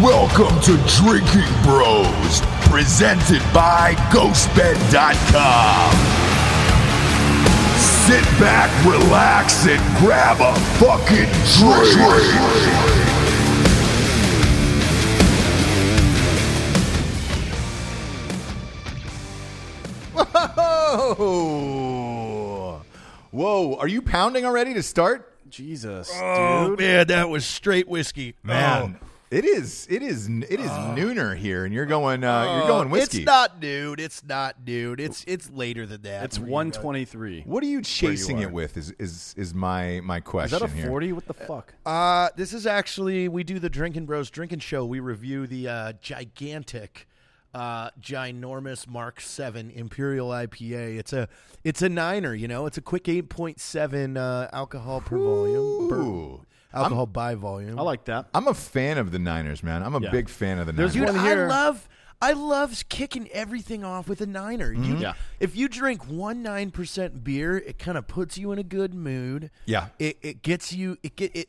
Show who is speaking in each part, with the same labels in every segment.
Speaker 1: Welcome to Drinking Bros, presented by GhostBed.com. Sit back, relax, and grab a fucking drink.
Speaker 2: Oh!
Speaker 3: Whoa! Whoa! Oh, Are you pounding already to start?
Speaker 2: Jesus,
Speaker 4: Oh
Speaker 2: dude.
Speaker 4: man, that was straight whiskey, Oh.
Speaker 3: Man, Oh, it is. It is. It is
Speaker 1: Uh.
Speaker 3: nooner here, and you're going. Uh,
Speaker 4: Oh,
Speaker 3: you're going whiskey.
Speaker 4: It's not dude. It's not dude. It's it's later than that.
Speaker 2: It's 123.
Speaker 3: what are you chasing
Speaker 2: are.
Speaker 3: it with? Is is is my my
Speaker 2: Is
Speaker 3: question
Speaker 2: that a
Speaker 3: here?
Speaker 2: 40? What the fuck?
Speaker 4: Uh, this is actually we do the Drinking Bros Drinking Show. We review the uh, gigantic, uh, ginormous Mark Seven Imperial IPA. It's a it's a niner. You know, it's a quick eight point seven uh, alcohol per volume.
Speaker 3: Ooh.
Speaker 4: per- alcohol by volume.
Speaker 2: I like that.
Speaker 3: I'm a fan of the Niners, man. I'm a
Speaker 2: Yeah.
Speaker 3: big fan of the
Speaker 2: There's
Speaker 3: Niners.
Speaker 4: Dude,
Speaker 2: one
Speaker 4: I
Speaker 2: here.
Speaker 4: love I love kicking everything off with a niner. You,
Speaker 2: Mm-hmm. Yeah.
Speaker 4: If you drink one nine percent beer, it kind of puts you in a good mood.
Speaker 3: Yeah.
Speaker 4: It, it gets you it get it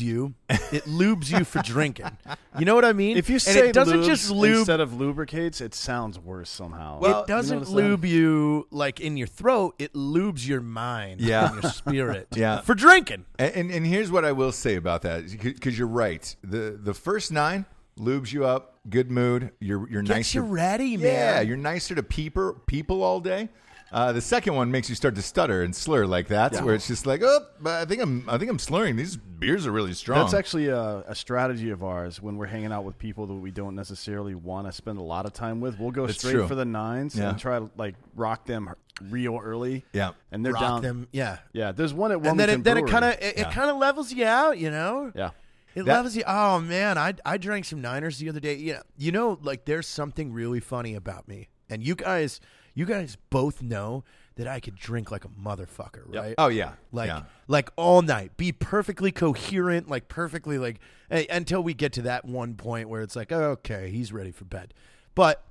Speaker 4: you. It lubes you for drinking. You know what I mean?
Speaker 2: If you
Speaker 4: And
Speaker 2: say
Speaker 4: it doesn't
Speaker 2: lubes
Speaker 4: just lube
Speaker 2: instead of lubricates, it sounds worse somehow.
Speaker 4: it doesn't lube you like in your throat, it lubes your mind
Speaker 3: Yeah.
Speaker 4: and your spirit.
Speaker 3: Yeah.
Speaker 4: For drinking.
Speaker 3: And, and and here's what I will say about that because you're right. The the first nine lubes you up, good mood. You're you're
Speaker 4: Gets
Speaker 3: nicer.
Speaker 4: you ready,
Speaker 3: yeah,
Speaker 4: man.
Speaker 3: you're nicer to peeper people all day. Uh, the second one makes you start to stutter and slur like that, where it's just like, oh, but I think I'm I think I'm slurring. These beers are really strong.
Speaker 2: That's actually a, a strategy of ours when we're hanging out with people that we don't necessarily want to spend a lot of time with. We'll go
Speaker 3: It's
Speaker 2: straight
Speaker 3: true.
Speaker 2: for the nines
Speaker 3: Yeah.
Speaker 2: and try to like rock them real early.
Speaker 3: Yeah.
Speaker 2: and they're
Speaker 4: Rock
Speaker 2: down.
Speaker 4: them. Yeah.
Speaker 2: Yeah, there's one at
Speaker 4: And then
Speaker 2: Wilmington
Speaker 4: it, then it
Speaker 2: Brewery.
Speaker 4: kind of it, it kind of levels you out, you know.
Speaker 2: yeah.
Speaker 4: It
Speaker 3: That-
Speaker 4: loves you. Oh man, I I drank some Niners the other day. Yeah, you know, like there's something really funny about me, and you guys, you guys both know that I could drink like a motherfucker, right?
Speaker 3: Oh yeah,
Speaker 4: like
Speaker 3: yeah.
Speaker 4: like all night, be perfectly coherent, like perfectly like eh, until we get to that one point where it's like, oh, okay, he's ready for bed. But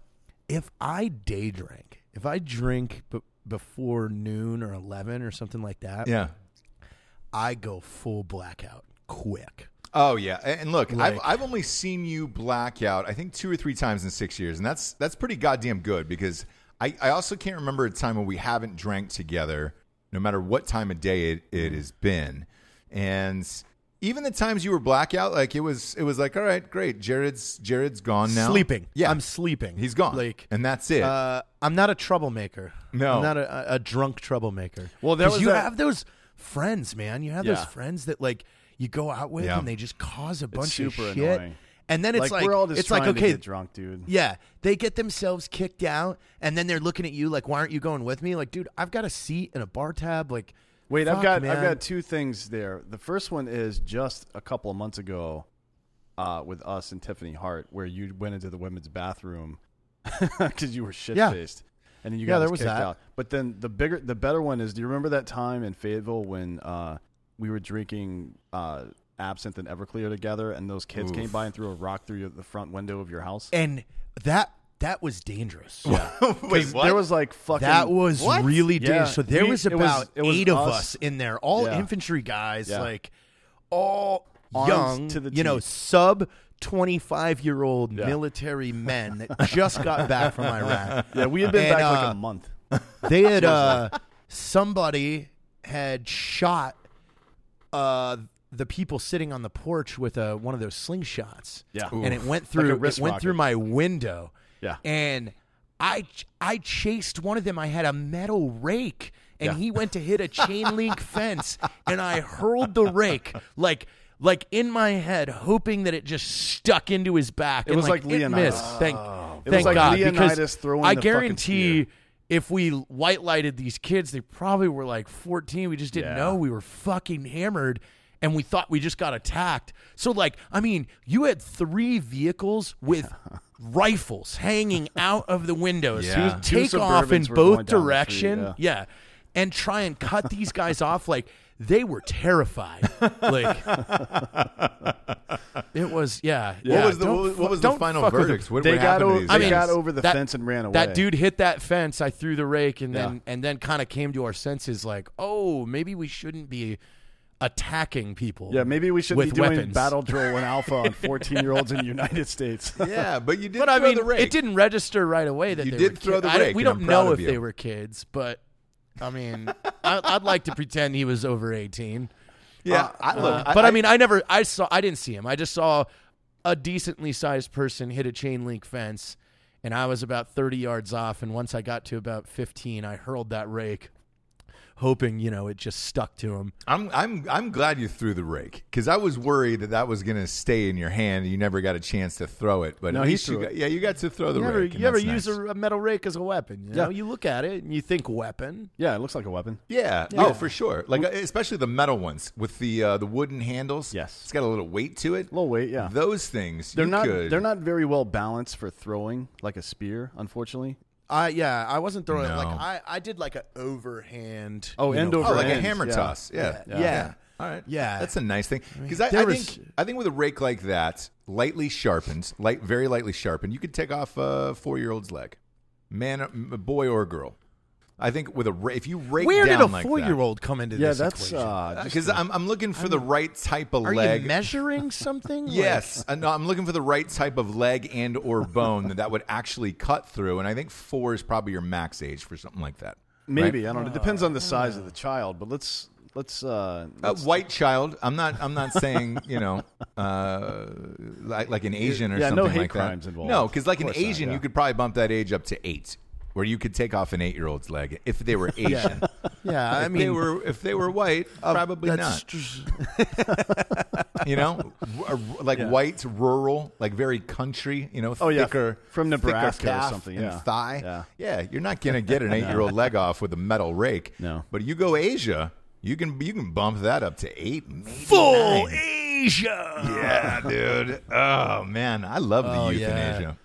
Speaker 4: if I day drink, if I drink b- before noon or eleven or something like that,
Speaker 3: yeah.
Speaker 4: I go full blackout quick.
Speaker 3: Oh yeah, and and look, I've,
Speaker 4: Like-
Speaker 3: I've only seen you blackout. I think two or three times in six years, and that's that's pretty goddamn good because I, I also can't remember a time when we haven't drank together, no matter what time of day it, it has been, and even the times you were blackout, like it was it was like all right, great, Jared's Jared's gone now,
Speaker 4: Sleeping.
Speaker 3: yeah,
Speaker 4: I'm sleeping.
Speaker 3: he's gone,
Speaker 4: Like,
Speaker 3: and that's it.
Speaker 4: uh, I'm not a troublemaker.
Speaker 3: No.
Speaker 4: I'm not a, a, a drunk troublemaker.
Speaker 2: Well, there
Speaker 4: 'Cause
Speaker 2: was
Speaker 4: you
Speaker 2: that-
Speaker 4: have those friends, man. You have
Speaker 2: Yeah.
Speaker 4: those friends that like you go out with
Speaker 3: Yeah.
Speaker 4: and they just cause a bunch
Speaker 2: super
Speaker 4: of shit.
Speaker 2: annoying.
Speaker 4: And then it's like,
Speaker 2: we're all just
Speaker 4: it's like
Speaker 2: trying to
Speaker 4: okay,
Speaker 2: get drunk, dude.
Speaker 4: yeah, they get themselves kicked out, and then they're looking at you like, "Why aren't you going with me?" Like, dude, I've got a seat and a bar tab. Like,
Speaker 2: Wait, I've
Speaker 4: fuck,
Speaker 2: got
Speaker 4: man.
Speaker 2: I've got two things there. The first one is just a couple of months ago, uh, with us and Tiffany Hart, where you went into the women's bathroom because you were shit faced, and then you
Speaker 4: Yeah,
Speaker 2: got
Speaker 4: there
Speaker 2: us
Speaker 4: was
Speaker 2: kicked
Speaker 4: that.
Speaker 2: out. But then the bigger, the better one is. Do you remember that time in Fayetteville when uh, we were drinking uh, absinthe and Everclear together, and those kids came by and threw a rock through your, the front window of your house?
Speaker 4: and that that was dangerous.
Speaker 3: Wait,
Speaker 2: There was like fucking
Speaker 4: That was
Speaker 3: What?
Speaker 4: really
Speaker 2: Yeah.
Speaker 4: dangerous. So there
Speaker 2: We-
Speaker 4: was
Speaker 2: it was-
Speaker 4: about
Speaker 2: it was
Speaker 4: eight of
Speaker 2: us.
Speaker 4: us in there, all
Speaker 2: Yeah.
Speaker 4: infantry guys,
Speaker 2: Yeah.
Speaker 4: like all
Speaker 2: Arms
Speaker 4: young,
Speaker 2: to the
Speaker 4: you know,
Speaker 2: teeth.
Speaker 4: sub twenty five year old
Speaker 2: Yeah.
Speaker 4: military men that just got back from Iraq.
Speaker 2: yeah. We had been
Speaker 4: And,
Speaker 2: back like
Speaker 4: uh,
Speaker 2: a month.
Speaker 4: They had uh, somebody had shot uh, the people sitting on the porch with uh, one of those slingshots.
Speaker 2: Yeah.
Speaker 4: and it
Speaker 2: Like
Speaker 4: went
Speaker 2: a
Speaker 4: through
Speaker 2: wrist
Speaker 4: it went
Speaker 2: rocket.
Speaker 4: through my window.
Speaker 2: Yeah.
Speaker 4: and I ch- I chased one of them. I had a metal rake, and
Speaker 2: Yeah.
Speaker 4: he went to hit a chain link fence, and I hurled the rake like. Like in my head, hoping that it just stuck into his back. and
Speaker 2: was like
Speaker 4: it
Speaker 2: Leonidas. Oh,
Speaker 4: missed.
Speaker 2: It
Speaker 4: Thank,
Speaker 2: was
Speaker 4: thank
Speaker 2: like
Speaker 4: God. because
Speaker 2: Leonidas throwing
Speaker 4: I
Speaker 2: the fucking
Speaker 4: guarantee
Speaker 2: spear.
Speaker 4: if we white lighted these kids, they probably were like 14. We just didn't
Speaker 2: Yeah.
Speaker 4: know. We were fucking hammered and we thought we just got attacked. So, like, I mean, you had three vehicles with rifles hanging out of the windows.
Speaker 3: Yeah.
Speaker 4: to
Speaker 2: Two- two
Speaker 4: Take off in
Speaker 2: Suburbans were
Speaker 4: both
Speaker 2: going down the
Speaker 4: direction.
Speaker 2: street,
Speaker 4: yeah. And try and cut these guys off. Like, they were terrified. Like, it was, yeah.
Speaker 3: what
Speaker 4: yeah,
Speaker 3: was the
Speaker 4: don't
Speaker 3: what was,
Speaker 4: fu-
Speaker 3: what was the
Speaker 4: don't
Speaker 3: final
Speaker 4: fuck with
Speaker 3: verdict? What,
Speaker 2: They
Speaker 3: what
Speaker 2: got,
Speaker 3: happened to
Speaker 2: o-
Speaker 3: these
Speaker 2: they
Speaker 3: guys?
Speaker 2: got over the
Speaker 4: that-
Speaker 2: fence and ran away.
Speaker 4: That dude hit that fence. I threw the rake, and
Speaker 2: Yeah.
Speaker 4: then and then kind of came to our senses, like, oh, maybe we shouldn't be attacking people.
Speaker 2: Yeah, maybe we should
Speaker 4: with
Speaker 2: be doing
Speaker 4: weapons.
Speaker 2: battle drill and alpha on 14 year olds in the United States.
Speaker 3: Yeah, but you did
Speaker 4: But
Speaker 3: throw
Speaker 4: I mean,
Speaker 3: the rake.
Speaker 4: it didn't register right away that
Speaker 3: You
Speaker 4: they
Speaker 3: did
Speaker 4: were
Speaker 3: throw
Speaker 4: kids.
Speaker 3: the
Speaker 4: I don't-
Speaker 3: rake,
Speaker 4: we
Speaker 3: and
Speaker 4: don't
Speaker 3: I'm proud
Speaker 4: know
Speaker 3: of
Speaker 4: if
Speaker 3: you.
Speaker 4: they were kids, but I mean, I, I'd like to pretend he was over eighteen.
Speaker 3: Yeah, I look.
Speaker 4: Uh, but I, mean, I never, I saw, I didn't see him. I just saw a decently sized person hit a chain link fence, and I was about 30 yards off. And once I got to about 15, I hurled that rake, hoping, you know, it just stuck to him.
Speaker 3: I'm I'm I'm glad you threw the rake because I was worried that that was going to stay in your hand. and You never got a chance to throw it, but
Speaker 2: No,
Speaker 3: at
Speaker 2: he
Speaker 3: least you
Speaker 2: threw
Speaker 3: got,
Speaker 2: it.
Speaker 3: yeah, you got to throw the
Speaker 4: You ever,
Speaker 3: rake. and
Speaker 4: you ever
Speaker 3: that's
Speaker 4: use
Speaker 3: nice.
Speaker 4: a, a metal rake as a weapon? You know,
Speaker 2: Yeah.
Speaker 4: you look at it and you think weapon.
Speaker 2: Yeah, it looks like a weapon.
Speaker 3: Yeah, oh for sure. Like uh, especially the metal ones with the uh, the wooden handles.
Speaker 2: Yes.
Speaker 3: it's got a little weight to it.
Speaker 2: Little weight, yeah.
Speaker 3: Those things
Speaker 2: They're
Speaker 3: you
Speaker 2: not.
Speaker 3: could-
Speaker 2: They're not very well balanced for throwing, like a spear. Unfortunately,
Speaker 4: I yeah, I wasn't throwing it like
Speaker 3: No.
Speaker 4: I, I did like a overhand.
Speaker 2: Oh,
Speaker 4: you
Speaker 2: end
Speaker 4: know,
Speaker 2: over
Speaker 3: Oh, like a
Speaker 2: Overhands,
Speaker 3: hammer
Speaker 2: yeah.
Speaker 3: toss. Yeah.
Speaker 4: Yeah. Yeah.
Speaker 3: All right.
Speaker 4: Yeah.
Speaker 3: That's a nice thing. Because I,
Speaker 4: there
Speaker 3: I
Speaker 4: was-
Speaker 3: think I think with a rake like that, lightly sharpened, light, very lightly sharpened, you could take off a four year old's leg, man, or- m- boy or girl. I think with a ra- if you rake
Speaker 4: Where
Speaker 3: down
Speaker 4: did a
Speaker 3: like
Speaker 4: four year old come into
Speaker 2: yeah,
Speaker 4: this
Speaker 2: that's
Speaker 4: equation?
Speaker 2: uh, just-
Speaker 3: because I'm I'm looking for the right type of
Speaker 4: Are
Speaker 3: leg.
Speaker 4: you measuring something? Like-
Speaker 3: Yes, Uh, no, I'm looking for the right type of leg and or bone that that would actually cut through, and I think four is probably your max age for something like that.
Speaker 2: maybe I don't. know. It depends
Speaker 3: Uh,
Speaker 2: on the size of the child, but let's let's. Uh,
Speaker 3: a white child. I'm not. I'm not saying you know, uh, like like an Asian or
Speaker 2: Yeah, no
Speaker 3: something
Speaker 2: hate
Speaker 3: like that.
Speaker 2: crimes involved.
Speaker 3: No, because like
Speaker 2: Of
Speaker 3: an
Speaker 2: course not,
Speaker 3: Asian,
Speaker 2: yeah.
Speaker 3: you could probably bump that age up to eight, where you could take off an eight year old's leg if they were Asian.
Speaker 4: Yeah,
Speaker 3: If
Speaker 4: I
Speaker 3: they
Speaker 4: mean,
Speaker 3: were if they were white,
Speaker 2: Oh,
Speaker 3: probably not. You know, R- r- like white, rural, like very country. You know,
Speaker 2: Oh, yeah,
Speaker 3: thicker
Speaker 2: from
Speaker 3: thicker
Speaker 2: Nebraska or
Speaker 3: calf
Speaker 2: something,
Speaker 3: and
Speaker 2: yeah.
Speaker 3: thigh.
Speaker 2: Yeah.
Speaker 3: you're not gonna get an eight year old leg off with a metal rake.
Speaker 2: No.
Speaker 3: but you go Asia, you can you can bump that up to eight, maybe
Speaker 4: full
Speaker 3: nine.
Speaker 4: Asia.
Speaker 3: Yeah, dude. Oh man, I love the
Speaker 4: Oh,
Speaker 3: youth
Speaker 4: yeah.
Speaker 3: in Asia.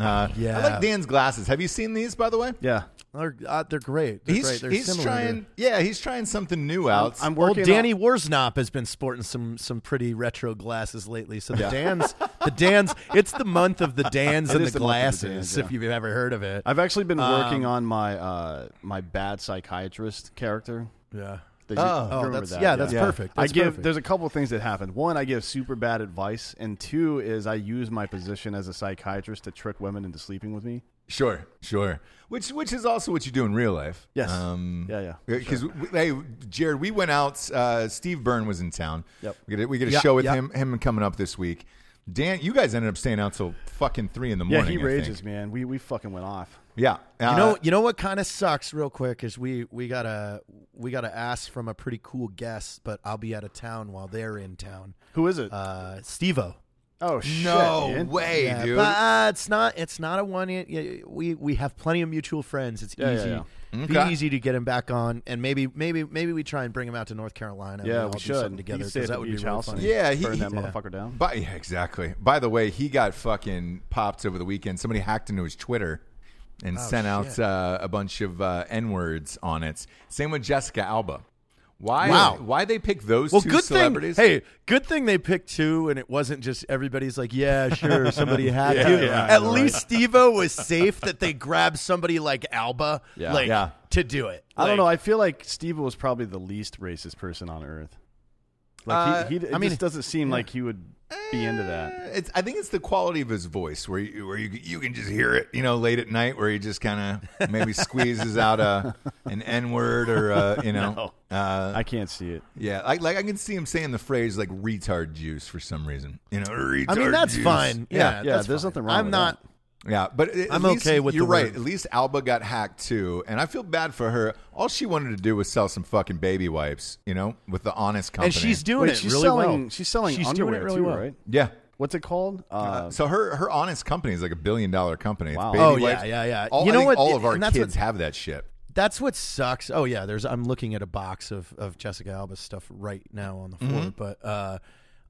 Speaker 3: Uh,
Speaker 4: Yeah.
Speaker 3: I like Dan's glasses. Have you seen these, by the way?
Speaker 2: yeah,
Speaker 4: They're, uh, they're great. They're
Speaker 3: he's
Speaker 4: great. They're
Speaker 3: he's
Speaker 4: similar.
Speaker 3: trying. Yeah, he's trying something new out.
Speaker 2: I'm
Speaker 4: Well,
Speaker 2: working.
Speaker 4: Danny Worsnop has been sporting some some pretty retro glasses lately. So the Dan's, the Dan's, it's the month of the Dan's and
Speaker 2: is
Speaker 4: the,
Speaker 2: the month of
Speaker 4: glasses.
Speaker 2: the Dans,
Speaker 4: If you've ever heard of it,
Speaker 2: On, I've actually been working
Speaker 3: Um,
Speaker 2: on my uh, my bad psychiatrist character.
Speaker 4: yeah,
Speaker 2: They- you
Speaker 3: Oh.
Speaker 4: Oh,
Speaker 2: remember
Speaker 4: that's-
Speaker 2: that,
Speaker 4: yeah, that's perfect. That's
Speaker 2: I give
Speaker 4: perfect.
Speaker 2: there's a couple things that happen. One, I give super bad advice, and two is I use my position as a psychiatrist to trick women into sleeping with me.
Speaker 3: Sure, sure. Which which is also what you do in real life. Um,
Speaker 2: Yes. Yeah, yeah,
Speaker 3: Because hey, Jared, we went out. Uh, Steve Byrne was in town.
Speaker 2: Yep.
Speaker 3: We get a, we get a
Speaker 4: Yeah,
Speaker 3: show with
Speaker 4: yeah.
Speaker 3: him him coming up this week. Dan, you guys ended up staying out till fucking three in the
Speaker 2: Yeah,
Speaker 3: morning.
Speaker 2: he
Speaker 3: I think.
Speaker 2: rages, man. We we fucking went off.
Speaker 3: Yeah. Uh,
Speaker 4: You know, you know what kind of sucks real quick is we we got a we got to ask from a pretty cool guest, but I'll be out of town whiwhile they're in town.
Speaker 2: Who is it?
Speaker 4: Uh, Stevo.
Speaker 2: oh shit!
Speaker 3: no
Speaker 2: man.
Speaker 3: way,
Speaker 4: Yeah,
Speaker 3: dude.
Speaker 4: But uh, it's not it's not a one. yeah, yeah, We we have plenty of mutual friends. It's
Speaker 2: Yeah, yeah,
Speaker 4: easy.
Speaker 2: yeah.
Speaker 4: Be
Speaker 3: Okay.
Speaker 4: easy to get him back on, and maybe maybe maybe we try and bring him out to North Carolina.
Speaker 2: Yeah,
Speaker 4: all
Speaker 2: we
Speaker 4: do
Speaker 2: should.
Speaker 4: something
Speaker 2: You
Speaker 4: together
Speaker 2: stay at
Speaker 4: that
Speaker 2: the
Speaker 4: would be
Speaker 2: beach
Speaker 4: really
Speaker 2: house and-
Speaker 4: funny.
Speaker 3: yeah, he,
Speaker 2: Burn that
Speaker 3: he-
Speaker 2: motherfucker down.
Speaker 3: By, yeah, exactly. By the way, he got fucking popped over the weekend. Somebody hacked into his Twitter and sent out
Speaker 4: Oh, shit.
Speaker 3: uh, a bunch of uh, N words on it. Same with Jessica Alba. Why?
Speaker 4: Wow.
Speaker 3: Why they pick those
Speaker 4: Well,
Speaker 3: two
Speaker 4: good thing.
Speaker 3: celebrities?
Speaker 4: Hey, good thing they picked two, and it wasn't just everybody's like, "Yeah, sure, somebody had
Speaker 2: Yeah,
Speaker 4: to."
Speaker 2: yeah,
Speaker 4: At
Speaker 2: right.
Speaker 4: least Stevo was safe that they grabbed somebody like Alba,
Speaker 2: Yeah.
Speaker 4: like
Speaker 3: Yeah.
Speaker 4: to do it.
Speaker 2: I don't
Speaker 4: Like,
Speaker 2: know. I feel like Steve was probably the least racist person on earth. Like he, he it
Speaker 4: Uh, I mean-
Speaker 2: just doesn't seem like he would be into that.
Speaker 3: Eh, It's, I think it's the quality of his voice where you, where you you can just hear it, you know, late at night where he just kind of maybe squeezes out a an N word or a, you know, uh,
Speaker 2: I can't see it.
Speaker 3: yeah, I, like I can see him saying the phrase like retard juice for some reason, you know, retard
Speaker 4: I mean, that's
Speaker 3: juice.
Speaker 4: fine. Yeah,
Speaker 2: Yeah, yeah,
Speaker 4: that's
Speaker 2: there's
Speaker 4: fine.
Speaker 2: nothing wrong
Speaker 4: I'm
Speaker 2: with
Speaker 4: not.
Speaker 3: Yeah, but at
Speaker 4: I'm
Speaker 3: least-
Speaker 4: okay with
Speaker 3: you're
Speaker 4: the
Speaker 3: right.
Speaker 4: word.
Speaker 3: At least Alba got hacked too, and I feel bad for her. All she wanted to do was sell some fucking baby wipes, you know, with the honest company.
Speaker 4: And she's doing
Speaker 2: Wait,
Speaker 4: it
Speaker 2: she's
Speaker 4: really
Speaker 2: selling.
Speaker 4: well.
Speaker 2: She's selling
Speaker 4: She's
Speaker 2: underwear
Speaker 4: doing it really
Speaker 2: too,
Speaker 4: well.
Speaker 2: right?
Speaker 3: yeah.
Speaker 2: What's it called? Uh,
Speaker 3: So her her honest company is like a billion dollar company. It's
Speaker 2: Wow.
Speaker 3: baby
Speaker 4: Oh, yeah,
Speaker 3: wipes.
Speaker 4: yeah, yeah.
Speaker 3: All, I
Speaker 4: You know
Speaker 3: think
Speaker 4: what?
Speaker 3: All of our
Speaker 4: And that's
Speaker 3: kids
Speaker 4: what-
Speaker 3: have that shit.
Speaker 4: That's what sucks. Oh yeah, there's. I'm looking at a box of of Jessica Alba's stuff right now on the floor.
Speaker 3: Mm-hmm.
Speaker 4: But uh,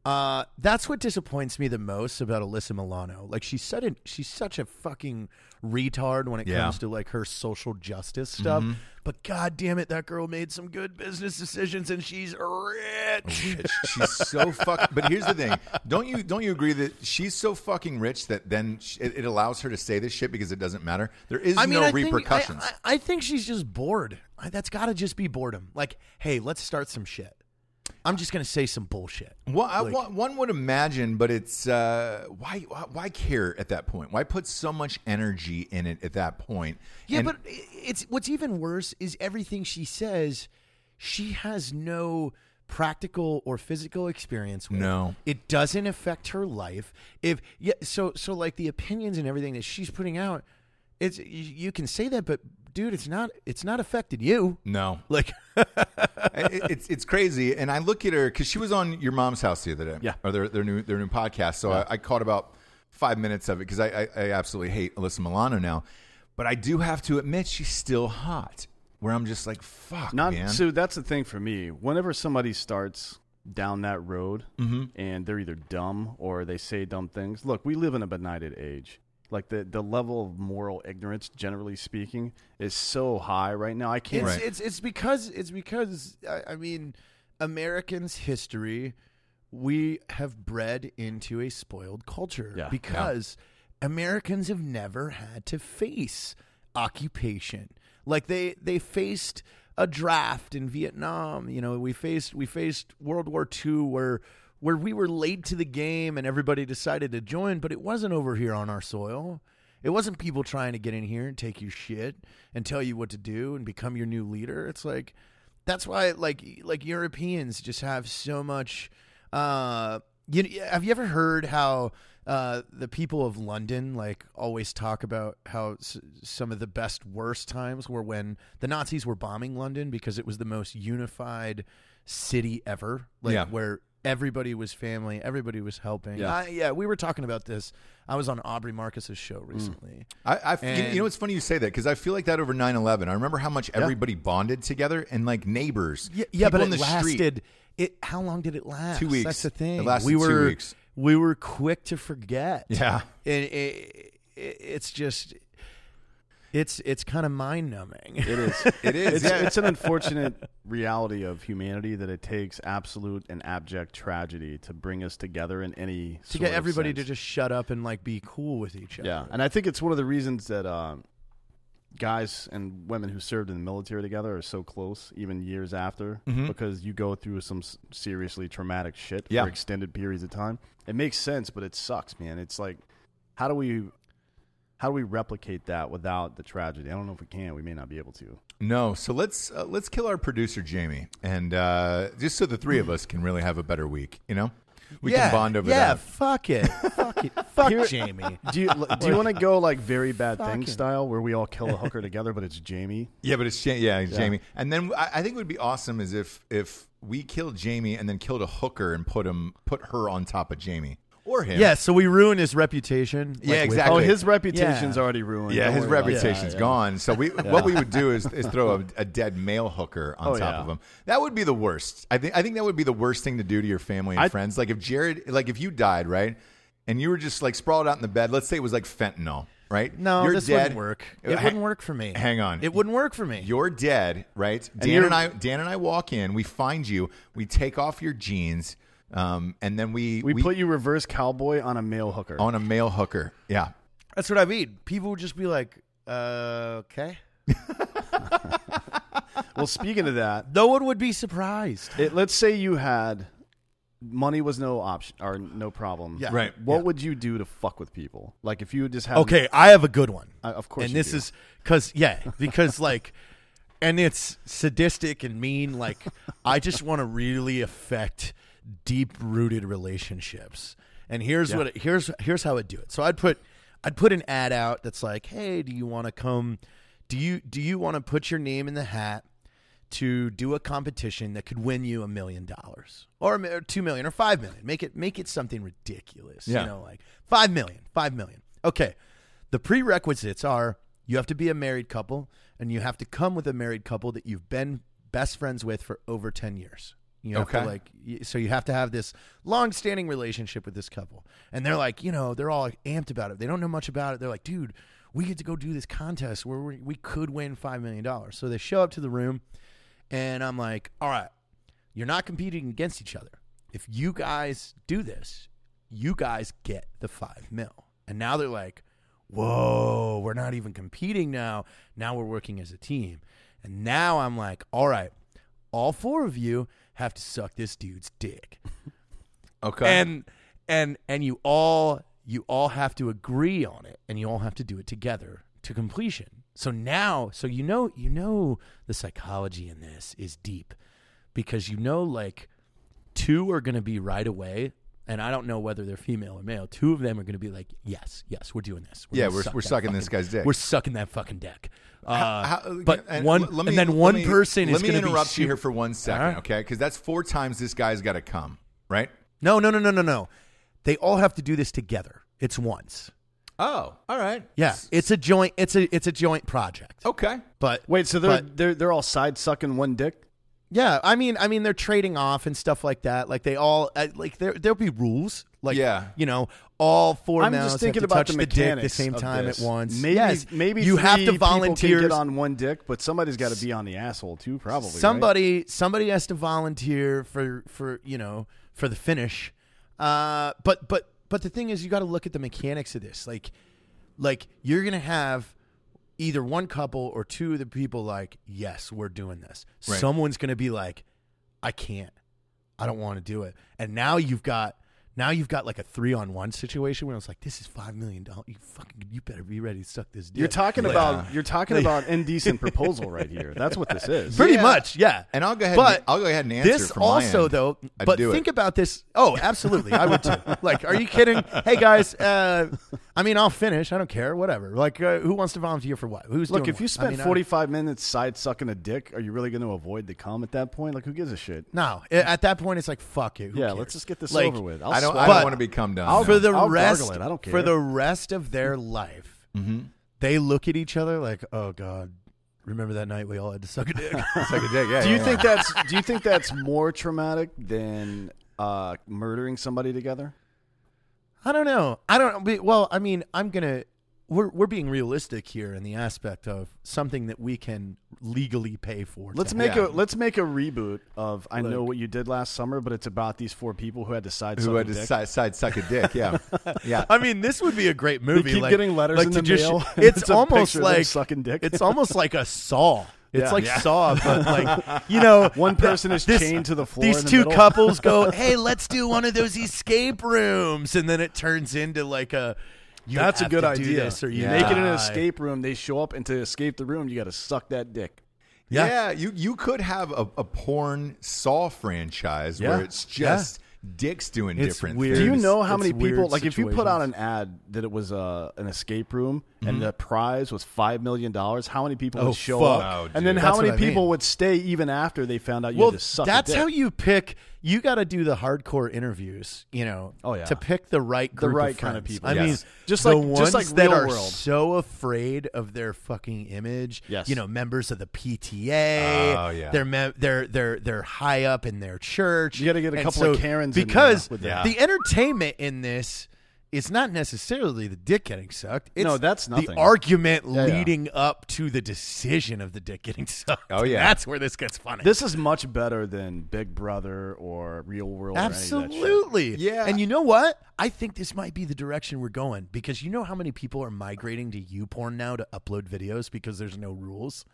Speaker 4: uh, that's what disappoints me the most about Alyssa Milano. Like she's such a she's such a fucking retard when it
Speaker 3: Yeah. Mm-hmm.
Speaker 4: comes to like her social justice stuff. But god damn it, that girl made some good business decisions, and she's
Speaker 3: Oh,
Speaker 4: rich.
Speaker 3: Bitch, She's so fuck. But here's the thing: don't you don't you agree that she's so fucking rich that then sh it, it allows her to say this shit because it doesn't matter? There is
Speaker 4: I mean,
Speaker 3: no
Speaker 4: I think- I-
Speaker 3: repercussions.
Speaker 4: I, I, think she's just bored. I, that's got to just be boredom. Like, hey, let's start some shit. I'm just gonna say some bullshit.
Speaker 3: Well, I, one- one would imagine, but it's uh, why, why why care at that point? Why put so much energy in it at that point?
Speaker 4: Yeah,
Speaker 3: And-
Speaker 4: but i- it's what's even worse is everything she says, she has no practical or physical experience with.
Speaker 3: No.
Speaker 4: It doesn't affect her life. If yeah, so so like the opinions and everything that she's putting out, it's y- you can say that, but dude, it's not it's not affected you.
Speaker 3: no,
Speaker 4: Like
Speaker 3: it, it's it's crazy. And I look at her because she was on your mom's house the other day.
Speaker 2: Yeah.
Speaker 3: or their their new their new podcast. So I, I caught about five minutes of it because I, I I absolutely hate Alyssa Milano now. But I do have to admit she's still hot. Where I'm just like, fuck,
Speaker 2: Not
Speaker 3: man.
Speaker 2: so that's the thing for me. Whenever somebody starts down that road
Speaker 4: Mm-hmm.
Speaker 2: and they're either dumb or they say dumb things. Look, we live in a benighted age. Like the, the level of moral ignorance, generally speaking, is so high right now. I
Speaker 4: it's
Speaker 2: can't.
Speaker 3: Right.
Speaker 4: it's it's because it's because I, I mean, Americans' history, we have bred into a spoiled culture
Speaker 2: Yeah.
Speaker 4: because Americans have never had to face occupation. Like they they faced a draft in Vietnam. You know, we faced we faced World War II where. Where we were late to the game and everybody decided to join, but it wasn't over here on our soil. It wasn't people trying to get in here and take your shit and tell you what to do and become your new leader. It's like that's why like like Europeans just have so much uh you have you ever heard how uh, the people of London like always talk about how s- some of the best worst times were when the Nazis were bombing London because it was the most unified city ever like
Speaker 3: Yeah.
Speaker 4: where everybody was family everybody was helping
Speaker 2: Yeah.
Speaker 4: I, yeah we were talking about this I was on Aubrey Marcus's show recently
Speaker 3: I, I f- you- you,
Speaker 4: And-
Speaker 3: know, it's funny you say that because I feel like that over 9 11. I remember how much everybody bonded together and like neighbors.
Speaker 4: Yeah, yeah
Speaker 3: people
Speaker 4: but
Speaker 3: in the
Speaker 4: it lasted.
Speaker 3: Street.
Speaker 4: It how long did it last?
Speaker 3: Two weeks.
Speaker 4: That's the thing.
Speaker 3: It lasted
Speaker 4: we
Speaker 3: two
Speaker 4: were
Speaker 3: weeks.
Speaker 4: we were quick to forget.
Speaker 3: Yeah.
Speaker 4: and it, it, it's just it's it's kind of mind numbing.
Speaker 2: It is.
Speaker 3: It is.
Speaker 2: it's,
Speaker 3: yeah.
Speaker 2: it's an unfortunate reality of humanity that it takes absolute and abject tragedy to bring us together in any
Speaker 4: To
Speaker 2: sort
Speaker 4: get
Speaker 2: of
Speaker 4: everybody to
Speaker 2: sense.
Speaker 4: just shut up and like be cool with each other.
Speaker 2: yeah and i think it's one of the reasons that um, guys and women who served in the military together are so close even years after because you go through some s- seriously traumatic shit
Speaker 3: Mm-hmm. Yeah.
Speaker 2: for extended periods of time it makes sense but it sucks man it's like how do we how do we replicate that without the tragedy i don't know if we can we may not be able to
Speaker 3: No, so let's uh, let's kill our producer Jamie, and uh, just so the three of us can really have a better week. You know, we
Speaker 4: yeah,
Speaker 3: can bond over
Speaker 4: yeah,
Speaker 3: that.
Speaker 4: fuck it, fuck it, fuck
Speaker 2: Here-
Speaker 4: Jamie.
Speaker 2: do you do you want to go like very bad
Speaker 4: Fucking-
Speaker 2: thing style where we all kill a hooker together but it's jamie
Speaker 3: Yeah, but it's ja- yeah, it's Jamie. And then I, I think it would be awesome is if if we killed Jamie and then killed a hooker and put him put her on top of Jamie or him.
Speaker 4: Yeah, so we ruin his reputation. like,
Speaker 3: Yeah,
Speaker 4: with-
Speaker 3: exactly.
Speaker 2: oh his reputation's
Speaker 4: Yeah.
Speaker 2: already ruined
Speaker 3: Yeah,
Speaker 2: Don't
Speaker 3: his
Speaker 2: worry about that.
Speaker 3: reputation's
Speaker 2: Yeah.
Speaker 3: gone. So we, what we would do is, is throw a, a dead male hooker on
Speaker 2: Oh,
Speaker 3: top
Speaker 2: yeah.
Speaker 3: of him. That would be the worst. I think I think that would be the worst thing to do to your family and
Speaker 2: I-
Speaker 3: friends. Like if Jared, like if you died, right, and you were just like sprawled out in the bed. Let's say it was like fentanyl, right?
Speaker 4: No,
Speaker 3: you're
Speaker 4: this
Speaker 3: dead.
Speaker 4: wouldn't work. It
Speaker 3: Ha-
Speaker 4: wouldn't work for me.
Speaker 3: Hang on.
Speaker 4: It wouldn't work for me.
Speaker 3: You're dead, right? Dan
Speaker 2: you're-
Speaker 3: and I, Dan and I walk in. We find you. We take off your jeans, um, and then we
Speaker 2: We, put you reverse cowboy on a male hooker.
Speaker 3: on a male hooker. Yeah,
Speaker 4: That's what I mean. People would just be like, uh, okay.
Speaker 2: well, speaking of that,
Speaker 4: No one would be surprised.
Speaker 2: it, let's say you had money was no option or no problem.
Speaker 4: Yeah.
Speaker 3: Right.
Speaker 2: What
Speaker 3: Yeah.
Speaker 2: would you do to fuck with people? Like if you just had
Speaker 4: Okay, I have a good one.
Speaker 2: I- of course
Speaker 4: And
Speaker 2: you
Speaker 4: this
Speaker 2: do.
Speaker 4: is because yeah, because like, and it's sadistic and mean. Like, I just want to really affect deep-rooted relationships. And here's what it, here's here's how I'd do it. So I'd put I'd put an ad out that's like, hey, do you want to come? Do you do you want to put your name in the hat? to do a competition that could win you a million dollars or, a mi- or two million or five million. Make it make it something ridiculous.
Speaker 3: Yeah.
Speaker 4: You know, like five million, five million. Okay. The prerequisites are you have to be a married couple and you have to come with a married couple that you've been best friends with for over ten years. You have to
Speaker 3: Okay.
Speaker 4: like like, y- so you have to have this long-standing relationship with this couple and they're like you know they're all like, amped about it they don't know much about it they're like dude we get to go do this contest where we, we could win $5 million so they show up to the room and i'm like all right you're not competing against each other if you guys do this you guys get the five mil and now they're like whoa we're not even competing now now we're working as a team and now i'm like all right all four of you have to suck this dude's dick.
Speaker 3: Okay.
Speaker 4: And and and you all you all have to agree on it and you all have to do it together to completion. So now so you know you know the psychology in this is deep because you know like two are going to be right away and I don't know whether they're female or male. Two of them are going to be like, "Yes, yes, we're doing this."
Speaker 3: Yeah,
Speaker 4: gonna
Speaker 3: we're-
Speaker 4: suck
Speaker 3: we're
Speaker 4: that
Speaker 3: sucking this guy's dick.
Speaker 4: We're sucking that fucking dick. Uh,
Speaker 3: How-
Speaker 4: but
Speaker 3: and
Speaker 4: one,
Speaker 3: let me-
Speaker 4: and then
Speaker 3: let
Speaker 4: one
Speaker 3: me-
Speaker 4: person
Speaker 3: Let
Speaker 4: is
Speaker 3: me
Speaker 4: going to be.
Speaker 3: interrupt you
Speaker 4: super-
Speaker 3: here for one second,
Speaker 4: All right.
Speaker 3: okay? Because that's four times this guy's got to come, right?
Speaker 4: No, no, no, no, no, no. They all have to do this together. It's once.
Speaker 3: Oh, all right.
Speaker 4: Yeah, it's a joint. It's a it's a joint project.
Speaker 3: Okay.
Speaker 4: But
Speaker 2: Oh, Wait, so they're
Speaker 4: but-
Speaker 2: they're they're all side sucking one dick.
Speaker 4: yeah, I mean, I mean, they're trading off and stuff like that. Like they all uh, like there there'll be rules. Like
Speaker 3: Yeah.
Speaker 4: you know, all four
Speaker 2: I'm
Speaker 4: males
Speaker 2: just thinking
Speaker 4: have to
Speaker 2: about
Speaker 4: touch
Speaker 2: the
Speaker 4: the dick at the
Speaker 2: mechanics
Speaker 4: same
Speaker 2: of
Speaker 4: time
Speaker 2: this.
Speaker 4: at once.
Speaker 2: Maybe
Speaker 4: yes,
Speaker 2: maybe
Speaker 4: you have
Speaker 2: three
Speaker 4: to
Speaker 2: people can
Speaker 4: volunteer
Speaker 2: get on one dick, but somebody's got to be on the asshole too, probably. right?
Speaker 4: somebody somebody has to volunteer for for you know for the finish uh but but but the thing is you got to look at the mechanics of this like like you're gonna have either one couple or two of the people like yes we're doing this
Speaker 3: Right.
Speaker 4: someone's gonna be like i can't i don't want to do it and now you've got now you've got like a three on one situation where it's like this is five million dollars you fucking you better be ready to suck this dick.
Speaker 2: You're talking
Speaker 4: Like,
Speaker 2: about you're talking about indecent proposal right here. That's what this is.
Speaker 4: Pretty
Speaker 3: Yeah.
Speaker 4: much, yeah.
Speaker 3: And I'll go ahead
Speaker 4: But
Speaker 3: and- I'll go ahead and answer
Speaker 4: This
Speaker 3: from my
Speaker 4: also,
Speaker 3: end.
Speaker 4: though,
Speaker 3: I'd
Speaker 4: but
Speaker 3: do it.
Speaker 4: think about this. Oh, absolutely, I would too. Like, are you kidding? Hey guys, uh, I mean, I'll finish. I don't care. Whatever. Like, uh, who wants to volunteer for what? Who's
Speaker 2: Look,
Speaker 4: doing
Speaker 2: if you
Speaker 4: what?
Speaker 2: spent
Speaker 4: I mean, I-
Speaker 2: 45 minutes side sucking a dick, are you really going to avoid the cum at that point? Like, who gives a shit?
Speaker 4: no, i- at that point, it's like fuck it. Who
Speaker 2: yeah,
Speaker 4: cares?
Speaker 2: let's just get this
Speaker 4: Like,
Speaker 2: over with. I'll
Speaker 3: I don't,
Speaker 2: swallow
Speaker 3: I
Speaker 4: But-
Speaker 3: don't want to be come down.
Speaker 2: I'll-
Speaker 3: now.
Speaker 4: for the
Speaker 2: I'll gargle
Speaker 4: rest,
Speaker 2: it. I don't
Speaker 4: for
Speaker 2: care.
Speaker 4: the rest of their life,
Speaker 3: Mm-hmm.
Speaker 4: they look at each other like, oh god, remember that night we all had to suck a dick.
Speaker 3: Suck a dick, yeah,
Speaker 2: Do you
Speaker 3: yeah,
Speaker 2: think
Speaker 3: yeah.
Speaker 2: that's Do you think that's more traumatic than uh, murdering somebody together?
Speaker 4: I don't know. I don't. we- Well, I mean, I'm gonna. We're we're being realistic here in the aspect of something that we can legally pay for.
Speaker 2: Let's
Speaker 4: to
Speaker 2: make
Speaker 3: Yeah.
Speaker 2: a Let's make a reboot of I know
Speaker 4: Look.
Speaker 2: what you did last summer, but it's about these four people who had to side
Speaker 3: who
Speaker 2: suck a
Speaker 3: had to
Speaker 2: dick.
Speaker 3: side, side suck a dick? Yeah, yeah.
Speaker 4: I mean, this would be a great movie.
Speaker 2: keep
Speaker 4: like,
Speaker 2: getting letters
Speaker 4: like
Speaker 2: in
Speaker 4: to
Speaker 2: the
Speaker 4: just-
Speaker 2: mail, and
Speaker 4: It's,
Speaker 2: it's a
Speaker 4: almost
Speaker 2: picture of them
Speaker 4: like
Speaker 2: sucking dick.
Speaker 4: It's almost like a saw. It's
Speaker 2: Yeah.
Speaker 4: like
Speaker 2: Yeah.
Speaker 4: saw, but like you know,
Speaker 2: One person is
Speaker 4: this-
Speaker 2: chained to the floor.
Speaker 4: These
Speaker 2: in the
Speaker 4: two
Speaker 2: middle.
Speaker 4: couples go, "Hey, let's do one of those escape rooms," and then it turns into like a. You
Speaker 2: That's a
Speaker 4: have
Speaker 2: good
Speaker 4: to do
Speaker 2: idea.
Speaker 4: this or you
Speaker 3: Yeah.
Speaker 2: Make it an
Speaker 4: die.
Speaker 2: escape room. They show up, and to escape the room, you got to suck that dick.
Speaker 3: Yeah.
Speaker 4: Yeah.
Speaker 3: you you could have a, a porn Saw franchise where
Speaker 2: Yeah.
Speaker 3: it's just dicks doing
Speaker 4: It's
Speaker 3: different
Speaker 4: weird.
Speaker 3: things.
Speaker 2: Do you
Speaker 4: It's-
Speaker 2: know how
Speaker 4: it's
Speaker 2: many people
Speaker 4: weird
Speaker 2: like if you put out an
Speaker 4: situations. Mm-hmm.
Speaker 2: ad that it was uh, an escape room and the prize was five million dollars? How many people
Speaker 4: Oh,
Speaker 2: would show
Speaker 4: fuck.
Speaker 2: up?
Speaker 3: Oh, dude.
Speaker 2: and then
Speaker 4: That's
Speaker 2: how many
Speaker 4: what I mean.
Speaker 2: people would stay even after they found out you
Speaker 4: well,
Speaker 2: had to suck? a
Speaker 4: that's
Speaker 2: dick?
Speaker 4: how you pick. You got to do the hardcore interviews, you know.
Speaker 2: Oh, yeah.
Speaker 4: to pick the right
Speaker 2: The
Speaker 4: group
Speaker 2: right
Speaker 4: of
Speaker 2: kind of
Speaker 4: friends.
Speaker 2: people.
Speaker 4: I
Speaker 3: Yes.
Speaker 4: mean,
Speaker 2: Just
Speaker 4: the
Speaker 2: like-
Speaker 4: ones
Speaker 2: just like
Speaker 4: that
Speaker 2: real
Speaker 4: are
Speaker 2: world.
Speaker 4: so afraid of their fucking image.
Speaker 2: Yes.
Speaker 4: you know, members of the PTA.
Speaker 3: Oh, yeah.
Speaker 4: they're me- they're they're they're high up in their church.
Speaker 2: You gotta get a
Speaker 4: And
Speaker 2: couple
Speaker 4: so-
Speaker 2: of Karens in there
Speaker 4: because
Speaker 2: with
Speaker 3: that.
Speaker 4: the entertainment in this. is not necessarily the dick getting sucked. It's
Speaker 2: No, that's
Speaker 4: the
Speaker 2: nothing.
Speaker 4: argument
Speaker 2: yeah.
Speaker 4: leading up to the decision of the dick getting sucked.
Speaker 3: Oh, yeah.
Speaker 4: that's where this gets funny.
Speaker 2: This is much better than Big Brother or Real World. or any of that shit.
Speaker 4: Absolutely.
Speaker 3: Yeah.
Speaker 4: And you know what? I think this might be the direction we're going because you know how many people are migrating to YouPorn now to upload videos because there's no rules?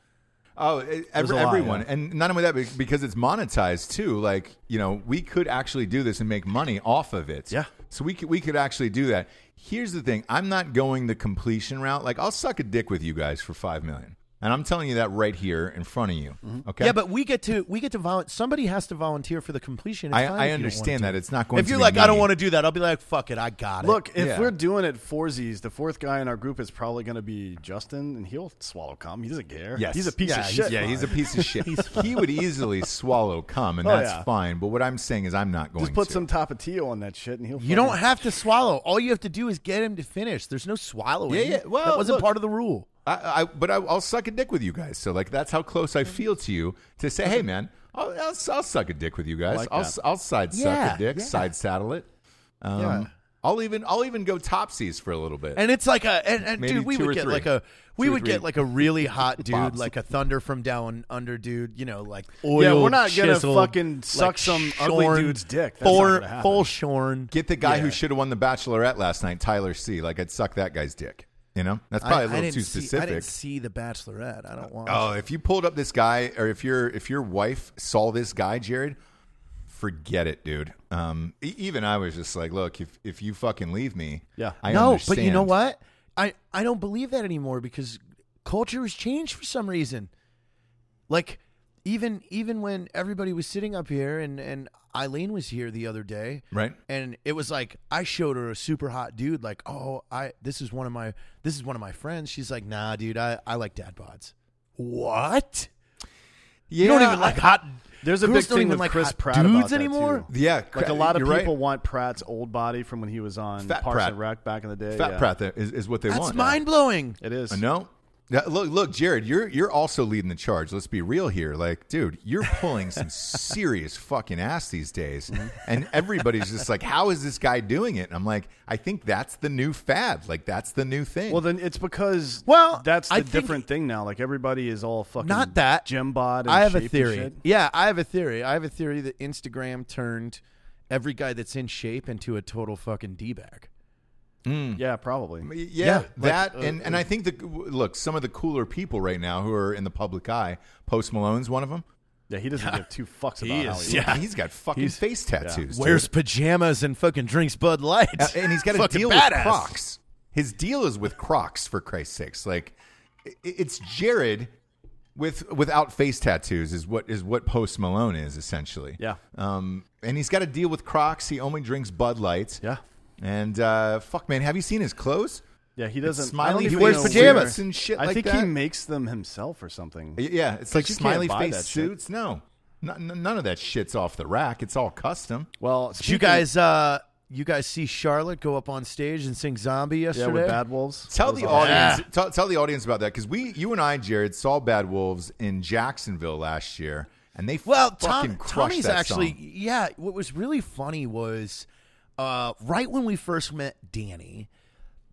Speaker 3: Oh, it, every,
Speaker 2: a lot,
Speaker 3: everyone,
Speaker 2: yeah.
Speaker 3: and not only that, but because it's monetized too. Like you know, we could actually do this and make money off of it.
Speaker 4: Yeah.
Speaker 3: So we could we could actually do that. Here's the thing: I'm not going the completion route. Like I'll suck a dick with you guys for five million, and I'm telling you that right here in front of you.
Speaker 2: Mm-hmm.
Speaker 3: Okay.
Speaker 4: Yeah, but we get to we get to volunteer. Somebody has to volunteer for the completion. It's
Speaker 3: I, I
Speaker 4: fine if you don't wanna
Speaker 3: understand
Speaker 4: do
Speaker 3: that
Speaker 4: it.
Speaker 3: it's not going.
Speaker 4: if
Speaker 3: to
Speaker 4: you're
Speaker 3: be
Speaker 4: like, I don't
Speaker 3: me.
Speaker 4: want to do that, I'll be like, fuck it, I got
Speaker 2: Look, if
Speaker 3: Yeah.
Speaker 2: we're doing it foursies, the fourth guy in our group is probably going to be Justin, and he'll swallow cum. He doesn't care.
Speaker 3: Yes.
Speaker 2: he's a piece
Speaker 4: Yeah,
Speaker 2: of
Speaker 4: he's-
Speaker 2: shit.
Speaker 3: Yeah, he's a piece of shit. he would easily swallow cum, and
Speaker 2: Oh,
Speaker 3: that's
Speaker 2: yeah.
Speaker 3: fine. But what I'm saying is, I'm not going
Speaker 2: Just put
Speaker 3: to.
Speaker 2: some Tapatio on that shit, and he'll.
Speaker 4: it. You don't have to swallow. All you have to do is get him to finish. There's no swallowing.
Speaker 3: Yeah, yeah. Well,
Speaker 4: that wasn't
Speaker 3: look.
Speaker 4: part of the rule.
Speaker 3: I, I, but I, I'll suck a dick with you guys. So like that's how close
Speaker 4: Mm.
Speaker 3: I feel to you to say, hey man, I'll, I'll, I'll suck a dick with you guys.
Speaker 2: like
Speaker 3: I'll
Speaker 2: that.
Speaker 3: s- I'll side
Speaker 4: Yeah,
Speaker 3: suck a dick,
Speaker 4: yeah.
Speaker 3: side saddle it. Um,
Speaker 4: Yeah.
Speaker 3: I'll even I'll even go topsies for a little bit.
Speaker 4: And it's like a and, and
Speaker 3: Maybe
Speaker 4: dude, we
Speaker 3: two or
Speaker 4: would get
Speaker 3: three.
Speaker 4: like a we
Speaker 3: Two or
Speaker 4: would
Speaker 3: three.
Speaker 4: get like a really hot dude,
Speaker 3: Bobs.
Speaker 4: like a thunder from down under dude. You know, like oil.
Speaker 2: we're not gonna
Speaker 4: chiseled,
Speaker 2: fucking suck some ugly dude's dick. That's not
Speaker 4: full-
Speaker 2: gonna happen.
Speaker 4: full shorn.
Speaker 3: Get the guy who should have won the Bachelorette last night, Tyler C. Like I'd suck that guy's dick. You know, that's probably a little
Speaker 4: didn't
Speaker 3: too
Speaker 4: see-
Speaker 3: specific.
Speaker 4: I didn't see the Bachelorette. I don't want.
Speaker 3: Oh, if you pulled up this guy, or if your if your wife saw this guy, Jared, forget it, dude. Um, e- even I was just like, look, if if you fucking leave me,
Speaker 2: Yeah.
Speaker 3: I
Speaker 4: no,
Speaker 3: understand.
Speaker 4: but you know what? I I don't believe that anymore because culture has changed for some reason. Like even even when everybody was sitting up here and and Eileen was here the other day,
Speaker 3: Right.
Speaker 4: And it was like I showed her a super hot dude, like, oh, I this is one of my this is one of my friends. She's like, nah, dude, I I like dad bods. What?
Speaker 3: Yeah,
Speaker 4: you don't even
Speaker 3: I-
Speaker 4: like hot.
Speaker 2: There's a
Speaker 4: girls
Speaker 2: big
Speaker 4: don't
Speaker 2: thing
Speaker 4: even
Speaker 2: with
Speaker 4: like
Speaker 2: Chris
Speaker 4: hot
Speaker 2: Pratt
Speaker 4: dudes
Speaker 2: about that,
Speaker 4: anymore.
Speaker 2: too.
Speaker 3: Yeah,
Speaker 2: Like a lot of
Speaker 3: you're right.
Speaker 2: people want Pratt's old body from when he was on
Speaker 3: Fat
Speaker 2: Parks
Speaker 3: Pratt.
Speaker 2: and Rec back in the day.
Speaker 3: Fat
Speaker 2: yeah.
Speaker 3: Pratt there is, is what they
Speaker 4: That's
Speaker 3: want.
Speaker 4: mind blowing.
Speaker 2: It is.
Speaker 3: I know. Yeah, look, look, Jared, you're you're also leading the charge. Let's be real here. Like, dude, you're pulling some serious fucking ass these days,
Speaker 4: Mm-hmm.
Speaker 3: and everybody's just like, "How is this guy doing it?" And I'm like, I think that's the new fad. Like, that's the new thing.
Speaker 2: Well, then it's because
Speaker 4: Well,
Speaker 2: that's the
Speaker 4: I think-
Speaker 2: different thing now. Like everybody is all fucking
Speaker 4: Not that.
Speaker 2: gym bod. And
Speaker 4: I have a
Speaker 2: shape and
Speaker 4: theory.
Speaker 2: shit.
Speaker 4: Yeah, I have a theory. I have a theory that Instagram turned every guy that's in shape into a total fucking d bag.
Speaker 3: Hmm.
Speaker 2: Yeah, probably.
Speaker 3: yeah,
Speaker 4: Yeah, like, uh,
Speaker 3: that, and and I think the look, some of the cooler people right now who are in the public eye, Post Malone's one of them.
Speaker 2: Yeah, he doesn't give two fucks about how
Speaker 4: is-
Speaker 2: he
Speaker 4: Yeah.
Speaker 3: he's got fucking
Speaker 2: He's-
Speaker 3: face tattoos. dude.
Speaker 4: Wears pajamas and fucking drinks Bud Light,
Speaker 3: Uh, and he's got a
Speaker 4: Fucking
Speaker 3: deal
Speaker 4: badass.
Speaker 3: with Crocs. His deal is with Crocs for Christ's sakes. Like i- it's Jared with without face tattoos is what is what Post Malone is essentially.
Speaker 2: Yeah.
Speaker 3: Um, and he's got a deal with Crocs. He only drinks Bud Lights.
Speaker 2: Yeah.
Speaker 3: And uh, fuck, man, have you seen his clothes?
Speaker 2: Yeah, he doesn't.
Speaker 3: smiley
Speaker 2: I don't
Speaker 3: He
Speaker 2: even
Speaker 3: wears
Speaker 2: know
Speaker 3: pajamas
Speaker 2: where-
Speaker 3: and shit
Speaker 2: I
Speaker 3: like
Speaker 2: think he
Speaker 3: that.
Speaker 2: makes them himself or something.
Speaker 3: Y- Yeah, it's like
Speaker 2: you can't
Speaker 3: smiley
Speaker 2: buy
Speaker 3: face
Speaker 2: that shit.
Speaker 3: suits. No, N- n- none of that shit's off the rack. It's all custom.
Speaker 2: Well,
Speaker 4: Did you
Speaker 2: speaking-
Speaker 4: guys, uh, you guys see Charlotte go up on stage and sing "Zombie"
Speaker 2: yeah,
Speaker 4: yesterday?
Speaker 2: with Bad Wolves.
Speaker 3: Tell
Speaker 2: That
Speaker 3: the
Speaker 2: was awesome.
Speaker 3: audience, tell, tell the audience about that because we, you and I, Jared, saw Bad Wolves in Jacksonville last year, and they
Speaker 4: Well,
Speaker 3: fucking
Speaker 4: Tom,
Speaker 3: crushed
Speaker 4: Tommy's
Speaker 3: that
Speaker 4: actually,
Speaker 3: song.
Speaker 4: yeah. What was really funny was uh, right when we first met Danny.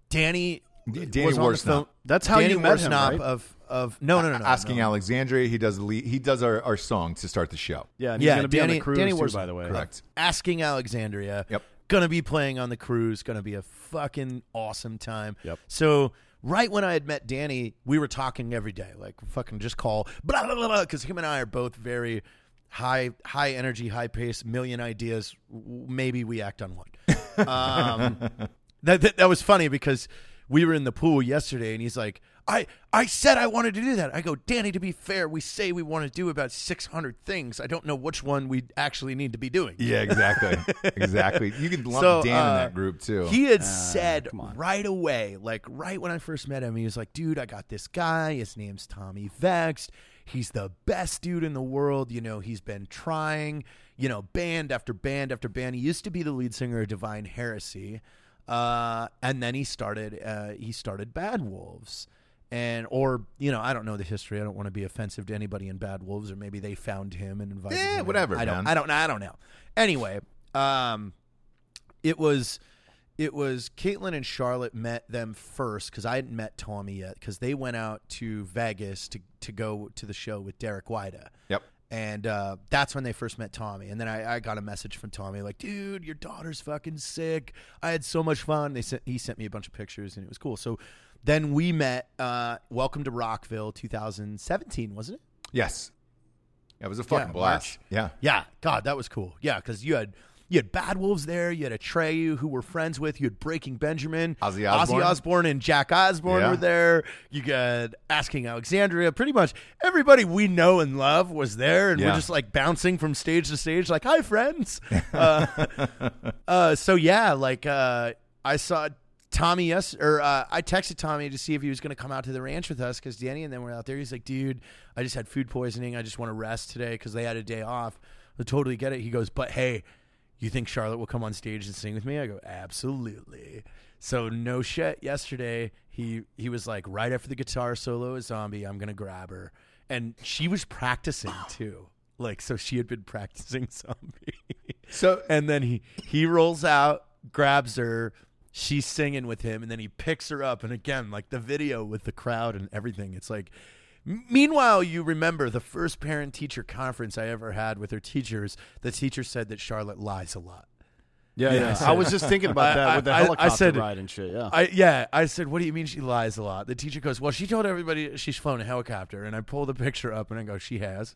Speaker 4: Danny,
Speaker 3: D- Danny
Speaker 4: was on the
Speaker 3: Worsnop.
Speaker 4: phone-
Speaker 2: That's how
Speaker 4: Danny
Speaker 2: you met him,
Speaker 4: Worsnop
Speaker 2: right?
Speaker 4: Of of no no no, no
Speaker 3: asking
Speaker 4: no.
Speaker 3: Alexandria. He does the lead, he does our, our song to start the show.
Speaker 2: Yeah, and he's
Speaker 4: Yeah,
Speaker 2: going to be on
Speaker 4: Danny-
Speaker 2: the cruise
Speaker 4: Danny
Speaker 2: too,
Speaker 4: Wilson.
Speaker 2: by the way.
Speaker 3: Correct.
Speaker 4: asking Alexandria.
Speaker 3: Yep.
Speaker 4: Gonna be playing on the cruise. Gonna be a fucking awesome time.
Speaker 2: Yep.
Speaker 4: So right when I had met Danny, we were talking every day, like fucking just call blah blah blah blah, because him and I are both very high high energy, high pace, million ideas. W- Maybe we act on one. Um, that, that that was funny because we were in the pool yesterday, and he's like. I, I said I wanted to do that. I go, Danny, to be fair, we say we want to do about 600 things. I don't know which one we actually need to be doing.
Speaker 3: Yeah, exactly, exactly. You can lump Dan in
Speaker 4: uh,
Speaker 3: that group too.
Speaker 4: He had said right away, like right when I first met him, he was like, dude, I got this guy. His name's Tommy Vexed. He's the best dude in the world. You know, he's been trying, you know, band after band after band. He used to be the lead singer of Divine Heresy. Uh, and then he started uh, he started Bad Wolves. And or you know I don't know the history I don't want to be offensive to anybody in Bad Wolves or maybe they found him and invited
Speaker 3: Yeah,
Speaker 4: him.
Speaker 3: Eh, whatever,
Speaker 4: I don't
Speaker 3: man.
Speaker 4: I don't I don't know anyway um it was it was Caitlin and Charlotte met them first because I hadn't met Tommy yet because they went out to Vegas to to go to the show with Derek Wyda.
Speaker 3: Yep.
Speaker 4: And uh, that's when they first met Tommy. And then I, I got a message from Tommy like, dude, your daughter's fucking sick. I had so much fun. They sent, he sent me a bunch of pictures and it was cool. So then we met. Uh, Welcome to Rockville, 2017, wasn't it?
Speaker 3: yes, yeah, it was a fucking
Speaker 4: Yeah,
Speaker 3: blast. Yeah,
Speaker 4: Yeah, God, that was cool. Yeah, because you had you had Bad Wolves there, you had Atreyu who we're friends with, you had Breaking Benjamin,
Speaker 3: Ozzy Osbourne.
Speaker 4: Osbourne and Jack Osbourne
Speaker 3: Yeah.
Speaker 4: were there. You got Asking Alexandria. Pretty much everybody we know and love was there, and
Speaker 3: Yeah.
Speaker 4: we're just like bouncing from stage to stage, like hi friends. uh, uh, so yeah, like uh, I saw. Tommy, yes, or uh, I texted Tommy to see if he was going to come out to the ranch with us because Danny and then were out there. He's like, "Dude, I just had food poisoning. I just want to rest today because they had a day off." I totally get it. He goes, "But hey, you think Charlotte will come on stage and sing with me?" I go, "Absolutely." So no shit. Yesterday, he he was like, right after the guitar solo is zombie, I'm gonna grab her, and she was practicing too. Like so, she had been practicing zombie.
Speaker 3: so
Speaker 4: and then he he rolls out, grabs her. She's singing with him, and then he picks her up. And again, like the video with the crowd and everything, it's like. Meanwhile, you remember the first parent teacher conference I ever had with her teachers. The teacher said that Charlotte lies a lot.
Speaker 2: Yeah, yeah. I was just thinking about that
Speaker 4: I-
Speaker 2: with the
Speaker 4: I- I
Speaker 2: helicopter
Speaker 4: said-
Speaker 2: ride and shit. Yeah.
Speaker 4: I yeah, I said, "What do you mean she lies a lot?" The teacher goes, "Well, she told everybody she's flown a helicopter." And I pull the picture up and I go, "She has."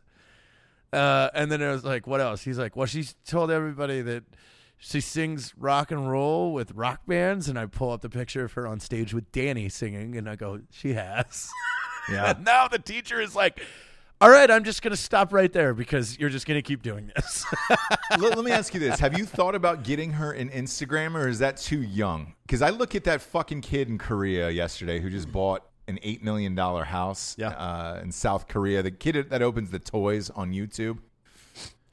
Speaker 4: Uh, and then it was like, what else? He's like, well, she told everybody that she sings rock and roll with rock bands. And I pull up the picture of her on stage with Danny singing, and I go, she has.
Speaker 3: Yeah.
Speaker 4: and now the teacher is like, all right, I'm just going to stop right there because you're just going to keep doing this.
Speaker 3: let, let me ask you this: Have you thought about getting her an Instagram, or is that too young? Because I look at that fucking kid in Korea yesterday who just bought an eight million dollar house
Speaker 2: Yeah.
Speaker 3: uh, in South Korea. The kid that opens the toys on YouTube,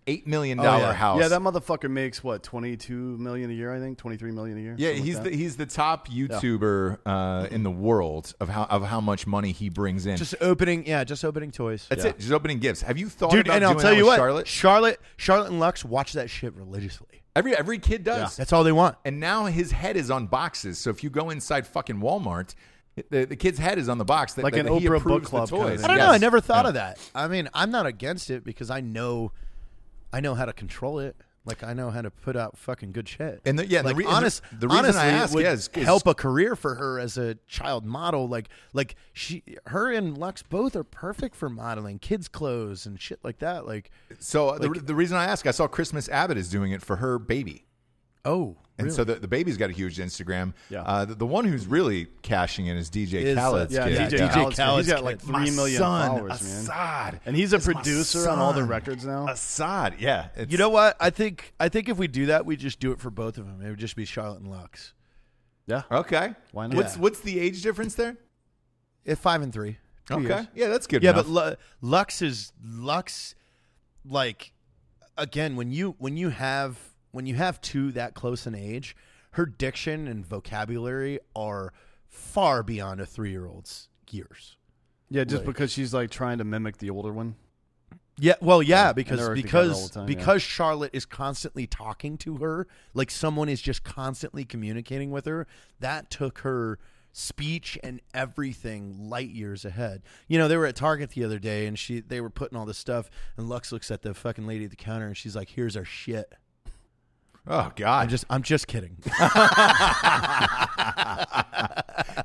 Speaker 3: eight million
Speaker 4: Oh, yeah.
Speaker 3: dollar house.
Speaker 2: Oh, Yeah, that motherfucker makes what twenty two million a year, I think, twenty three million a year.
Speaker 3: Yeah,
Speaker 2: something like
Speaker 3: he's
Speaker 2: that.
Speaker 3: the he's the top YouTuber uh, in the world of how of how much money he brings in.
Speaker 4: just opening, yeah, just opening toys.
Speaker 3: That's it. Just opening gifts. Have you thought
Speaker 4: Dude,
Speaker 3: about
Speaker 4: and
Speaker 3: doing
Speaker 4: I'll tell
Speaker 3: that
Speaker 4: you
Speaker 3: with
Speaker 4: what,
Speaker 3: Charlotte?
Speaker 4: Charlotte, Charlotte and Lux watch that shit religiously.
Speaker 3: Every every kid does.
Speaker 4: That's all they want.
Speaker 3: And now his head is on boxes. So if you go inside fucking Walmart, the, the kid's head is on the box. That,
Speaker 2: Like
Speaker 3: that
Speaker 2: an
Speaker 3: he
Speaker 2: Oprah book
Speaker 3: approves
Speaker 2: club
Speaker 3: the
Speaker 2: kind of
Speaker 3: toys.
Speaker 2: thing.
Speaker 4: I don't know.
Speaker 3: Yes.
Speaker 4: I never thought of that. I mean, I'm not against it because I know, I know how to control it. Like I know how to put out fucking good shit.
Speaker 3: And the- yeah, and the
Speaker 4: like
Speaker 3: re- and the-
Speaker 4: honest,
Speaker 3: the reason I
Speaker 4: honestly, it
Speaker 3: ask
Speaker 4: would
Speaker 3: is- is-
Speaker 4: help a career for her as a child model. Like, like she, her and Lux both are perfect for modeling kids' clothes and shit like that. Like,
Speaker 3: So the, the reason I ask, I saw Christmas Abbott is doing it for her baby.
Speaker 4: oh,
Speaker 3: And
Speaker 4: really?
Speaker 3: so the, the baby's got a huge Instagram.
Speaker 2: Yeah.
Speaker 3: Uh, the, the one who's really cashing in is DJ
Speaker 4: Is, uh,
Speaker 3: Khaled's
Speaker 2: yeah,
Speaker 3: kid.
Speaker 2: DJ
Speaker 3: Yeah.
Speaker 2: Khaled's kid. He's got like
Speaker 3: My
Speaker 2: three million
Speaker 3: son,
Speaker 2: followers, man.
Speaker 3: Assad.
Speaker 2: And he's a
Speaker 3: my
Speaker 2: producer on all the
Speaker 3: son.
Speaker 2: records now.
Speaker 3: Assad, yeah. It's-
Speaker 4: you know what? I think I think if we do that, we just do it for both of them. It would just be Charlotte and Lux.
Speaker 2: yeah.
Speaker 3: Okay.
Speaker 2: Why not?
Speaker 3: What's
Speaker 2: Yeah.
Speaker 3: what's the age difference there?
Speaker 4: If five and three. two
Speaker 3: Okay.
Speaker 4: years.
Speaker 3: Yeah, that's good.
Speaker 4: yeah,
Speaker 3: enough.
Speaker 4: but Lu- Lux is Lux. Like again, when you when you have when you have two that close in age, her diction and vocabulary are far beyond a three year old's years.
Speaker 2: Yeah, just because she's like trying to mimic the older one.
Speaker 4: Yeah, well, yeah,
Speaker 2: they're
Speaker 4: because
Speaker 2: together all
Speaker 4: because
Speaker 2: the time, yeah.
Speaker 4: because Charlotte is constantly talking to her, like someone is just constantly communicating with her. That took her speech and everything light years ahead. You know, they were at Target the other day, and she they were putting all this stuff, and Lux looks at the fucking lady at the counter, and she's like, "Here's our shit."
Speaker 3: oh
Speaker 4: I'm
Speaker 3: god,
Speaker 4: just I'm just kidding,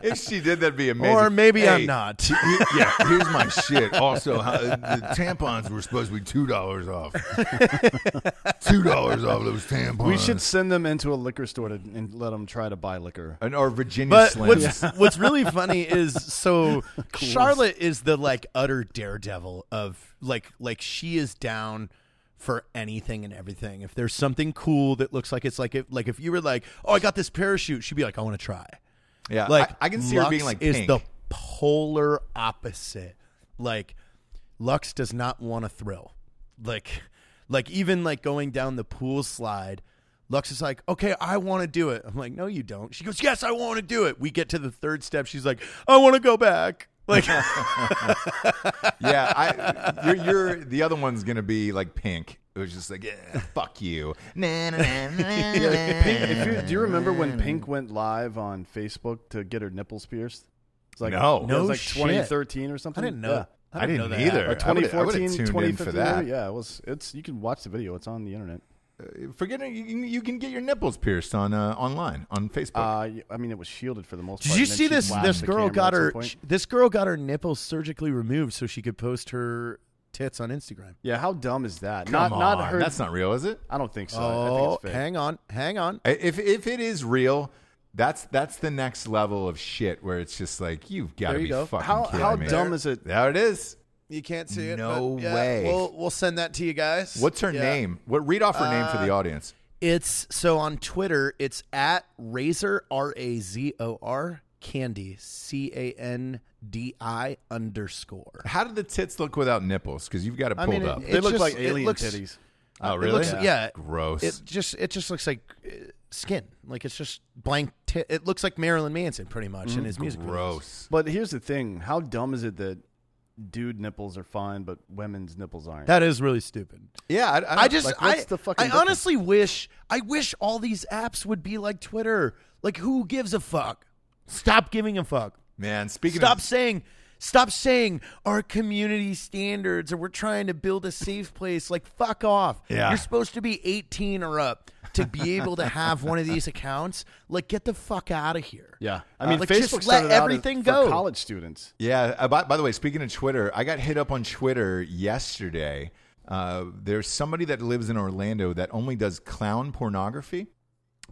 Speaker 3: if she did, that'd be amazing.
Speaker 4: or maybe
Speaker 3: Hey,
Speaker 4: I'm not.
Speaker 3: yeah, here's my shit. Also, how, uh, the tampons were supposed to be two dollars off. two dollars off those tampons.
Speaker 2: We should send them into a liquor store to, and let them try to buy liquor.
Speaker 3: an or Virginia
Speaker 4: But
Speaker 3: Slims.
Speaker 4: what's what's really funny is so Charlotte is the like utter daredevil of like like she is down for anything and everything. If there's something cool that looks like it's like if like if you were like, "Oh, I got this parachute." She'd be like, "I want to try."
Speaker 3: Yeah,
Speaker 4: Like
Speaker 3: I, I can see her
Speaker 4: Lux
Speaker 3: being like
Speaker 4: is
Speaker 3: pink.
Speaker 4: the polar opposite. Like Lux does not want a thrill. Like like even like going down the pool slide, Lux is like, "Okay, I want to do it." I'm like, "No, you don't." She goes, "Yes, I want to do it." We get to the third step, she's like, "I want to go back." Like
Speaker 3: yeah, I, you're, you're the other one's gonna be like pink. It was just like, yeah, fuck you. Na, na, na, na, na, na.
Speaker 2: Pink, if you, do you remember when Pink went live on Facebook to get her nipples pierced? It's like
Speaker 3: No.
Speaker 2: it was
Speaker 4: No
Speaker 2: like
Speaker 4: shit.
Speaker 2: 2013 or something.
Speaker 4: I didn't know.
Speaker 2: Yeah.
Speaker 3: I didn't
Speaker 4: know that.
Speaker 3: either.
Speaker 2: Or
Speaker 3: I would've- I would've
Speaker 2: 2014,
Speaker 3: tuned in for
Speaker 2: 2015.
Speaker 3: that.
Speaker 2: Yeah, it was. It's you can watch the video. It's on the internet.
Speaker 3: Forget it. You can, you can get your nipples pierced on uh, online on Facebook.
Speaker 2: Uh, y- I mean, it was shielded for the most. part,
Speaker 4: Oh. Did you
Speaker 2: and then
Speaker 4: see
Speaker 2: she
Speaker 4: this?
Speaker 2: whacked
Speaker 4: This
Speaker 2: the
Speaker 4: girl
Speaker 2: camera
Speaker 4: got
Speaker 2: at some
Speaker 4: her.
Speaker 2: point.
Speaker 4: sh- This girl got her nipples surgically removed so she could post her tits on Instagram.
Speaker 2: yeah, how dumb is that?
Speaker 3: Come
Speaker 2: not not
Speaker 3: on,
Speaker 2: her.
Speaker 3: That's not real, is it?
Speaker 2: I don't think so. I think
Speaker 4: Oh,
Speaker 2: it's fake.
Speaker 4: hang on, hang on.
Speaker 3: I- If if it is real, that's that's the next level of shit where it's just like you've got to
Speaker 4: There you
Speaker 3: be
Speaker 4: go.
Speaker 3: fucking
Speaker 2: How-
Speaker 3: kidding
Speaker 2: how
Speaker 3: me.
Speaker 2: dumb is it?
Speaker 3: There it is.
Speaker 4: You can't see it.
Speaker 3: No
Speaker 4: but, yeah,
Speaker 3: way.
Speaker 4: We'll we'll send that to you guys.
Speaker 3: What's her
Speaker 4: Yeah. Uh,
Speaker 3: name? What read off her name for the audience?
Speaker 4: It's so on Twitter. It's at Razor R A Z O R Candy C A N D I underscore.
Speaker 3: How did the tits look without nipples? Because you've got it
Speaker 4: I
Speaker 3: pulled
Speaker 4: mean,
Speaker 3: up.
Speaker 4: it-
Speaker 2: They
Speaker 4: it's
Speaker 2: look
Speaker 4: just-
Speaker 2: like
Speaker 4: it
Speaker 2: alien
Speaker 4: looks-
Speaker 2: titties.
Speaker 3: oh, really?
Speaker 4: It looks, yeah.
Speaker 3: Gross.
Speaker 4: It just it just looks like uh, skin. Like it's just blank. T- it looks like Marilyn Manson pretty much in his music. videos.
Speaker 3: Mm, Gross.
Speaker 2: But here's the thing: how dumb is it that dude nipples are fine, but women's nipples aren't?
Speaker 4: That is really stupid.
Speaker 3: Yeah, I, I,
Speaker 4: I just
Speaker 2: like, what's
Speaker 4: I,
Speaker 2: the fucking
Speaker 4: I
Speaker 2: difference?
Speaker 4: honestly wish I wish all these apps would be like Twitter. Like who gives a fuck? Stop giving a fuck.
Speaker 3: man. Speaking
Speaker 4: stop
Speaker 3: of
Speaker 4: saying stop saying our community standards or we're trying to build a safe place like fuck off
Speaker 3: Yeah.
Speaker 4: you're supposed to be 18 or up to be able to have one of these accounts like get the fuck out of here
Speaker 2: yeah, I mean,
Speaker 4: Uh, Like,
Speaker 2: Facebook
Speaker 4: just let
Speaker 2: started out as-
Speaker 4: everything
Speaker 2: for
Speaker 4: go.
Speaker 2: college students.
Speaker 3: Yeah. uh, By, by the way, speaking of Twitter, I got hit up on Twitter yesterday Uh, there's somebody that lives in Orlando that only does clown pornography,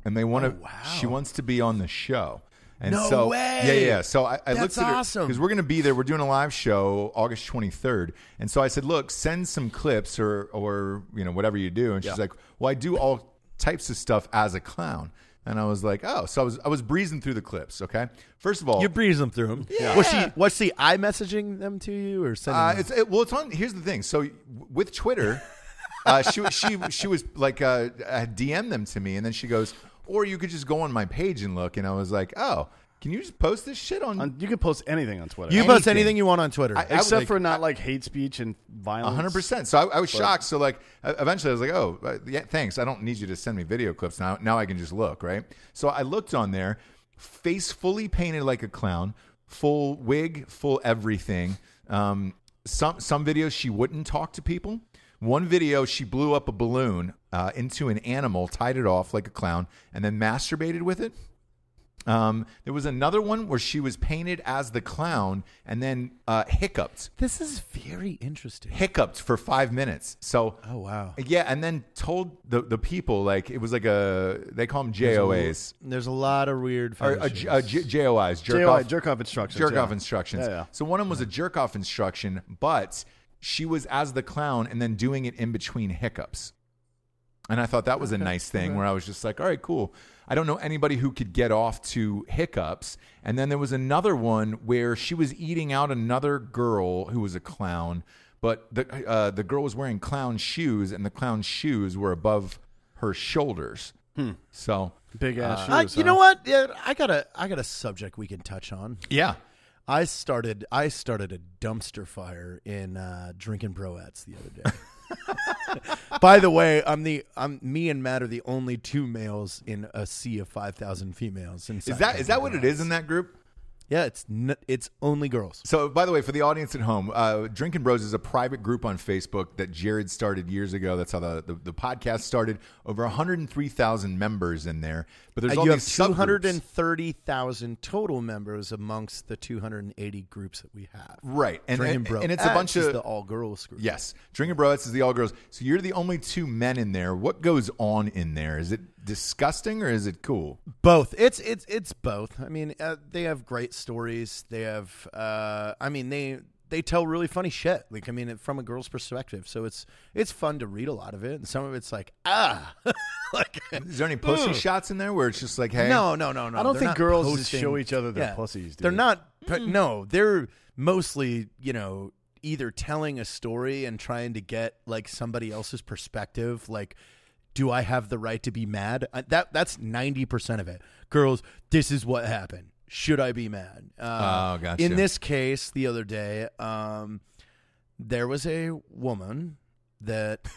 Speaker 3: and they want to. She wants to be on the show. And
Speaker 4: Oh, No
Speaker 3: so,
Speaker 4: way!
Speaker 3: Yeah, yeah. So I, I
Speaker 4: That's
Speaker 3: looked at her
Speaker 4: awesome.
Speaker 3: because we're going to be there. We're doing a live show August 23rd, and so I said, "Look, send some clips or or you know whatever you do." And she's like, "Well, I do all types of stuff as a clown." And I was like, "Oh, so I was I was breezing through the clips." Okay, first of all,
Speaker 4: You breeze them through them. Was she was she i messaging them to you or sending?
Speaker 3: Uh,
Speaker 4: them?
Speaker 3: it's it, well, it's on. Here's the thing. So w- with Twitter, uh, she she she was like uh, uh, DM them to me, and then she goes, or you could just go on my page and look. And I was like, oh, can you just post this shit on?
Speaker 2: On- you can post anything on Twitter,
Speaker 4: you post
Speaker 3: anything.
Speaker 4: anything you want on Twitter.
Speaker 3: I- I
Speaker 2: except
Speaker 3: like-
Speaker 2: for not like hate speech and violence.
Speaker 3: hundred percent. So I, I was shocked. So like, uh, eventually, I was like, "Oh, uh, yeah, thanks. I don't need you to send me video clips now. Now I can just look, right?" So I looked on there, face fully painted like a clown, full wig, full everything. Um, some some videos she wouldn't talk to people. One video she blew up a balloon uh, into an animal, tied it off like a clown, and then masturbated with it. Um, there was another one where she was painted as the clown and then uh, hiccuped
Speaker 4: this is very interesting.
Speaker 3: hiccuped for five minutes. So,
Speaker 4: Oh wow.
Speaker 3: yeah, and then told the, the people like it was like a they call them JOAs
Speaker 4: There's a lot of weird.
Speaker 3: or a,
Speaker 4: fetishes.
Speaker 3: J- a J- JOIs jerk
Speaker 2: JOI,
Speaker 3: off
Speaker 2: jerk off instructions.
Speaker 3: jerk
Speaker 2: yeah.
Speaker 3: off instructions.
Speaker 2: Yeah, yeah.
Speaker 3: So one of them was a jerk off instruction, but she was as the clown and then doing it in between hiccups. And I thought that was a nice thing where I was just like, all right, cool. I don't know anybody who could get off to hiccups. And then there was another one where she was eating out another girl who was a clown, but the uh, the girl was wearing clown shoes, and the clown shoes were above her shoulders.
Speaker 2: Hmm.
Speaker 3: So
Speaker 2: Big ass
Speaker 4: Uh, I-
Speaker 2: shoes.
Speaker 4: you
Speaker 2: huh?
Speaker 4: know what? Yeah, I got a I got a subject we can touch on.
Speaker 3: yeah,
Speaker 4: I started I started a dumpster fire in uh, drinking broettes the other day. By the way, I'm the I'm me and Matt are the only two males in a sea of five thousand females.
Speaker 3: is that is that what it is in that group?
Speaker 4: Yeah, it's n- it's only girls.
Speaker 3: So, by the way, for the audience at home, uh, Drinking Bros is a private group on Facebook that Jared started years ago. That's how the, the, the podcast started. Over 103,000 members in there. But there's
Speaker 4: Uh,
Speaker 3: all
Speaker 4: you have
Speaker 3: these
Speaker 4: two hundred
Speaker 3: subgroups.
Speaker 4: and thirty thousand total members amongst the two hundred and eighty groups that we have.
Speaker 3: Right. And,
Speaker 4: Drinking
Speaker 3: and,
Speaker 4: Bro
Speaker 3: and it's a
Speaker 4: Ats
Speaker 3: bunch
Speaker 4: is
Speaker 3: of.
Speaker 4: the all girls group.
Speaker 3: yes. Drinking Bros is the all girls. So, you're the only two men in there. What goes on in there? Is it disgusting or is it cool?
Speaker 4: both it's it's it's both i mean uh, they have great stories they have uh i mean they they tell really funny shit like i mean it- from a girl's perspective so it's it's fun to read a lot of it and some of it's like ah like
Speaker 3: Is there any pussy shots in there where it's just like, hey,
Speaker 4: Hmm. no no no no
Speaker 2: I don't
Speaker 4: they're
Speaker 2: think
Speaker 4: not
Speaker 2: girls just
Speaker 4: posting-
Speaker 2: show each other their pussies,
Speaker 4: they're
Speaker 2: dude.
Speaker 4: not but no they're mostly you know either telling a story and trying to get like somebody else's perspective like do I have the right to be mad? Uh, That that's ninety percent of it. Girls, this is what happened. Should I be mad? Uh,
Speaker 3: Oh, gotcha.
Speaker 4: In this case, the other day, um, there was a woman that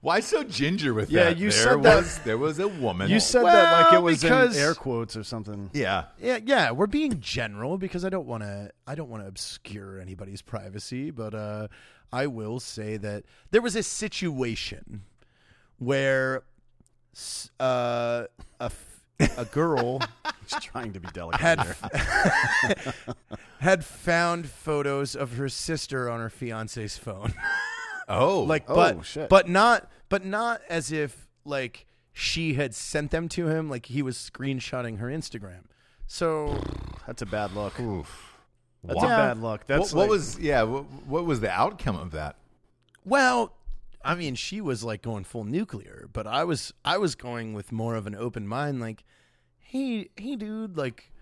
Speaker 3: why so ginger with
Speaker 2: Yeah,
Speaker 3: that?
Speaker 2: you
Speaker 3: there
Speaker 2: said that-
Speaker 3: Was, there was a woman.
Speaker 2: You said that like it
Speaker 4: Well,
Speaker 2: was
Speaker 4: because-
Speaker 2: in air quotes or something.
Speaker 3: yeah.
Speaker 4: Yeah, yeah, we're being general because I don't want to. I don't want to obscure anybody's privacy, but uh, I will say that there was a situation where s- uh, a f- a girl
Speaker 2: Just trying to be delicate.
Speaker 4: had
Speaker 2: here.
Speaker 4: f- had found photos of her sister on her fiance's phone
Speaker 3: Oh.
Speaker 4: like
Speaker 2: Oh,
Speaker 4: but
Speaker 2: shit.
Speaker 4: but not but not as if like she had sent them to him like he was screenshotting her instagram so
Speaker 2: That's a bad look. That's
Speaker 3: Wow.
Speaker 2: a bad look. That's
Speaker 3: what, what
Speaker 2: like-
Speaker 3: was yeah? What, what was the outcome of that?
Speaker 4: Well, I mean, she was like going full nuclear, but I was I was going with more of an open mind, like, hey, hey, dude, like,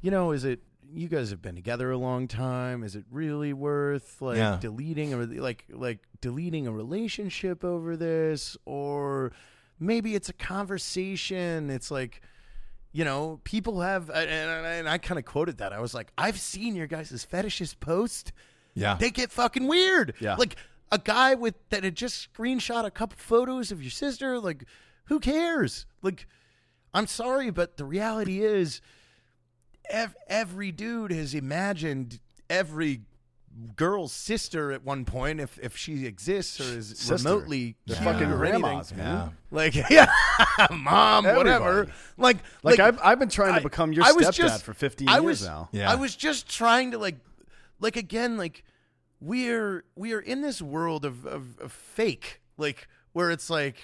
Speaker 4: you know, is it you guys have been together a long time? Is it really worth like
Speaker 3: Yeah.
Speaker 4: deleting or like like deleting a relationship over this, or maybe it's a conversation? It's like. You know, people have, and, and, and I kind of quoted that. I was like, "I've seen your guys' fetishist post,
Speaker 3: Yeah.
Speaker 4: they get fucking weird.
Speaker 2: Yeah.
Speaker 4: Like a guy with that had just screenshot a couple photos of your sister, like who cares? Like I'm sorry, but the reality is ev- every dude has imagined every girl's sister at one point if if she exists or is
Speaker 2: Sister.
Speaker 4: remotely
Speaker 2: They're
Speaker 4: cute
Speaker 2: fucking
Speaker 4: or
Speaker 2: grandmas,
Speaker 4: anything.
Speaker 2: man.
Speaker 4: Like yeah, mom, whatever.
Speaker 2: Everybody.
Speaker 4: Like
Speaker 2: Like, I've, I've been trying to become your
Speaker 4: I
Speaker 2: stepdad
Speaker 4: was just-
Speaker 2: for 15
Speaker 4: I
Speaker 2: years
Speaker 4: was,
Speaker 2: now.
Speaker 3: Yeah.
Speaker 4: I was just trying to like, like again, like we're we are in this world of, of, of fake, like where it's like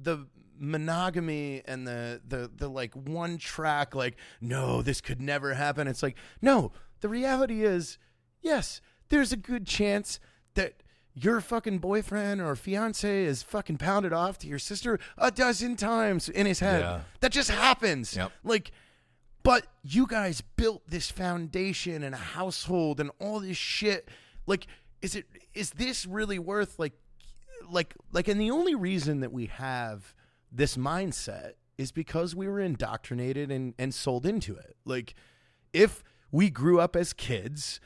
Speaker 4: the monogamy and the the the like one track, like no, this could never happen. It's like no, the reality is yes, there's a good chance that your fucking boyfriend or fiance is fucking pounded off to your sister a dozen times in his head.
Speaker 3: Yeah.
Speaker 4: That just happens.
Speaker 3: Yep.
Speaker 4: Like. But you guys built this foundation and a household and all this shit. Like, is it is this really worth like like like and the only reason that we have this mindset is because we were indoctrinated and, and sold into it. Like if we grew up as kids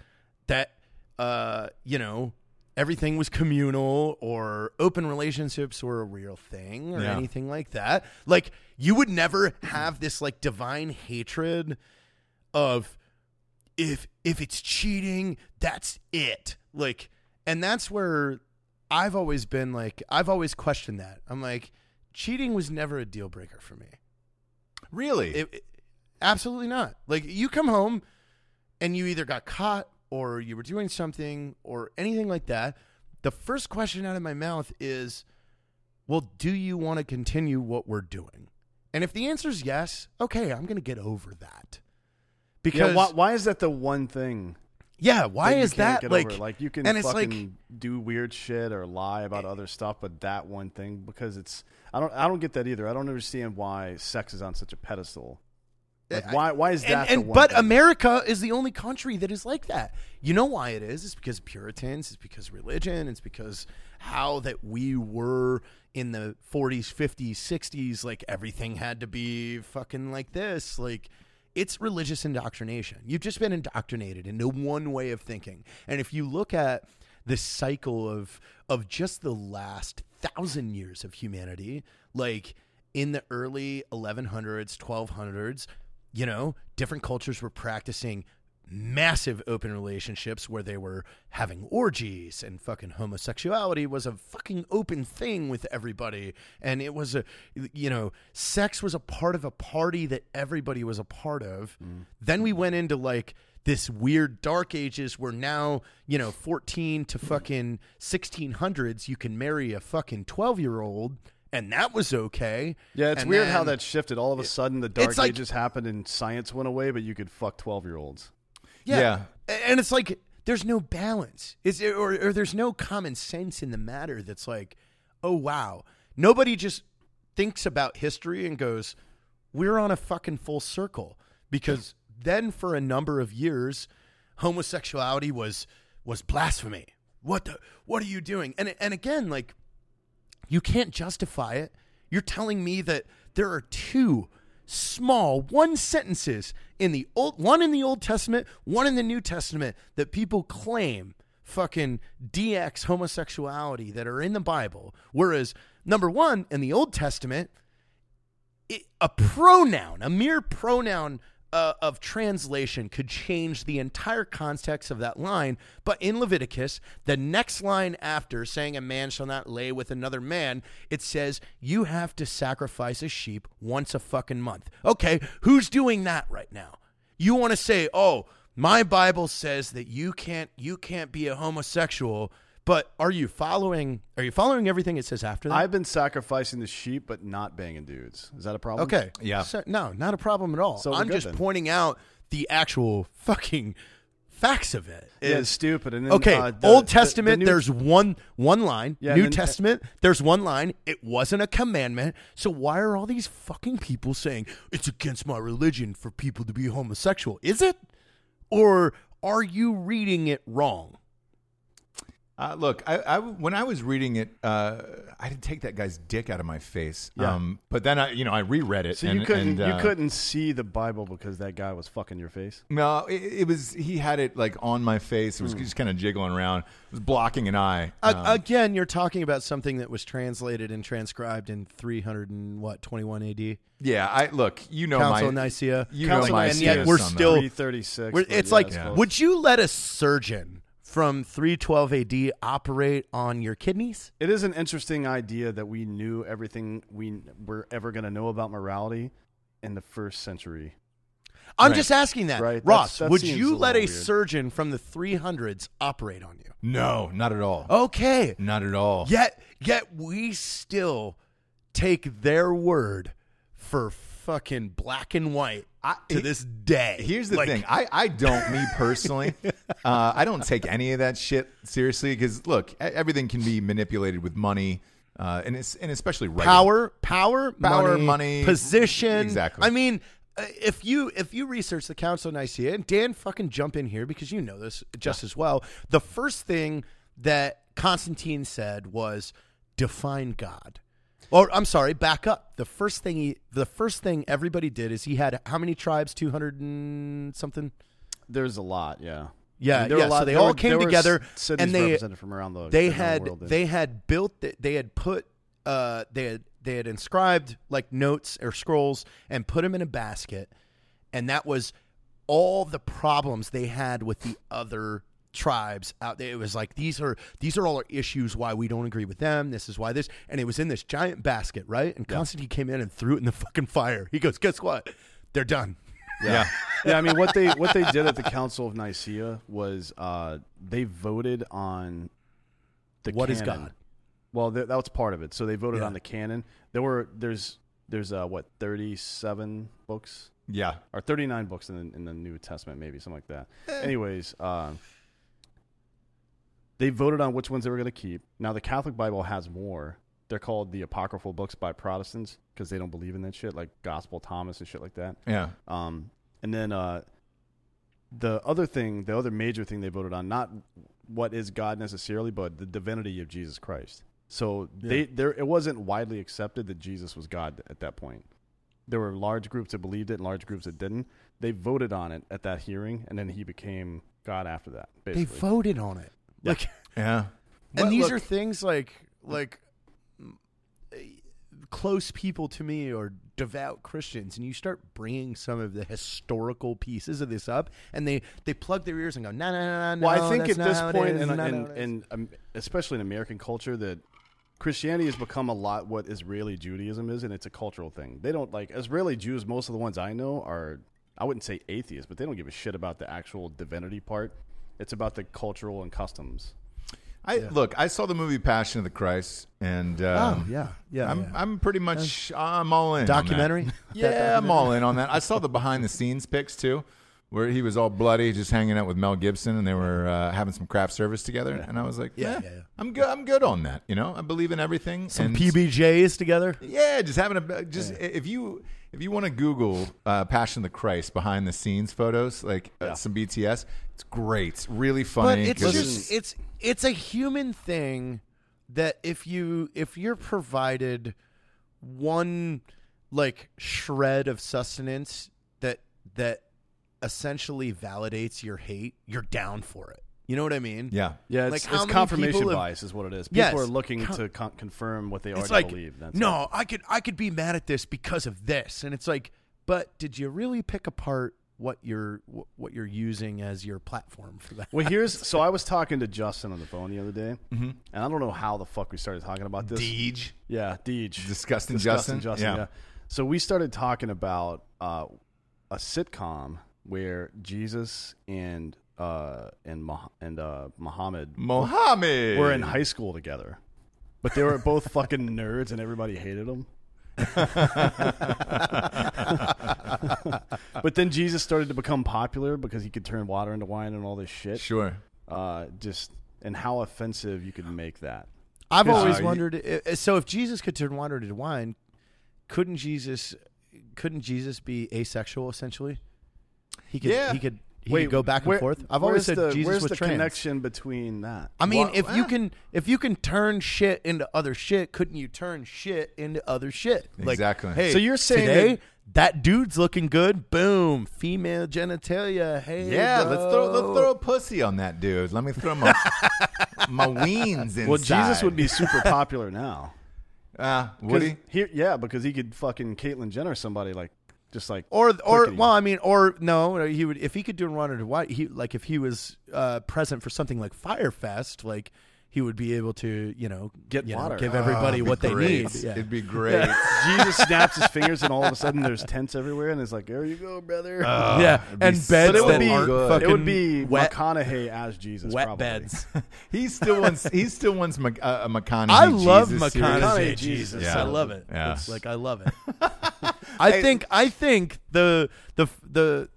Speaker 4: that uh you know everything was communal or open relationships were a real thing or
Speaker 3: Yeah.
Speaker 4: anything like that like you would never have this like divine hatred of if if it's cheating that's it like and that's where i've always been like i've always questioned that i'm like cheating was never a deal breaker for me
Speaker 3: Really?
Speaker 4: it, it- absolutely not. Like you come home and you either got caught or you were doing something or anything like that. The first question out of my mouth is, "Well, do you want to continue what we're doing?" And if the answer is yes, okay, I'm going to get over that. Because
Speaker 2: Yeah, why, why is that the one thing?
Speaker 4: yeah, why
Speaker 2: you
Speaker 4: is
Speaker 2: can't
Speaker 4: that
Speaker 2: get
Speaker 4: like,
Speaker 2: over? like you can
Speaker 4: and it's
Speaker 2: fucking
Speaker 4: like
Speaker 2: do weird shit or lie about other stuff, but that one thing because it's I don't I don't get that either. I don't understand why sex is on such a pedestal. Like, why why is that?
Speaker 4: Eh, and,
Speaker 2: the
Speaker 4: and
Speaker 2: one
Speaker 4: but
Speaker 2: thing?
Speaker 4: America is the only country that is like that. You know why it is? It's because of Puritans. It's because of religion. It's because how that we were in the 40s, 50s, 60s. Like everything had to be fucking like this. Like it's religious indoctrination. You've just been indoctrinated into one way of thinking. And if you look at the cycle of of just the last thousand years of humanity, like in the early 1100s, 1200s, you know, different cultures were practicing massive open relationships where they were having orgies and fucking homosexuality was a fucking open thing with everybody and it was a you know sex was a part of a party that everybody was a part of
Speaker 2: Mm.
Speaker 4: then we went into like this weird dark ages where now you know 14 to fucking 1600s you can marry a fucking 12 year old and that was okay
Speaker 2: Yeah, it's
Speaker 4: And
Speaker 2: weird how
Speaker 4: then-
Speaker 2: that shifted. All of a sudden, the dark
Speaker 4: it's like-
Speaker 2: ages happened and science went away, but you could fuck twelve-year-olds.
Speaker 3: Yeah.
Speaker 4: A- And it's like there's no balance. Is it, or, or there's no common sense in the matter that's like, oh wow. Nobody just thinks about history and goes, we're on a fucking full circle because then for a number of years homosexuality was was blasphemy. What the what are you doing? And and again like you can't justify it. You're telling me that there are two small one sentences in the old one in the Old Testament, one in the New Testament that people claim fucking DX homosexuality that are in the Bible. Whereas number 1 in the Old Testament it, a pronoun, a mere pronoun uh, of translation could change the entire context of that line. But in Leviticus, the next line after saying a man shall not lay with another man, it says you have to sacrifice a sheep once a fucking month. Okay, who's doing that right now? You want to say, "Oh, my Bible says that you can't you can't be a homosexual." But are you following are you following everything it says after that?
Speaker 2: I've been sacrificing the sheep, but not banging dudes. Is that a problem?
Speaker 4: Okay.
Speaker 3: Yeah.
Speaker 4: So, no, not a problem at all.
Speaker 2: So we're
Speaker 4: I'm
Speaker 2: good
Speaker 4: just
Speaker 2: then.
Speaker 4: pointing out the actual fucking facts of it.
Speaker 2: Yeah, it's
Speaker 4: Is-
Speaker 2: stupid. And then,
Speaker 4: okay,
Speaker 2: uh, the-
Speaker 4: Old
Speaker 2: the- the
Speaker 4: Testament.
Speaker 2: New-
Speaker 4: there's one one line.
Speaker 2: Yeah, and
Speaker 4: New
Speaker 2: then-
Speaker 4: Testament. there's one line. It wasn't a commandment. So why are all these fucking people saying it's against my religion for people to be homosexual? Is it? Or are you reading it wrong?
Speaker 3: Uh, look, I, I- when I was reading it, uh, I didn't take that guy's dick out of my face.
Speaker 2: Yeah.
Speaker 3: Um, but then I, you know, I reread it.
Speaker 2: so
Speaker 3: and,
Speaker 2: you couldn't
Speaker 3: and, uh,
Speaker 2: you couldn't see the Bible because that guy was fucking your face.
Speaker 3: No, it, it was he had it like on my face. It
Speaker 2: Hmm.
Speaker 3: was just kind of jiggling around. It was blocking an eye.
Speaker 2: Uh,
Speaker 3: Uh,
Speaker 4: A- Again, you're talking about something that was translated and transcribed in 300 and what 21 AD.
Speaker 3: yeah, I look. You know
Speaker 4: Council of
Speaker 3: my
Speaker 4: Nicaea.
Speaker 3: You
Speaker 2: Council
Speaker 3: know my
Speaker 4: and yet
Speaker 3: stance
Speaker 4: we're
Speaker 3: on that.
Speaker 4: still-
Speaker 2: Three thirty six.
Speaker 4: We're- it's like, would you let a surgeon from 312 AD operate on your kidneys?
Speaker 2: it is an interesting idea that we knew everything we were ever going to know about morality in the first century.
Speaker 4: I'm just asking that,
Speaker 2: Right.
Speaker 4: Ross.
Speaker 2: That's- that
Speaker 4: would
Speaker 2: seems a
Speaker 4: you let a
Speaker 2: little weird.
Speaker 4: surgeon from the 300s operate on you?
Speaker 3: No, not at
Speaker 2: Oh.
Speaker 3: all.
Speaker 4: Okay.
Speaker 3: Not at all.
Speaker 4: Yet, yet we still take their word for fucking black and white
Speaker 3: I-
Speaker 4: to this day.
Speaker 3: Here's the
Speaker 4: Like,
Speaker 3: thing. I, I don't, me personally, uh, I don't take any of that shit seriously because, look, e- everything can be manipulated with money uh, and, it's, and especially writing.
Speaker 4: power, power,
Speaker 3: Power,
Speaker 4: money,
Speaker 3: money.
Speaker 4: position.
Speaker 3: Exactly.
Speaker 4: I mean, uh, if you if you research the Council on ICA, and Dan, fucking jump in here because you know this just as well. The first thing that Constantine said was define God. Or I'm sorry, back up. The first thing he, the first thing everybody did is he had how many tribes? Two hundred and something.
Speaker 2: There's a lot, yeah.
Speaker 4: Yeah,
Speaker 2: there were
Speaker 4: yeah,
Speaker 2: a
Speaker 4: so
Speaker 2: lot,
Speaker 4: they
Speaker 2: there
Speaker 4: all
Speaker 2: were-
Speaker 4: came
Speaker 2: there were
Speaker 4: together,
Speaker 2: cities
Speaker 4: and they-
Speaker 2: represented from around the
Speaker 4: they
Speaker 2: around the
Speaker 4: had
Speaker 2: world.
Speaker 4: they had built th- they had put uh they had they had inscribed like notes or scrolls and put them in a basket and that was all the problems they had with the other tribes out there it was like these are these are all our issues why we don't agree with them this is why this and it was in this giant basket right and constantine came in and threw it in the fucking fire he goes guess what they're done
Speaker 3: Yeah.
Speaker 2: yeah, I mean what they what they did at the Council of Nicaea was uh, they voted on the
Speaker 4: What is
Speaker 2: canon.
Speaker 4: God?
Speaker 2: Well, th- that was part of it. So they voted
Speaker 4: Yeah.
Speaker 2: on the canon. There were there's there's uh, what thirty seven books
Speaker 3: Yeah.
Speaker 2: or 39 books in the, in the New Testament, maybe something like that. Anyways, uh, they voted on which ones they were going to keep. Now the Catholic Bible has more. They're called the apocryphal books by Protestants because they don't believe in that shit, like Gospel Thomas and shit like that.
Speaker 3: Yeah.
Speaker 2: Um, and then uh, the other thing, the other major thing they voted on, not what is God necessarily, but the divinity of Jesus Christ. So they there it wasn't widely accepted that Jesus was God at that point. There were large groups that believed it and large groups that didn't. They voted on it at that hearing, and then he became God after that.
Speaker 4: they
Speaker 2: Basically,
Speaker 4: voted on it
Speaker 2: Yeah.
Speaker 4: like
Speaker 3: Yeah.
Speaker 4: and
Speaker 2: But
Speaker 4: these
Speaker 2: look-
Speaker 4: are things like like m- close people to me or devout Christians, and you start bringing some of the historical pieces of this up, and they they plug their ears and go, no, no, no, no.
Speaker 2: Well, I think at
Speaker 4: that's not
Speaker 2: this
Speaker 4: how it
Speaker 2: point,
Speaker 4: is,
Speaker 2: and,
Speaker 4: not how
Speaker 2: and,
Speaker 4: it is."
Speaker 2: and um, especially in American culture, that Christianity has become a lot what Israeli Judaism is, and it's a cultural thing. They don't like Israeli Jews. Most of the ones I know are, I wouldn't say atheists, but they don't give a shit about the actual divinity part. It's about the cultural and customs.
Speaker 3: I Look, I saw the movie Passion of the Christ, and um,
Speaker 4: yeah, Oh, yeah,
Speaker 3: I'm,
Speaker 4: yeah.
Speaker 3: I'm pretty much, I'm all in. on that.
Speaker 4: documentary.
Speaker 3: Yeah, I'm all in on that. I saw the behind the scenes pics too, where he was all bloody, just hanging out with Mel Gibson, and they were uh, having some craft service together. And I was like,
Speaker 4: Yeah,
Speaker 3: "Eh,
Speaker 4: yeah, yeah.
Speaker 3: I'm good. I'm good on that. You know, I believe in everything.
Speaker 4: Some
Speaker 3: and-
Speaker 4: PBJs together.
Speaker 3: Yeah, just having a uh, just if you if you want to Google uh, Passion of the Christ behind the scenes photos, like uh, some BTS, it's great. It's really
Speaker 4: But
Speaker 3: funny.
Speaker 4: it's
Speaker 3: 'cause-
Speaker 4: just it's it's a human thing that if you if you're provided one like shred of sustenance that that essentially validates your hate, you're down for it. You know what I mean?
Speaker 3: yeah.
Speaker 2: Yeah,
Speaker 4: Like,
Speaker 2: it's,
Speaker 4: how
Speaker 2: it's
Speaker 4: many
Speaker 2: confirmation
Speaker 4: people have-
Speaker 2: bias is what it is. People
Speaker 4: Yes.
Speaker 2: are looking
Speaker 4: Con-
Speaker 2: to con- confirm what they
Speaker 4: It's
Speaker 2: already
Speaker 4: like
Speaker 2: believe. That's
Speaker 4: no,
Speaker 2: it.
Speaker 4: I could I could be mad at this because of this, and it's like, but did you really pick apart what you're wh- what you're using as your platform for that?
Speaker 2: Well, here's so I was talking to Justin on the phone the other day, and I don't know how the fuck we started talking about this.
Speaker 3: Deej.
Speaker 2: Yeah, Deej.
Speaker 3: Disgusting Justin? Yeah.
Speaker 2: yeah. So we started talking about uh, a sitcom where Jesus and uh, and Mah- and uh, Muhammad
Speaker 3: Mohammed.
Speaker 2: were in high school together, but they were both fucking nerds and everybody hated them. but then Jesus started to become popular because he could turn water into wine and all this shit.
Speaker 3: Sure.
Speaker 2: Uh, just and how offensive you could make that.
Speaker 4: I've
Speaker 2: Because-
Speaker 4: always
Speaker 3: Uh, you-
Speaker 4: wondered. i- i- So, if Jesus could turn water into wine, couldn't Jesus? Couldn't Jesus be asexual? Essentially, he could.
Speaker 3: Yeah.
Speaker 4: He could. He
Speaker 2: Wait,
Speaker 4: could go back
Speaker 2: where-
Speaker 4: and forth. I've
Speaker 2: where's
Speaker 4: always said
Speaker 2: the,
Speaker 4: Jesus
Speaker 2: where's
Speaker 4: was
Speaker 2: the
Speaker 4: trans.
Speaker 2: connection between that.
Speaker 4: I mean,
Speaker 3: Wha-
Speaker 4: if you
Speaker 3: ah.
Speaker 4: can, if you can turn shit into other shit, couldn't you turn shit into other shit? Like,
Speaker 3: Exactly.
Speaker 4: hey,
Speaker 2: So you're saying
Speaker 4: today,
Speaker 2: that-
Speaker 4: that dude's looking good. Boom, female genitalia. Hey,
Speaker 3: Yeah, let's throw
Speaker 4: bro.
Speaker 3: let's throw a pussy on that dude. Let me throw my my weens inside.
Speaker 2: Well, Jesus would be super popular now.
Speaker 3: Uh, would
Speaker 2: 'Cause
Speaker 3: he?
Speaker 2: Here, yeah, because he could fucking Caitlyn Jenner somebody like just like
Speaker 4: Or, or
Speaker 2: clickety.
Speaker 4: well, I mean, or no, he would if he could do a runner to white. He like if he was uh, present for something like Firefest, like he would be able to, you know,
Speaker 2: Get
Speaker 4: you know,
Speaker 2: water.
Speaker 4: give
Speaker 2: Oh,
Speaker 4: everybody what they
Speaker 3: Great.
Speaker 4: need. Yeah.
Speaker 3: It'd be great.
Speaker 2: Jesus snaps his fingers, and all of a sudden there's tents everywhere, and it's like, there you go, brother.
Speaker 4: yeah,
Speaker 3: it'd be
Speaker 4: and beds
Speaker 3: so
Speaker 2: but it
Speaker 4: that
Speaker 2: would be
Speaker 4: Uh, aren't
Speaker 3: good.
Speaker 4: fucking
Speaker 2: it would be
Speaker 4: wet,
Speaker 2: McConaughey as Jesus.
Speaker 4: wet
Speaker 2: probably.
Speaker 4: beds.
Speaker 3: he still wants. He still wants Mc, uh, a McConaughey.
Speaker 4: I love
Speaker 3: Jesus
Speaker 4: McConaughey
Speaker 3: series.
Speaker 2: Hey,
Speaker 4: Jesus.
Speaker 2: Jesus.
Speaker 4: I
Speaker 3: Yeah.
Speaker 4: love it.
Speaker 3: Yeah.
Speaker 4: It's like I love it. I think I think the the the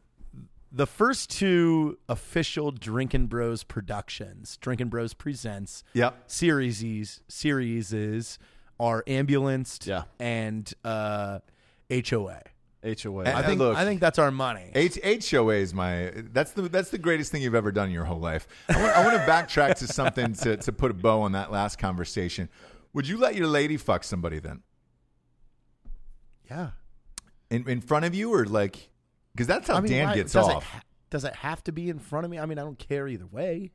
Speaker 4: the first two official Drinkin' Bros productions, Drinkin' Bros presents,
Speaker 3: Yep.
Speaker 4: series series are ambulanced
Speaker 2: Yeah.
Speaker 4: and uh, HOA.
Speaker 2: HOA.
Speaker 3: And-
Speaker 4: I think
Speaker 3: look-
Speaker 4: I think that's our money.
Speaker 3: H- HOA is my that's the that's the greatest thing you've ever done in your whole life. I want, I want to backtrack to something to to put a bow on that last conversation. Would you let your lady fuck somebody then
Speaker 4: yeah.
Speaker 3: in in front of you or like because that's
Speaker 2: oh,
Speaker 3: how
Speaker 4: I mean,
Speaker 3: Dan
Speaker 4: why-
Speaker 3: gets
Speaker 4: does
Speaker 3: off.
Speaker 4: It, ha- does it have to be in front of me? I mean, I don't care either way.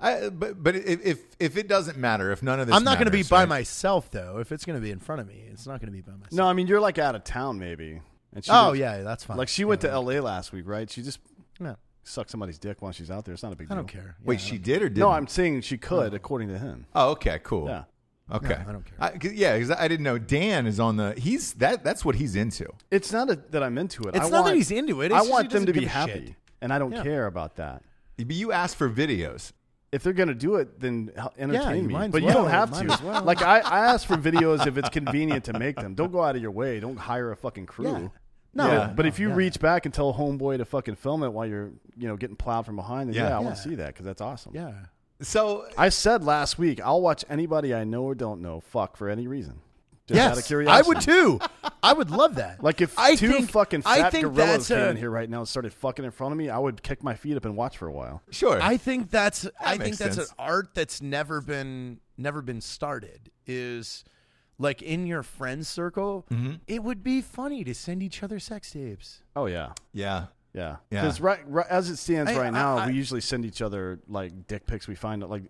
Speaker 3: I, but but if, if if it doesn't matter, if none of this,
Speaker 4: I'm not going to be
Speaker 3: matters,
Speaker 4: by
Speaker 3: right?
Speaker 4: myself though. If it's going to be in front of me, it's not going to be by myself.
Speaker 2: no, I mean you're like out of town, maybe. And she
Speaker 4: Oh
Speaker 2: just-
Speaker 4: yeah, that's fine.
Speaker 2: Like she went to L.A. last week, right? She just
Speaker 4: No,
Speaker 2: sucked somebody's dick while she's out there. It's not a big
Speaker 4: I
Speaker 2: deal.
Speaker 4: don't care.
Speaker 3: Wait,
Speaker 4: Yeah,
Speaker 3: she did or didn't?
Speaker 2: No, I'm saying she could, according to him.
Speaker 3: Oh, okay, cool.
Speaker 2: Yeah.
Speaker 3: Okay,
Speaker 4: No, I don't care.
Speaker 3: I, 'cause- yeah, because I didn't know Dan is on the. He's that. That's what he's into.
Speaker 2: It's not a, that I'm into it.
Speaker 4: It's
Speaker 2: I
Speaker 4: not that
Speaker 2: want-
Speaker 4: he's into it, it's
Speaker 2: I
Speaker 4: just
Speaker 2: want
Speaker 4: he
Speaker 2: them
Speaker 4: doesn't
Speaker 2: to be
Speaker 4: give a
Speaker 2: happy,
Speaker 4: shit.
Speaker 2: and I don't
Speaker 4: Yeah.
Speaker 2: care about that.
Speaker 3: But you asked for videos.
Speaker 2: If they're gonna do it, then h- entertain
Speaker 4: you
Speaker 2: me.
Speaker 4: might as
Speaker 2: But you
Speaker 4: well.
Speaker 2: don't have
Speaker 4: Might
Speaker 2: to.
Speaker 4: as well.
Speaker 2: Like I, I ask for videos if it's convenient to make them. Don't go out of your way. Don't hire a fucking crew.
Speaker 4: Yeah. No,
Speaker 2: But-
Speaker 4: no,
Speaker 2: but if you
Speaker 4: yeah.
Speaker 2: reach back and tell homeboy to fucking film it while you're, you know, getting plowed from behind, then yeah,
Speaker 3: Yeah.
Speaker 2: I want
Speaker 4: Yeah.
Speaker 2: to see that because that's awesome.
Speaker 4: yeah.
Speaker 3: So
Speaker 2: I said last week I'll watch anybody I know or don't know fuck for any reason. Just out of
Speaker 4: Yes, I
Speaker 2: curiosity.
Speaker 4: would too. I would love that.
Speaker 2: Like if
Speaker 4: I
Speaker 2: two
Speaker 4: think-
Speaker 2: fucking fat
Speaker 4: I think
Speaker 2: gorillas
Speaker 4: that's
Speaker 2: came
Speaker 4: a-
Speaker 2: in here right now and started fucking in front of me, I would kick my feet up and watch for a while.
Speaker 3: sure,
Speaker 4: I think that's I think
Speaker 3: makes
Speaker 4: that's
Speaker 3: sense.
Speaker 4: an art that's never been never been started is like in your friends circle,
Speaker 3: Mm-hmm.
Speaker 4: it would be funny to send each other sex tapes.
Speaker 2: Oh yeah,
Speaker 3: yeah.
Speaker 2: yeah,
Speaker 3: Yeah.
Speaker 2: Because right, right as it stands
Speaker 4: I- I-
Speaker 2: right now,
Speaker 4: I-
Speaker 2: we usually send each other like dick pics. We find like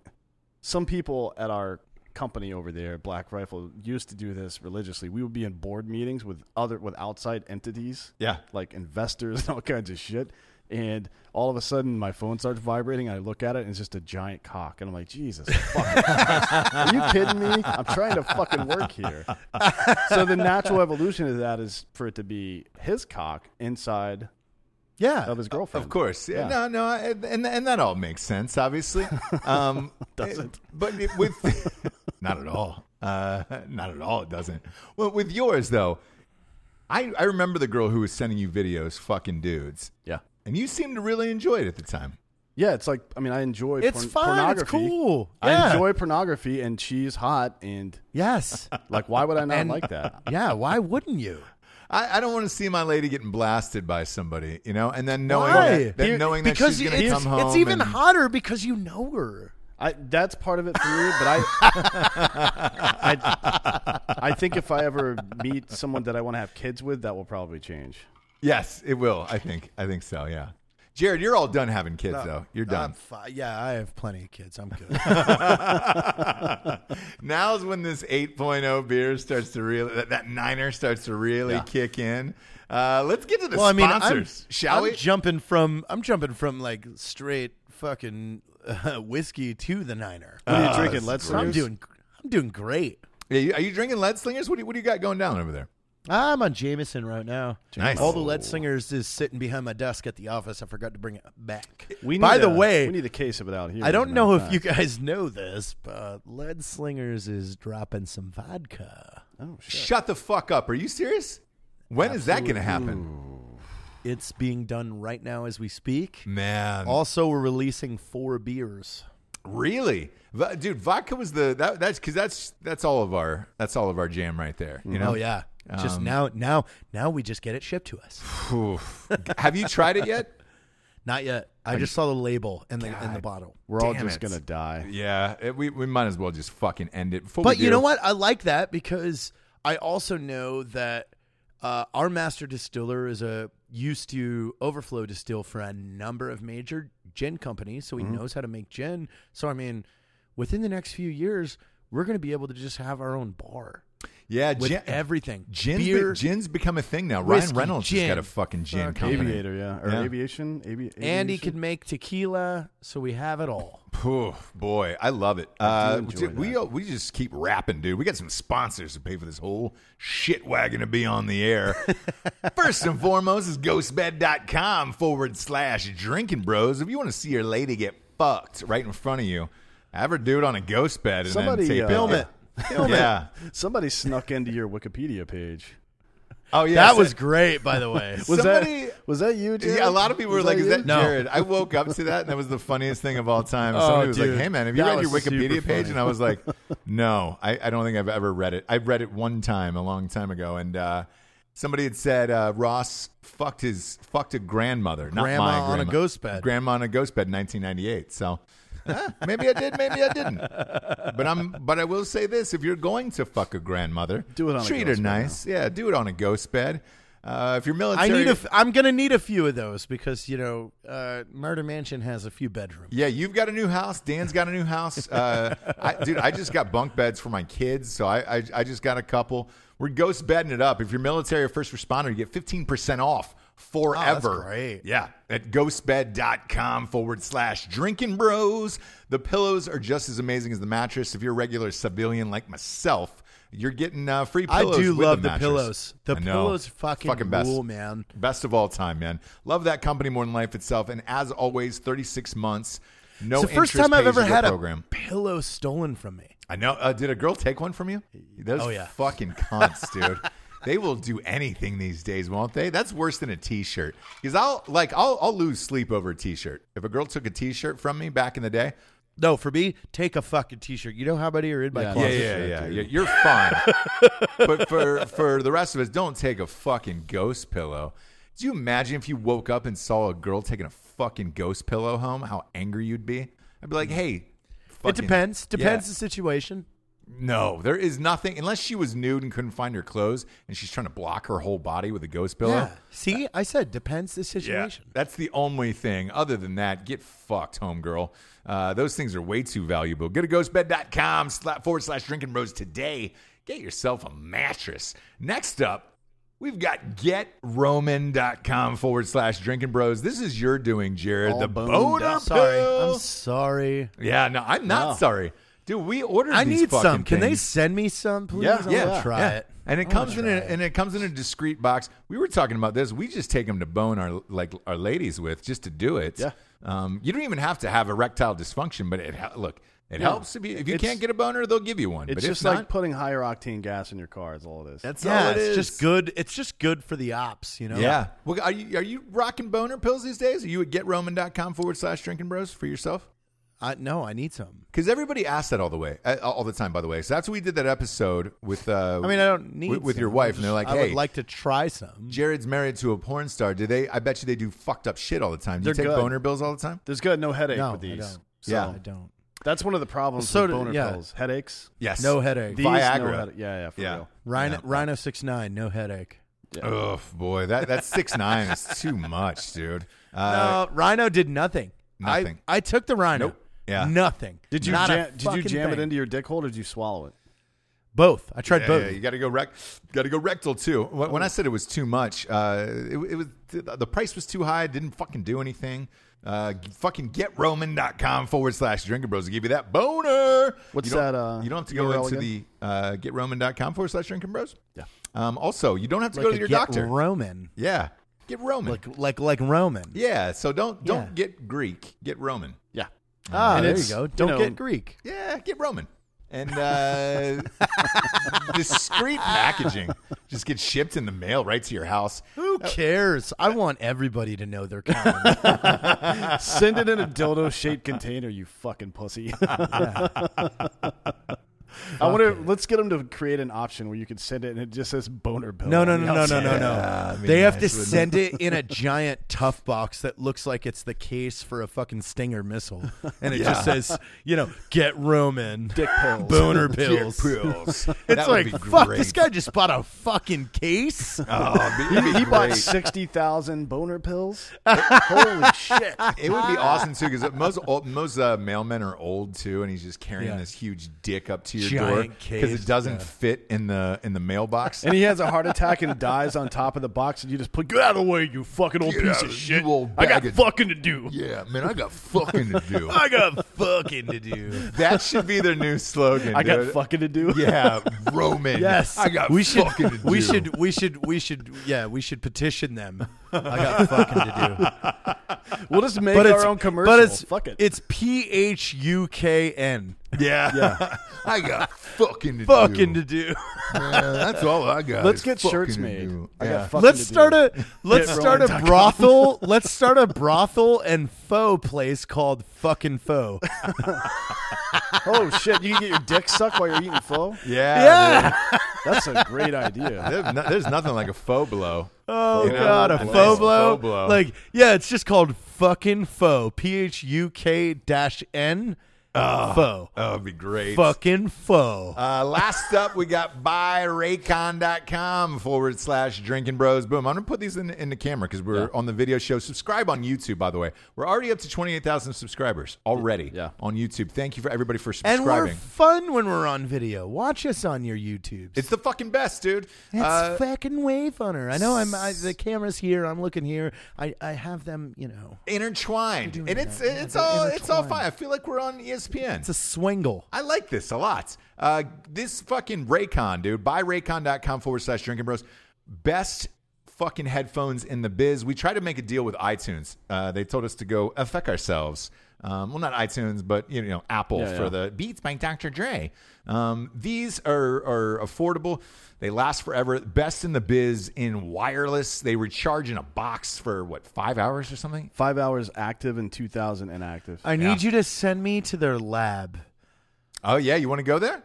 Speaker 2: some people at our company over there, Black Rifle, used to do this religiously. We would be in board meetings with other with outside entities,
Speaker 3: Yeah.
Speaker 2: like investors and all kinds of shit. And all of a sudden, my phone starts vibrating. I look at it, and it's just a giant cock. And I'm like, Jesus, fucking Christ. are you kidding me? I'm trying to fucking work here. So the natural evolution of that is for it to be his cock inside
Speaker 4: Yeah.
Speaker 2: of his girlfriend.
Speaker 3: Of course, yeah.
Speaker 2: Yeah.
Speaker 3: no, no, I- and and that all makes sense, obviously. Um, doesn't, but it, with not at all, uh, not at all. It doesn't. Well, with yours though, I I remember the girl who was sending you videos, fucking dudes,
Speaker 2: Yeah.
Speaker 3: and you seemed to really enjoy it at the time.
Speaker 2: Yeah, it's like I mean, I enjoy
Speaker 4: It's
Speaker 2: porn-
Speaker 4: fun. It's
Speaker 2: pornography.
Speaker 4: cool.
Speaker 2: I
Speaker 4: Yeah.
Speaker 2: enjoy pornography, and she's hot, and
Speaker 4: Yes.
Speaker 2: like, why would I not
Speaker 4: And-
Speaker 2: like that?
Speaker 4: yeah, why wouldn't you?
Speaker 3: I, I don't want to see my lady getting blasted by somebody, you know, and then knowing
Speaker 4: Why?
Speaker 3: that, then
Speaker 2: Here-
Speaker 3: knowing that
Speaker 4: because
Speaker 3: she's going to
Speaker 4: it's,
Speaker 3: come home.
Speaker 4: it's even
Speaker 3: and-
Speaker 4: hotter because you know her.
Speaker 2: I that's part of it for me, but I, I, I think if I ever meet someone that I want to have kids with, that will probably change.
Speaker 3: Yes, it will. I think. I think so. Yeah. Jared, you're all done having kids, though. You're
Speaker 4: I'm
Speaker 3: done.
Speaker 4: fi- yeah, I have plenty of kids. I'm good.
Speaker 3: Now's when this 8.0 beer starts to really, that, that niner starts to really kick in. Uh, let's get to the
Speaker 4: well, I mean,
Speaker 3: sponsors,
Speaker 4: I'm,
Speaker 3: shall
Speaker 4: I'm
Speaker 3: we?
Speaker 4: Jumping from I'm jumping from like straight fucking uh, whiskey to the Niner.
Speaker 2: What are you
Speaker 3: Uh,
Speaker 2: drinking?
Speaker 3: that's
Speaker 2: Let's
Speaker 4: So Ah, I'm doing I'm doing great.
Speaker 3: Yeah, you- are you drinking lead slingers? What do, you, what do you got going down over there?
Speaker 4: I'm on Jameson right now.
Speaker 3: Nice.
Speaker 4: All the lead singers is sitting behind my desk at the office. I forgot to bring it back.
Speaker 2: We need
Speaker 4: By the
Speaker 2: a-
Speaker 4: way,
Speaker 2: we need a case of it out here.
Speaker 4: I
Speaker 2: as a
Speaker 4: don't
Speaker 2: matter
Speaker 4: know
Speaker 2: of
Speaker 4: if
Speaker 2: fact.
Speaker 4: you guys know this, but Lead Slingers is dropping some vodka.
Speaker 2: Oh, shit.
Speaker 3: Shut the fuck up. Are you serious? When is that going to happen?
Speaker 4: It's being done right now as we speak.
Speaker 3: Man.
Speaker 4: Also, we're releasing four beers.
Speaker 3: Really, V- dude? Vodka was the that, that's because that's that's all of our that's all of our jam right there. You know.
Speaker 4: Oh yeah. Just now, now, now we just get it shipped to us.
Speaker 3: Oof. Have you tried it yet?
Speaker 4: Not yet. I just saw the label and the and the bottle.
Speaker 2: We're all
Speaker 3: Damn
Speaker 2: just
Speaker 3: it.
Speaker 2: gonna die.
Speaker 3: Yeah, it- we we might as well just fucking end it. Before we
Speaker 4: But you
Speaker 3: do-
Speaker 4: know what? I like that because I also know that uh, our master distiller is a used to overflow distill for a number of major gin companies, so he knows how to make gin. So I mean, within the next few years, we're going to be able to just have our own bar.
Speaker 3: Yeah,
Speaker 4: with
Speaker 3: gin-
Speaker 4: everything.
Speaker 3: Gin's, be-
Speaker 4: Beer,
Speaker 3: gin's become a thing now. Ryan
Speaker 4: whiskey,
Speaker 3: Reynolds
Speaker 4: gin.
Speaker 3: has got a fucking gin
Speaker 4: Fuck.
Speaker 3: company.
Speaker 2: Aviator, yeah, or
Speaker 3: Yeah.
Speaker 2: aviation. Avi- aviation.
Speaker 4: and he could make tequila, so we have it all.
Speaker 3: Phew, boy, I love it. uh,
Speaker 2: enjoy
Speaker 3: dude, we we just keep rapping, dude. We got some sponsors to pay for this whole shit wagon to be on the air. First and foremost is ghostbed.com forward slash drinking bros. If you want to see your lady get fucked right in front of you, have her do it on a ghost bed and
Speaker 2: Somebody,
Speaker 3: then tape
Speaker 2: uh,
Speaker 4: Film it.
Speaker 3: yeah.
Speaker 2: Somebody snuck into your Wikipedia page.
Speaker 3: Oh yeah.
Speaker 4: That
Speaker 3: so-
Speaker 4: was great, by the way.
Speaker 2: Was
Speaker 3: Somebody-
Speaker 2: that was that you? Jared?
Speaker 3: Yeah, a lot of people were
Speaker 2: Was
Speaker 3: like, "Is
Speaker 2: you?
Speaker 3: that
Speaker 4: No.
Speaker 3: Jared?" I woke up to that, and that was the funniest thing of all time.
Speaker 4: Oh,
Speaker 3: Somebody was
Speaker 4: dude.
Speaker 3: like, "Hey, man, have you
Speaker 4: That
Speaker 3: read your
Speaker 4: was super
Speaker 3: Wikipedia page?"
Speaker 4: funny.
Speaker 3: And I was like, "No, I, I don't think I've ever read it. I read it one time a long time ago, and uh, somebody had said uh, Ross fucked his fucked a grandmother, not
Speaker 4: Grandma
Speaker 3: my
Speaker 4: on a
Speaker 3: grandma,
Speaker 4: ghost bed.
Speaker 3: grandma on a ghost bed, in 1998. So." eh, maybe I did, maybe I didn't. But I'm. But I will say this: if you're going to fuck a grandmother,
Speaker 2: Do it on a
Speaker 3: treat
Speaker 2: ghost
Speaker 3: her
Speaker 2: bed,
Speaker 3: nice. yeah, do it on a ghost bed. Uh, if you're
Speaker 4: I
Speaker 3: military,
Speaker 4: need a. F- I'm gonna need a few of those because you know, uh, Murder Mansion has a few bedrooms.
Speaker 3: Yeah, you've got a new house. Dan's got a new house. Uh, I, dude, I just got bunk beds for my kids, so I, I I just got a couple. We're ghost bedding it up. If you're military or first responder, you get 15% off forever.
Speaker 4: Oh, great.
Speaker 3: Yeah, at ghostbed.com forward slash drinking bros. The pillows are just as amazing as the mattress. If you're a regular civilian like myself, you're getting uh, free
Speaker 4: I
Speaker 3: pillows.
Speaker 4: do
Speaker 3: with
Speaker 4: love
Speaker 3: the,
Speaker 4: the,
Speaker 3: mattress.
Speaker 4: pillows. The
Speaker 3: I know.
Speaker 4: pillows fucking,
Speaker 3: fucking best.
Speaker 4: rule, man.
Speaker 3: Best of all time, man. Love that company more than life itself. And as always, 36 months. No
Speaker 4: it's the first
Speaker 3: interest
Speaker 4: time I've
Speaker 3: pays
Speaker 4: ever
Speaker 3: you go
Speaker 4: had
Speaker 3: program.
Speaker 4: a pillow stolen from me.
Speaker 3: I know. Uh, did a girl take one from you? Those
Speaker 4: Oh, yeah.
Speaker 3: fucking cunts, dude. they will do anything these days, won't they? That's worse than a t-shirt. Because I'll like I'll I'll lose sleep over a t-shirt. If a girl took a t-shirt from me back in the day,
Speaker 4: No, for me, take a fucking t-shirt. You know how many are in my
Speaker 2: Yeah,
Speaker 4: closet.
Speaker 2: yeah, yeah,
Speaker 3: yeah. You're you're fine. but for for the rest of us, don't take a fucking ghost pillow. Do you imagine if you woke up and saw a girl taking a fucking ghost pillow home? How angry you'd be! I'd be like, hey.
Speaker 4: It
Speaker 3: fucking-
Speaker 4: depends. Depends
Speaker 3: Yeah.
Speaker 4: the situation.
Speaker 3: No, there is nothing unless she was nude and couldn't find her clothes, and she's trying to block her whole body with a ghost pillow.
Speaker 4: Yeah. See, I said depends the situation.
Speaker 3: That's the only thing. Other than that, get fucked, homegirl. Uh, those things are way too valuable. Go to ghostbed.com sla- forward slash drinking bros today. Get yourself a mattress. Next up, we've got getroman.com forward slash drinking bros. This is your doing, Jared.
Speaker 2: All
Speaker 3: the
Speaker 2: boned
Speaker 3: boner
Speaker 2: up.
Speaker 4: Sorry,
Speaker 3: pill.
Speaker 4: I'm sorry.
Speaker 3: yeah, no, I'm not
Speaker 2: Wow.
Speaker 3: sorry. Dude, we ordered
Speaker 4: I
Speaker 3: these
Speaker 4: need
Speaker 3: fucking
Speaker 4: some. Can they
Speaker 3: things.
Speaker 4: send me some, please?
Speaker 2: Yeah,
Speaker 4: I
Speaker 3: yeah,
Speaker 4: wanna try
Speaker 3: yeah.
Speaker 4: it.
Speaker 3: And it
Speaker 4: I wanna
Speaker 3: comes in, a,
Speaker 4: try it.
Speaker 3: and it comes in a discreet box. We were talking about this. We just take them to bone our like our ladies with just to do it.
Speaker 2: Yeah.
Speaker 3: Um, you don't even have to have erectile dysfunction, but it hel- look it helps if you if you
Speaker 2: It's-
Speaker 3: can't get a boner, they'll give you one.
Speaker 2: It's
Speaker 3: but
Speaker 2: just
Speaker 3: if not,
Speaker 2: like putting higher octane gas in your car. Is all it is.
Speaker 3: that's
Speaker 4: yeah,
Speaker 3: all it
Speaker 4: it's
Speaker 3: is.
Speaker 4: just good. It's just good for the ops, you know.
Speaker 3: Yeah. Well, are you are you rocking boner pills these days? Are you at getroman.com forward slash drinking bros for yourself?
Speaker 4: I no, I need some.
Speaker 3: Because everybody asks that all the way, uh, all the time. By the way, so that's what we did that episode with. Uh,
Speaker 4: I mean, I don't need
Speaker 3: with, with
Speaker 4: some.
Speaker 3: your
Speaker 4: I
Speaker 3: wife,
Speaker 4: just-
Speaker 3: and they're like,
Speaker 4: I
Speaker 3: "Hey,
Speaker 4: would like to try some."
Speaker 3: Jared's married to a porn star. Do they? I bet you they do fucked up shit all the time. Do you
Speaker 2: They're
Speaker 3: take
Speaker 2: good.
Speaker 3: boner bills all the time?
Speaker 2: There's good. No headache
Speaker 4: No,
Speaker 2: with
Speaker 4: I
Speaker 2: these.
Speaker 4: don't.
Speaker 2: So
Speaker 3: Yeah.
Speaker 4: I don't.
Speaker 2: that's one of the problems
Speaker 4: So
Speaker 2: with
Speaker 4: do-
Speaker 2: boner
Speaker 4: yeah.
Speaker 2: pills. Headaches.
Speaker 3: Yes.
Speaker 4: No headache.
Speaker 2: These,
Speaker 3: Viagra.
Speaker 2: No headache. Yeah, yeah, for
Speaker 3: Yeah.
Speaker 2: real.
Speaker 4: Rhino
Speaker 3: Yeah.
Speaker 4: Rhino six nine, no headache.
Speaker 3: Oh boy, that that six nine is too much, dude. Uh,
Speaker 4: no, Rhino did nothing. I-
Speaker 3: Nothing.
Speaker 4: I, took the Rhino.
Speaker 3: Nope. Yeah.
Speaker 4: Nothing.
Speaker 2: Did you
Speaker 4: Not a
Speaker 2: jam, did you
Speaker 4: fucking
Speaker 2: jam it
Speaker 4: thing.
Speaker 2: into your dick hole or did you swallow it?
Speaker 4: both? I tried
Speaker 3: yeah,
Speaker 4: both.
Speaker 3: yeah, you got to go rec, got to go rectal too. When, when I said it was too much, uh, it, it was the the price was too high. It didn't fucking do anything. Uh, g- fucking getroman.com forward slash drinking bros to give you that boner.
Speaker 2: What's
Speaker 3: You don't-
Speaker 2: that, uh,
Speaker 3: you don't have to go
Speaker 2: URL
Speaker 3: into the uh, getroman.com forward slash drinking bros.
Speaker 2: Yeah.
Speaker 3: Um, also, you don't have to
Speaker 4: Like
Speaker 3: go
Speaker 4: a
Speaker 3: to your
Speaker 4: get
Speaker 3: doctor.
Speaker 4: Roman.
Speaker 3: yeah. Get Roman.
Speaker 4: Like like like Roman.
Speaker 3: Yeah, so don't don't
Speaker 4: Yeah.
Speaker 3: get Greek, get Roman.
Speaker 2: Yeah.
Speaker 4: Ah,
Speaker 2: And
Speaker 4: there you
Speaker 2: it's,
Speaker 4: go.
Speaker 2: you
Speaker 4: Don't
Speaker 2: know-
Speaker 4: get Greek.
Speaker 3: Yeah, get Roman. And uh, discreet packaging just gets shipped in the mail right to your house.
Speaker 4: Who cares? I want everybody to know their calendar.
Speaker 2: Send it in a dildo shaped container, you fucking pussy. I wonder. Let's get them to create an option where you can send it and it just says boner pill.
Speaker 4: No, no,
Speaker 2: on the
Speaker 4: no, no, no,
Speaker 2: outside.
Speaker 4: no, no.
Speaker 3: Yeah, I mean,
Speaker 4: they have to
Speaker 3: nice, wouldn't
Speaker 4: send it in a giant tough box that looks like it's the case for a fucking Stinger missile, and it just says, you know, get Roman
Speaker 2: Dick pills.
Speaker 4: boner pills.
Speaker 3: Pills.
Speaker 4: It's like fuck. This guy just bought a fucking case.
Speaker 2: He, he bought sixty thousand boner pills. Holy shit!
Speaker 3: It would be awesome too because most old, most uh, mailmen are old too, and he's just carrying
Speaker 4: Yeah.
Speaker 3: this huge dick up to your your
Speaker 4: Giant
Speaker 3: door
Speaker 4: case,
Speaker 3: it doesn't
Speaker 4: yeah.
Speaker 3: fit in the in the mailbox.
Speaker 2: And he has a heart attack and dies on top of the box, and you just put, get out of the way, you fucking old
Speaker 3: Get
Speaker 2: piece
Speaker 3: out
Speaker 2: of
Speaker 3: of-
Speaker 2: shit.
Speaker 3: you old
Speaker 2: I got
Speaker 3: bag of-
Speaker 2: fucking to do.
Speaker 3: yeah, man, I got fucking to do.
Speaker 4: I got fucking to do.
Speaker 3: that should be their new slogan.
Speaker 2: I got
Speaker 3: dude.
Speaker 2: fucking to do.
Speaker 3: Yeah, Roman.
Speaker 4: Yes,
Speaker 3: I got
Speaker 4: we should,
Speaker 3: fucking to do.
Speaker 4: We should, we should, we should, yeah, we should petition them. I got fucking to do.
Speaker 2: We'll just make
Speaker 4: But
Speaker 2: our
Speaker 4: it's
Speaker 2: own commercial.
Speaker 4: But it's
Speaker 2: Fuck it.
Speaker 4: It's P H U K N.
Speaker 3: Yeah, I got fucking to
Speaker 4: Fucking to
Speaker 3: do.
Speaker 4: do.
Speaker 3: Man, that's all I got.
Speaker 2: Let's
Speaker 3: is
Speaker 2: get
Speaker 3: fucking
Speaker 2: shirts
Speaker 3: to
Speaker 2: made.
Speaker 3: do.
Speaker 2: I
Speaker 3: Yeah.
Speaker 2: got fucking
Speaker 4: let's
Speaker 2: to do.
Speaker 4: start a let's
Speaker 2: Get
Speaker 4: start a
Speaker 2: rolling.
Speaker 4: brothel. let's start a brothel and faux place called fucking faux.
Speaker 2: Oh shit! You can get your dick sucked while you're eating pho.
Speaker 3: yeah, dude.
Speaker 2: That's a great idea.
Speaker 3: There's, no- there's nothing like a faux blow.
Speaker 4: Oh
Speaker 3: You know,
Speaker 4: god, a
Speaker 3: like a
Speaker 4: faux
Speaker 3: faux
Speaker 4: blow.
Speaker 3: blow.
Speaker 4: Like yeah, it's just called fucking faux. P H U K dash N faux.
Speaker 3: Oh, it'd be great.
Speaker 4: Fucking faux.
Speaker 3: Uh, last up, we got buyraycon.com forward slash drinking bros. Boom. I'm going to put these in, in the camera because we're on the video show. Subscribe on YouTube, by the way. We're already up to 28,000 subscribers already
Speaker 2: Yeah.
Speaker 3: on YouTube. Thank you for everybody for
Speaker 4: and we're
Speaker 3: subscribing.
Speaker 4: fun when we're on video. Watch us on your YouTube.
Speaker 3: It's the fucking best, dude.
Speaker 4: That's
Speaker 3: Uh,
Speaker 4: fucking way funner. I know I'm I, the camera's here. I'm looking here. I, I have them. You know,
Speaker 3: intertwined.
Speaker 4: doing
Speaker 3: And it's
Speaker 4: that. Yeah,
Speaker 3: it's
Speaker 4: they're
Speaker 3: all it's all
Speaker 4: intertwined.
Speaker 3: fine. I feel like we're on E ESPN.
Speaker 4: it's a swingle.
Speaker 3: I like this a lot. Uh, this fucking Raycon, dude. Buy raycon.com forward slash drinking bros. Best fucking headphones in the biz. We tried to make a deal with iTunes. Uh, they told us to go affect ourselves. Um, well, not iTunes, but you know, Apple
Speaker 2: Yeah,
Speaker 3: for
Speaker 2: yeah.
Speaker 3: the Beats by Dr. Dre. Um, these are, are affordable. They last forever. Best in the biz in wireless. They recharge in a box for what five hours or something.
Speaker 2: Five hours active and two thousand inactive.
Speaker 4: I need you to send me to their lab.
Speaker 3: Oh yeah, you want to go there?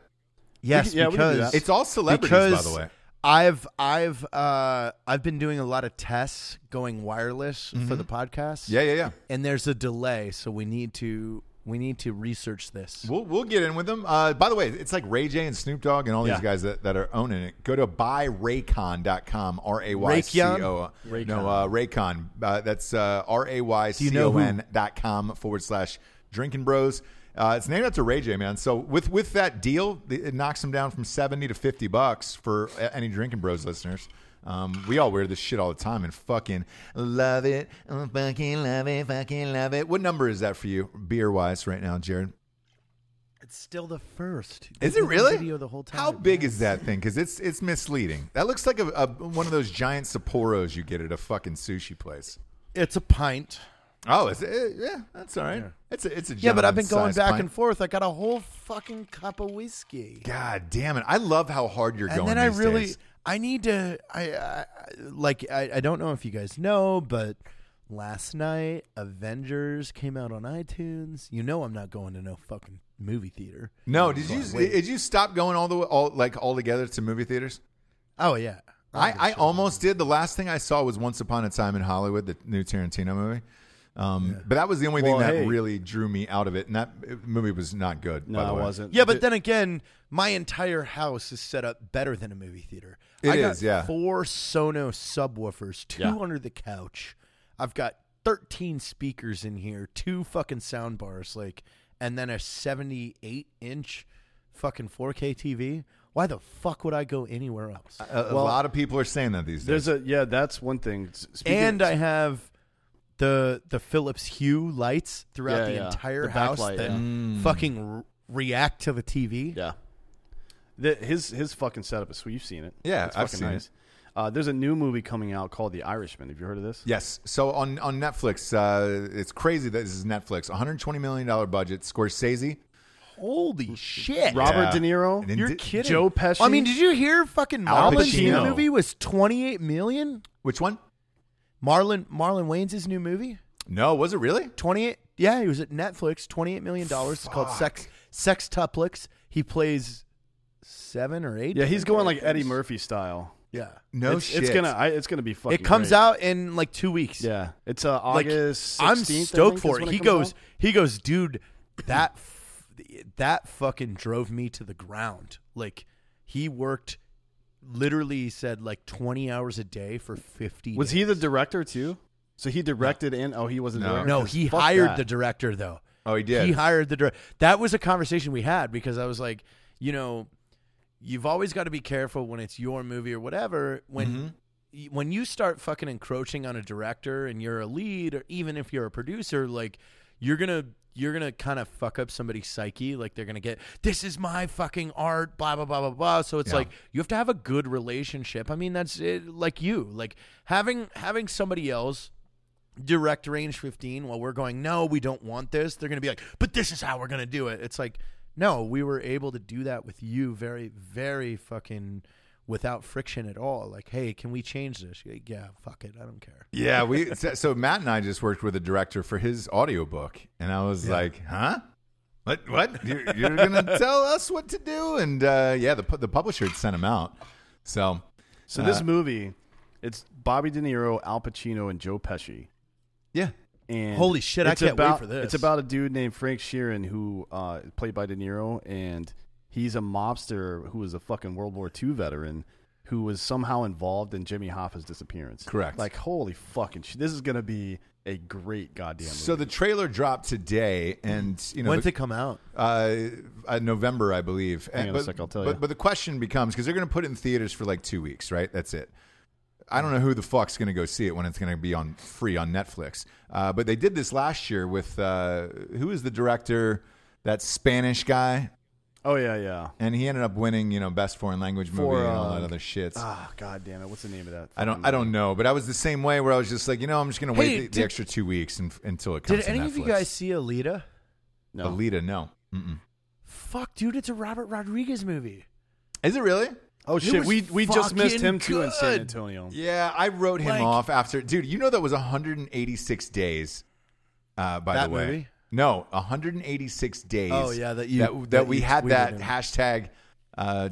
Speaker 4: Yes,
Speaker 2: yeah, we can do
Speaker 4: because
Speaker 2: that.
Speaker 3: It's all celebrities,
Speaker 4: because
Speaker 3: by the way.
Speaker 4: I've I've uh, I've been doing a lot of tests going wireless for the podcast.
Speaker 3: Yeah, yeah, yeah.
Speaker 4: and there's a delay, so we need to we need to research this.
Speaker 3: We'll, we'll get in with them. Uh, by the way, it's like Ray J and Snoop Dogg and all
Speaker 2: Yeah.
Speaker 3: these guys that, that are owning it. Go to buyraycon.com, R A Y C O.
Speaker 2: Raycon?
Speaker 3: No, uh, Raycon. Uh, that's uh, R A Y
Speaker 4: you
Speaker 3: C
Speaker 4: know
Speaker 3: O
Speaker 4: who-
Speaker 3: N dot com forward slash drinking bros. Uh, it's named after Ray J, man. So with, with that deal, it it knocks them down from 70 to 50 bucks for a- any Drinking Bros listeners. Um, we all wear this shit all the time and fucking love it. Fucking love it. Fucking love it. What number is that for you, beer wise, right now, Jared?
Speaker 4: It's still the first.
Speaker 3: Is
Speaker 4: They've
Speaker 3: it
Speaker 4: been
Speaker 3: really?
Speaker 4: Video the whole time.
Speaker 3: How big is that thing? Because it's it's misleading. That looks like a, a one of those giant Sapporos you get at a fucking sushi place.
Speaker 4: It's a pint.
Speaker 3: Oh, it's eh, yeah, that's all right. It's a it's a
Speaker 4: Yeah, but I've been going
Speaker 3: gentleman's-sized
Speaker 4: back
Speaker 3: pint.
Speaker 4: and forth. I got a whole fucking cup of whiskey,
Speaker 3: God damn it! I love how hard you're
Speaker 4: and
Speaker 3: going.
Speaker 4: then I
Speaker 3: these
Speaker 4: really
Speaker 3: days.
Speaker 4: I need to. I, I I- like I, I don't know if you guys know, but last night Avengers came out on iTunes. You know I'm not going to no fucking movie theater.
Speaker 3: no. Did you
Speaker 4: Wait.
Speaker 3: did you stop going all the way all like all together to movie theaters?
Speaker 4: Oh yeah,
Speaker 3: I, I almost did. The last thing I saw was Once Upon a Time in Hollywood, the new Tarantino movie. Um, But that was the only
Speaker 2: Well,
Speaker 3: thing that
Speaker 2: hey.
Speaker 3: really drew me out of it, and that eh, movie was not good.
Speaker 2: No,
Speaker 3: by the
Speaker 2: I
Speaker 3: way.
Speaker 2: wasn't.
Speaker 4: Yeah, but
Speaker 2: Th-
Speaker 4: then again, my entire house is set up better than a movie theater.
Speaker 3: It
Speaker 4: I got
Speaker 3: is, yeah.
Speaker 4: Four Sonos subwoofers, two
Speaker 2: Yeah.
Speaker 4: under the couch. I've got thirteen speakers in here, two fucking sound bars, like, and then a seventy-eight inch fucking four K TV. Why the fuck would I go anywhere else?
Speaker 3: A, a lot of people are saying that these days.
Speaker 2: there's a yeah. That's one thing. S- speaking-
Speaker 4: and I have the the Philips Hue lights throughout
Speaker 2: Yeah,
Speaker 4: the
Speaker 2: yeah.
Speaker 4: entire
Speaker 2: The
Speaker 4: house
Speaker 2: backlight,
Speaker 4: that
Speaker 2: yeah. Mm.
Speaker 4: fucking re- react to the TV.
Speaker 2: yeah. The, his his fucking setup is sweet. You've seen it.
Speaker 3: Yeah,
Speaker 2: it's
Speaker 3: I've
Speaker 2: fucking
Speaker 3: seen
Speaker 2: nice. Uh, there's a new movie coming out called The Irishman. Have you heard of this?
Speaker 3: Yes. So on on Netflix, uh, it's crazy that this is Netflix. 120 million dollar budget. Scorsese.
Speaker 4: Holy shit!
Speaker 2: Robert
Speaker 3: Yeah.
Speaker 2: De Niro.
Speaker 3: And then
Speaker 4: You're
Speaker 3: di-
Speaker 4: kidding.
Speaker 2: Joe Pesci.
Speaker 4: I mean, did you hear fucking
Speaker 3: Al
Speaker 4: Marlon's new
Speaker 3: Pacino.
Speaker 4: movie was 28 million?
Speaker 3: Which one?
Speaker 4: Marlon Marlon Wayne's new movie?
Speaker 3: No, was it really?
Speaker 4: 28 Yeah, he was at Netflix, 28 million dollars. It's called Sex Sextuplix. He plays 7 or 8.
Speaker 2: yeah, he's
Speaker 4: different
Speaker 2: going like Eddie
Speaker 4: characters.
Speaker 2: Murphy style.
Speaker 4: Yeah.
Speaker 3: No
Speaker 2: it's,
Speaker 3: shit.
Speaker 2: It's gonna I, it's gonna be fucking.
Speaker 4: It comes
Speaker 2: great.
Speaker 4: out in like 2 weeks.
Speaker 2: Yeah, it's uh,
Speaker 4: Like
Speaker 2: August.
Speaker 4: I'm
Speaker 2: 16th, I
Speaker 4: stoked
Speaker 2: think,
Speaker 4: for
Speaker 2: is
Speaker 4: it.
Speaker 2: when
Speaker 4: He
Speaker 2: comes
Speaker 4: goes
Speaker 2: out.
Speaker 4: he goes, "Dude, that f- that fucking drove me to the ground." Like he worked literally he said like 20 hours a day for 50
Speaker 2: Was
Speaker 4: days.
Speaker 2: he the director too? So he directed and oh, he wasn't.
Speaker 3: No.
Speaker 4: No, he hired the director though.
Speaker 3: Oh, he did.
Speaker 4: He hired the director. That was a conversation we had because I was like, you know, you've always got to be careful when it's your movie or whatever. When
Speaker 3: Mm-hmm.
Speaker 4: y- when you start fucking encroaching on a director and you're a lead, or even if you're a producer, like you're gonna you're gonna kind of fuck up somebody's psyche. Like they're gonna get this is my fucking art, blah blah blah blah blah. So it's
Speaker 3: Yeah.
Speaker 4: like you have to have a good relationship. I mean, that's it, like you like having having somebody else direct range 15 while we're going no we don't want this they're going to be like but this is how we're going to do it it's like no we were able to do that with you very very fucking without friction at all like hey can we change this You're like, yeah fuck it i don't care
Speaker 3: Yeah, we so, so Matt and I just worked with a director for his audiobook, and I was like, "Huh? What? What? You're, you're gonna tell us what to do?" And uh, yeah, the pu- the publisher had sent him out. So
Speaker 2: So this
Speaker 3: Uh,
Speaker 2: movie, it's Bobby De Niro, Al Pacino, and Joe Pesci.
Speaker 3: yeah,
Speaker 2: And
Speaker 4: Holy shit, I
Speaker 2: it's
Speaker 4: can't wait
Speaker 2: about-
Speaker 4: for this.
Speaker 2: It's about a dude named Frank Sheeran who uh, played by De Niro, and he's a mobster who was a fucking World War II veteran who was somehow involved in Jimmy Hoffa's disappearance.
Speaker 3: Correct.
Speaker 2: Like holy fucking shit, this is gonna be a great goddamn.
Speaker 3: so
Speaker 2: movie.
Speaker 3: the trailer dropped today, and you know,
Speaker 4: when's
Speaker 3: the-
Speaker 4: it come out
Speaker 3: uh, uh, November, I believe.
Speaker 2: Hang
Speaker 3: And-
Speaker 2: on a
Speaker 3: but,
Speaker 2: sec, I'll tell
Speaker 3: but,
Speaker 2: you.
Speaker 3: But the question becomes because they're going to put it in theaters for like two weeks, right? That's it. I don't know who the fuck's going to go see it when it's going to be on free on Netflix. Uh, but they did this last year with uh, who is the director? That Spanish guy,
Speaker 2: oh yeah yeah.
Speaker 3: and he ended up winning, you know, best foreign language movie
Speaker 2: For,
Speaker 3: and all that
Speaker 2: um,
Speaker 3: other shit.
Speaker 2: Ah goddamn it, what's the name of that?
Speaker 3: I don't,
Speaker 2: fucking
Speaker 3: I don't know, but I was the same way where I was just like, you know, I'm just going to wait
Speaker 4: Hey,
Speaker 3: the, the
Speaker 4: did-
Speaker 3: extra two weeks and, until it comes.
Speaker 4: did
Speaker 3: to
Speaker 4: any of you
Speaker 3: Netflix.
Speaker 4: guys see alita
Speaker 2: No.
Speaker 3: Alita? No. Mm-mm.
Speaker 4: fuck dude it's a robert rodriguez movie
Speaker 3: Is it really?
Speaker 2: Oh shit,
Speaker 4: was
Speaker 2: we we just missed
Speaker 4: fucking
Speaker 2: him too in San
Speaker 4: good.
Speaker 2: Antonio.
Speaker 3: Yeah, I wrote him
Speaker 4: Like-
Speaker 3: off after. Dude, you know that was 186 days. Uh, by
Speaker 4: That
Speaker 3: the way,
Speaker 4: movie?
Speaker 3: no, 186 days.
Speaker 4: Oh, yeah, that you-
Speaker 3: that,
Speaker 4: that
Speaker 3: that we
Speaker 4: you
Speaker 3: had
Speaker 4: tweeted
Speaker 3: that
Speaker 4: him.
Speaker 3: hashtag. Uh,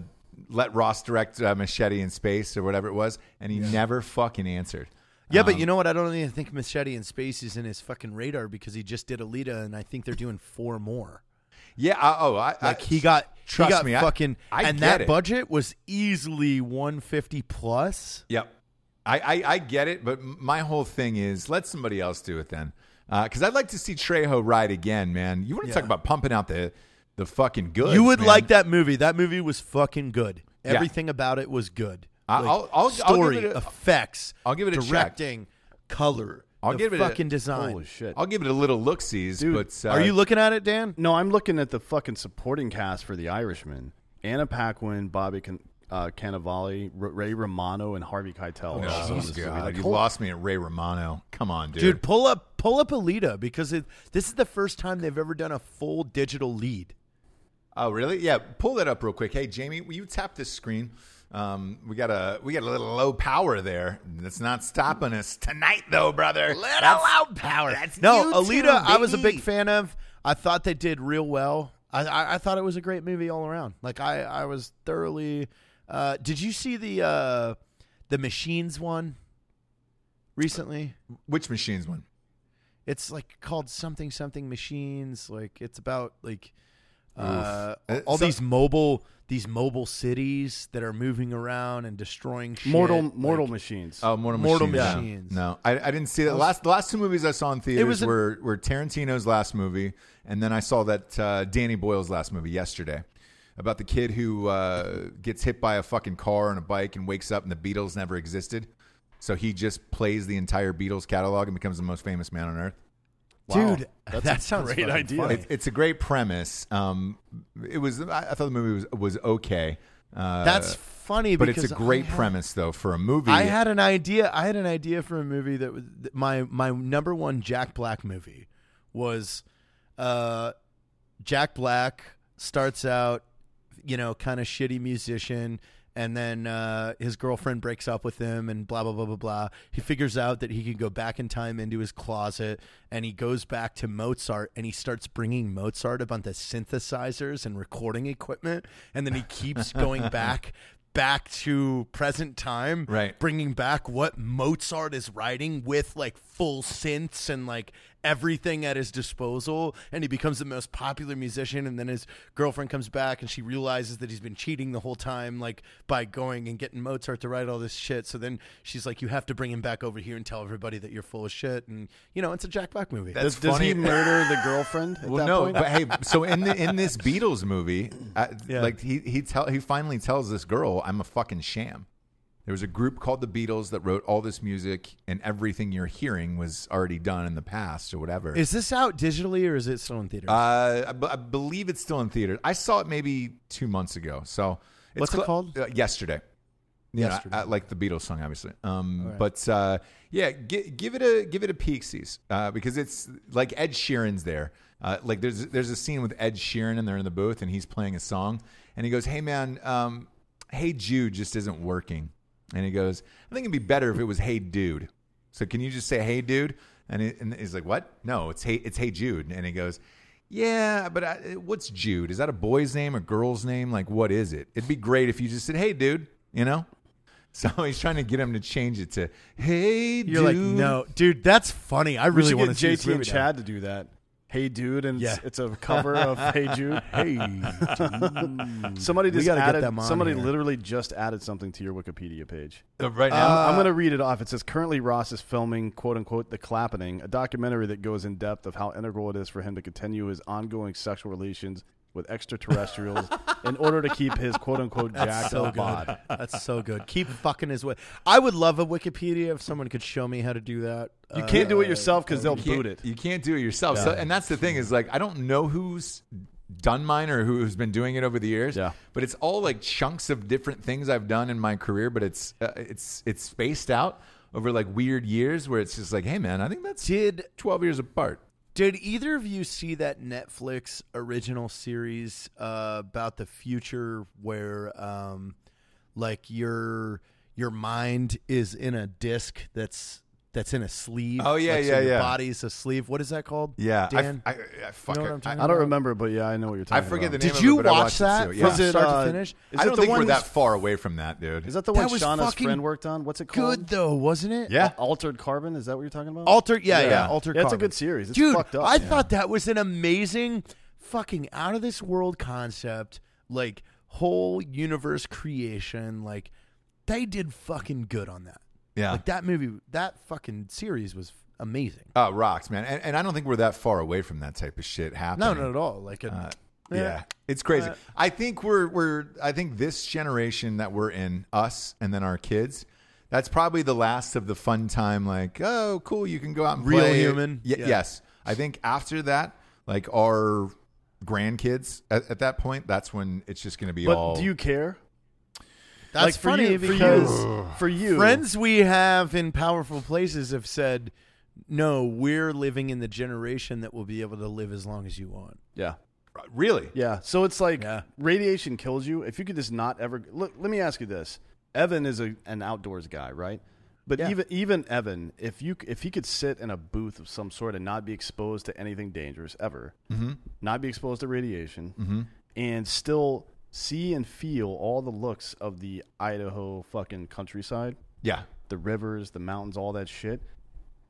Speaker 3: let Ross direct uh, Machete in Space or whatever it was, and he never fucking answered.
Speaker 4: yeah, but you know what? I don't even think Machete in Space is in his fucking radar because he just did Alita, and I think they're doing four more.
Speaker 3: Yeah, I, oh, I,
Speaker 4: Like
Speaker 3: I,
Speaker 4: he got,
Speaker 3: Trust
Speaker 4: he got
Speaker 3: me, I-
Speaker 4: fucking,
Speaker 3: I
Speaker 4: and
Speaker 3: get
Speaker 4: that
Speaker 3: it.
Speaker 4: budget was easily 150 plus.
Speaker 3: Yep. I, I, I get it, but m- my whole thing is let somebody else do it then. Because I'd like to see Trejo ride again, man. You want to talk about pumping out the the fucking goods?
Speaker 4: you would
Speaker 3: man.
Speaker 4: like that movie. That movie was fucking good.
Speaker 3: Yeah.
Speaker 4: Everything about it was good.
Speaker 3: I-
Speaker 4: Like,
Speaker 3: I'll- I'll- I'll give
Speaker 4: story,
Speaker 3: it a-
Speaker 4: effects.
Speaker 3: I'll give it a check.
Speaker 4: directing, color.
Speaker 3: I'll
Speaker 4: the
Speaker 3: give it a-
Speaker 4: fucking design.
Speaker 2: Holy shit.
Speaker 3: I'll give it a little look sees, but uh,
Speaker 4: Are you looking at it, Dan?
Speaker 2: No, I'm looking at the fucking supporting cast for The Irishman. Anna Paquin, Bobby Can- uh, Cannavale, R- Ray Romano, and Harvey Keitel. are all in
Speaker 3: Oh,
Speaker 2: this movie.
Speaker 3: God,
Speaker 2: Like,
Speaker 3: you
Speaker 2: holy-
Speaker 3: lost me at Ray Romano. Come on, dude.
Speaker 4: Dude, pull up, pull up Alita because it, this is the first time they've ever done a full digital lead.
Speaker 3: Oh, really? Yeah. Pull that up real quick. Hey, Jamie, will you tap this screen? Um, we got a we got a little low power there. That's not stopping us tonight, though, brother. Little low power. That's
Speaker 4: No, Alita,
Speaker 3: you too,
Speaker 4: I was a
Speaker 3: baby.
Speaker 4: big fan of. I thought they did real well. I, I, I thought it was a great movie all around. Like I, I was thoroughly. Uh, did you see the uh, the machines one recently?
Speaker 3: Which machines one?
Speaker 4: It's like called something something machines. Like it's about like uh,
Speaker 3: Uh,
Speaker 4: all
Speaker 3: so-
Speaker 4: these mobile these mobile cities that are moving around and destroying shit.
Speaker 2: Mortal,
Speaker 4: Like,
Speaker 2: mortal machines.
Speaker 3: Oh, Mortal,
Speaker 4: Mortal
Speaker 3: Machines. yeah.
Speaker 4: Machines.
Speaker 3: No, I, I didn't see that. The last the last two movies I saw in theaters
Speaker 4: was a-
Speaker 3: were were Tarantino's last movie, and then I saw that uh, Danny Boyle's last movie yesterday about the kid who uh, gets hit by a fucking car and a bike and wakes up and the Beatles never existed. So he just plays the entire Beatles catalog and becomes the most famous man on earth.
Speaker 2: Wow.
Speaker 4: dude,
Speaker 2: That's
Speaker 4: that
Speaker 2: a
Speaker 4: sounds
Speaker 2: great
Speaker 4: fucking
Speaker 2: idea.
Speaker 4: funny.
Speaker 3: It's, it's a great premise. Um, it was. I, I thought the movie was was okay. Uh,
Speaker 4: That's funny,
Speaker 3: but it's a
Speaker 4: because I
Speaker 3: great
Speaker 4: had-
Speaker 3: premise though for a movie.
Speaker 4: I had an idea. I had an idea for a movie that was that my my number one Jack Black movie was uh, Jack Black starts out, you know, kind of shitty musician, and then uh, his girlfriend breaks up with him, and blah blah blah blah blah. He figures out that he can go back in time into his closet, and he goes back to Mozart, and he starts bringing Mozart up onto synthesizers and recording equipment, and then he keeps going back. Back to present time,
Speaker 3: Right.
Speaker 4: bringing back what Mozart is writing with like full synths and like everything at his disposal and he becomes the most popular musician and then his girlfriend comes back and she realizes that he's been cheating the whole time like by going and getting Mozart to write all this shit so then she's like you have to bring him back over here and tell everybody that you're full of shit and you know it's a Jack Black movie.
Speaker 3: That's
Speaker 2: Does
Speaker 3: funny.
Speaker 2: he murder the girlfriend? At
Speaker 3: Well,
Speaker 2: that
Speaker 3: no,
Speaker 2: point?
Speaker 3: but hey, so in the in this Beatles movie, uh,
Speaker 4: Yeah.
Speaker 3: like he he tell he finally tells this girl, "I'm a fucking sham." There was a group called the Beatles that wrote all this music, and everything you're hearing was already done in the past or whatever.
Speaker 4: is this out digitally or is it still in theaters?
Speaker 3: uh, I, b- I believe it's still in theaters. I saw it maybe two months ago. So it's
Speaker 4: What's it
Speaker 3: cl-
Speaker 4: called?
Speaker 3: Uh, yesterday. You know, I-
Speaker 4: Yesterday.
Speaker 3: I, like the Beatles song, obviously. Um,
Speaker 4: right.
Speaker 3: But uh, yeah, gi- give it a give it a peek, sees uh, because it's like Ed Sheeran's there. Uh, like there's there's a scene with Ed Sheeran and they're in the booth and he's playing a song and he goes, "Hey man, um, Hey Jude just isn't working." And he goes, "I think it'd be better if it was Hey Dude." So can you just say Hey Dude? And, he, and he's like, "What? No, it's Hey it's Hey Jude." And he goes. Yeah, but I, what's Jude? Is that a boy's name, a girl's name? Like, what is it? It'd be great if you just said, "Hey, dude," you know. So he's trying to get him to change it to "Hey, dude."
Speaker 4: you're like no dude that's funny. I
Speaker 2: we
Speaker 4: really
Speaker 2: should
Speaker 4: want
Speaker 2: get
Speaker 4: to see this
Speaker 2: JT and
Speaker 4: movie now.
Speaker 2: Chad to do that. Hey, dude, and it's,
Speaker 4: Yeah.
Speaker 2: it's a cover of Hey Jude. Hey, dude. somebody
Speaker 4: We
Speaker 2: just
Speaker 4: gotta get
Speaker 2: added.
Speaker 4: them on
Speaker 2: somebody
Speaker 4: here.
Speaker 2: literally just added something to your Wikipedia page.
Speaker 3: Uh, right now.
Speaker 2: I'm going to read it off. It says currently Ross is filming "quote unquote" the Clappening, a documentary that goes in depth of how integral it is for him to continue his ongoing sexual relations with extraterrestrials in order to keep his "quote unquote" jacked
Speaker 4: so
Speaker 2: up bod.
Speaker 4: good. That's so good. Keep fucking his way. I would love a Wikipedia if someone could show me how to do that. Uh,
Speaker 2: You can't do it yourself because they'll
Speaker 3: you can't-
Speaker 2: boot it.
Speaker 3: You can't do it yourself. So, and that's the thing is like I don't know who's done mine or who's been doing it over the years.
Speaker 2: Yeah.
Speaker 3: But it's all like chunks of different things I've done in my career, but it's uh, it's it's spaced out over like weird years where it's just like, "Hey, man, I think that's
Speaker 4: Did
Speaker 3: 12 years apart."
Speaker 4: did either of you see that Netflix original series uh, about the future where um, like your your mind is in a disc that's that's in a sleeve?
Speaker 3: Oh, yeah,
Speaker 4: like, so
Speaker 3: yeah,
Speaker 4: your
Speaker 3: yeah.
Speaker 4: Body's a sleeve. What is that called?
Speaker 3: Yeah, I-
Speaker 4: Dan?
Speaker 3: I, I, fuck,
Speaker 4: know what
Speaker 3: I-
Speaker 4: I'm talking
Speaker 2: I don't remember, but yeah, I know what
Speaker 3: I
Speaker 2: you're talking about.
Speaker 3: forget the name.
Speaker 4: did
Speaker 3: of
Speaker 4: you
Speaker 3: it, but I
Speaker 4: watch
Speaker 3: watched it
Speaker 4: that
Speaker 3: too.
Speaker 4: from
Speaker 3: Yeah.
Speaker 2: Was it,
Speaker 4: start
Speaker 2: uh,
Speaker 4: to finish?
Speaker 2: is
Speaker 3: I
Speaker 2: it
Speaker 3: don't
Speaker 2: the
Speaker 3: think
Speaker 2: one
Speaker 3: we're
Speaker 2: that's-
Speaker 3: that far away from that, dude.
Speaker 2: Is that the
Speaker 4: That
Speaker 2: one
Speaker 4: was
Speaker 2: Shauna's
Speaker 4: fucking
Speaker 2: friend worked on? What's it called?
Speaker 4: Good though, wasn't it?
Speaker 3: Yeah.
Speaker 2: Altered Carbon. Is that what you're talking about?
Speaker 4: Alter, yeah, yeah,
Speaker 3: Yeah.
Speaker 4: Alter.
Speaker 2: Yeah, it's a
Speaker 4: Carbon.
Speaker 2: good series. It's
Speaker 4: dude.
Speaker 2: fucked up,
Speaker 4: I
Speaker 2: yeah.
Speaker 4: thought that was an amazing, fucking out of this world concept, like whole universe creation. Like they did fucking good on that.
Speaker 3: Yeah.
Speaker 4: like that movie, that fucking series was amazing.
Speaker 3: Uh, rocks, man. And, and I don't think we're that far away from that type of shit happening.
Speaker 4: No, not at all. Like, a,
Speaker 3: Uh, yeah. It's crazy. I think we're we're I think this generation that we're in, us and then our kids, that's probably the last of the fun time like, oh, cool, you can go out and
Speaker 4: Real
Speaker 3: play.
Speaker 4: human.
Speaker 3: Ye-
Speaker 4: Yeah.
Speaker 3: Yes. I think after that, like our grandkids at, at that point, that's when it's just going to be
Speaker 2: But
Speaker 3: all
Speaker 2: do you care?
Speaker 4: that's
Speaker 2: like,
Speaker 4: funny
Speaker 2: for you,
Speaker 4: because
Speaker 2: for you, for you
Speaker 4: friends we have in powerful places have said, "No, we're living in the generation that will be able to live as long as you want."
Speaker 2: Yeah,
Speaker 3: Really?
Speaker 2: yeah. So it's like
Speaker 4: Yeah.
Speaker 2: radiation kills you. If you could just not ever look. Let me ask you this: Evan is a, an outdoors guy, right? But
Speaker 4: Yeah.
Speaker 2: even even Evan, if you if he could sit in a booth of some sort and not be exposed to anything dangerous ever,
Speaker 4: Mm-hmm.
Speaker 2: not be exposed to radiation, and still see and feel all the looks of the Idaho fucking countryside,
Speaker 3: Yeah.
Speaker 2: the rivers, the mountains, all that shit.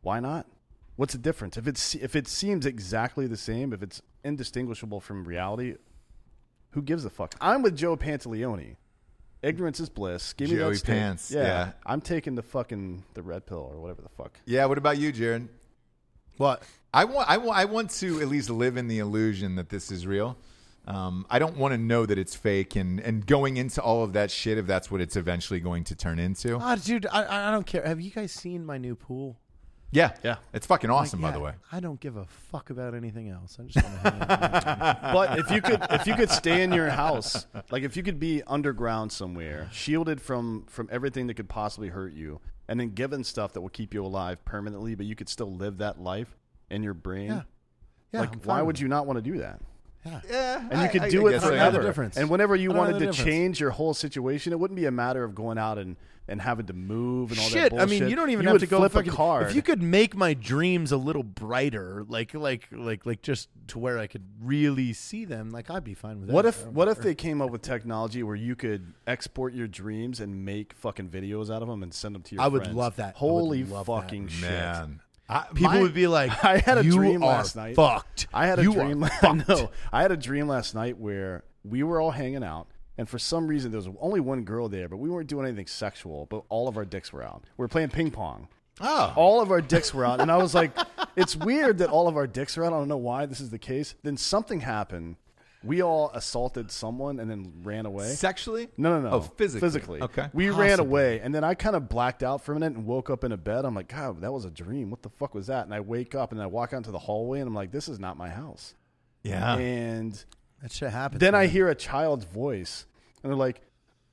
Speaker 2: Why not? What's the difference? If it's if it seems exactly the same, if it's indistinguishable from reality, who gives a fuck? I'm with Joe Pantaleone. Ignorance is bliss. Give me
Speaker 3: Joey
Speaker 2: that steak.
Speaker 3: Pants,
Speaker 2: Yeah.
Speaker 3: yeah.
Speaker 2: I'm taking the fucking the red pill or whatever the fuck.
Speaker 3: Yeah, what about you, Jared?
Speaker 4: But
Speaker 3: I want, I want, I want to at least live in the illusion that this is real. Um, I don't want to know that it's fake, and and going into all of that shit if that's what it's eventually going to turn
Speaker 2: Oh.
Speaker 3: into.
Speaker 4: Ah, dude, I, I don't care. Have you guys seen my new pool?
Speaker 3: yeah,
Speaker 2: Yeah.
Speaker 3: it's fucking awesome, by
Speaker 4: Yeah,
Speaker 3: the way.
Speaker 4: I don't give a fuck about anything else. I just want to hang out.
Speaker 2: But if you could if you could stay in your house, like if you could be underground somewhere, shielded from from everything that could possibly hurt you, and then given stuff that will keep you alive permanently, but you could still live that life in your brain.
Speaker 4: Yeah. Yeah,
Speaker 2: like, why would you not want to do that?
Speaker 3: Yeah,
Speaker 2: And
Speaker 3: I-
Speaker 2: you could
Speaker 3: I-
Speaker 2: do
Speaker 3: I
Speaker 2: it
Speaker 3: guess I
Speaker 4: don't know the
Speaker 2: forever.
Speaker 4: difference.
Speaker 2: And whenever you
Speaker 4: I don't know
Speaker 2: wanted
Speaker 4: the
Speaker 2: to
Speaker 4: difference.
Speaker 2: change your whole situation, it wouldn't be a matter of going out and, and having to move and all that
Speaker 4: Shit, I
Speaker 2: bullshit.
Speaker 4: mean, you don't even
Speaker 2: would
Speaker 4: have to go
Speaker 2: flip
Speaker 4: fucking.
Speaker 2: a card.
Speaker 4: If you could make my dreams a little brighter, like like like like just to where I could really see them, like I'd be fine with that.
Speaker 2: what
Speaker 4: I
Speaker 2: if
Speaker 4: don't
Speaker 2: what if
Speaker 4: care.
Speaker 2: they came up with technology where you could export your dreams and make fucking videos out of them and send them to your
Speaker 4: I would
Speaker 2: friends?
Speaker 4: love that. I would
Speaker 2: Holy
Speaker 4: love that.
Speaker 2: fucking shit.
Speaker 3: Man,
Speaker 4: I-
Speaker 2: people
Speaker 4: my-
Speaker 2: would be like,
Speaker 4: I had a
Speaker 2: "You
Speaker 4: dream
Speaker 2: are
Speaker 4: last night.
Speaker 2: Fucked. I had a
Speaker 4: You are
Speaker 2: dream. I
Speaker 4: fucked."
Speaker 2: know. I had a dream last night where we were all hanging out, and for some reason there was only one girl there, but we weren't doing anything sexual. But all of our dicks were out. We were playing ping pong.
Speaker 3: Oh.
Speaker 2: All of our dicks were out, and I was like, "It's weird that all of our dicks are out. I don't know why this is the case." Then something happened. We all assaulted someone and then ran away.
Speaker 3: Sexually?
Speaker 2: No, no, no.
Speaker 3: Oh, physically.
Speaker 2: Physically.
Speaker 3: Okay.
Speaker 2: We ran away, and then I kind of blacked out for a minute and woke up in a bed. I'm like, God, that was a dream. What the fuck was that? And I wake up and I walk out into the hallway, and I'm like, this is not my house.
Speaker 3: Yeah.
Speaker 2: And
Speaker 4: That shit happens.
Speaker 2: then I
Speaker 4: man.
Speaker 2: hear a child's voice, and they're like,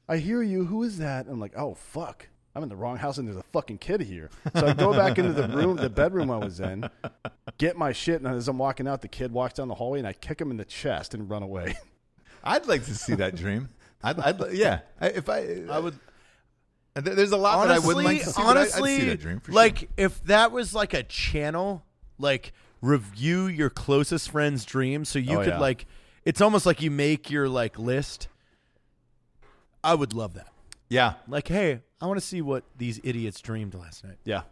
Speaker 2: I hear you. Who is that? And I'm like, oh, fuck. I'm in the wrong house, and there's a fucking kid here. So I go back into the room, the bedroom I was in, get my shit, and as I'm walking out, the kid walks down the hallway, and I kick him in the chest and run away.
Speaker 3: I'd like to see that dream. I'd, I'd li- yeah. I, if I, I would. There's a lot that I
Speaker 4: honestly,
Speaker 3: wouldn't like to see. but I-
Speaker 4: honestly,
Speaker 3: I'd see that dream for
Speaker 4: like
Speaker 3: sure.
Speaker 4: if that was like a channel, like review your closest friend's dreams, so you
Speaker 2: Oh,
Speaker 4: could
Speaker 2: yeah.
Speaker 4: like, it's almost like you make your like list. I would love that.
Speaker 3: yeah.
Speaker 4: Like, hey, I want to see what these idiots dreamed last night.
Speaker 2: Yeah.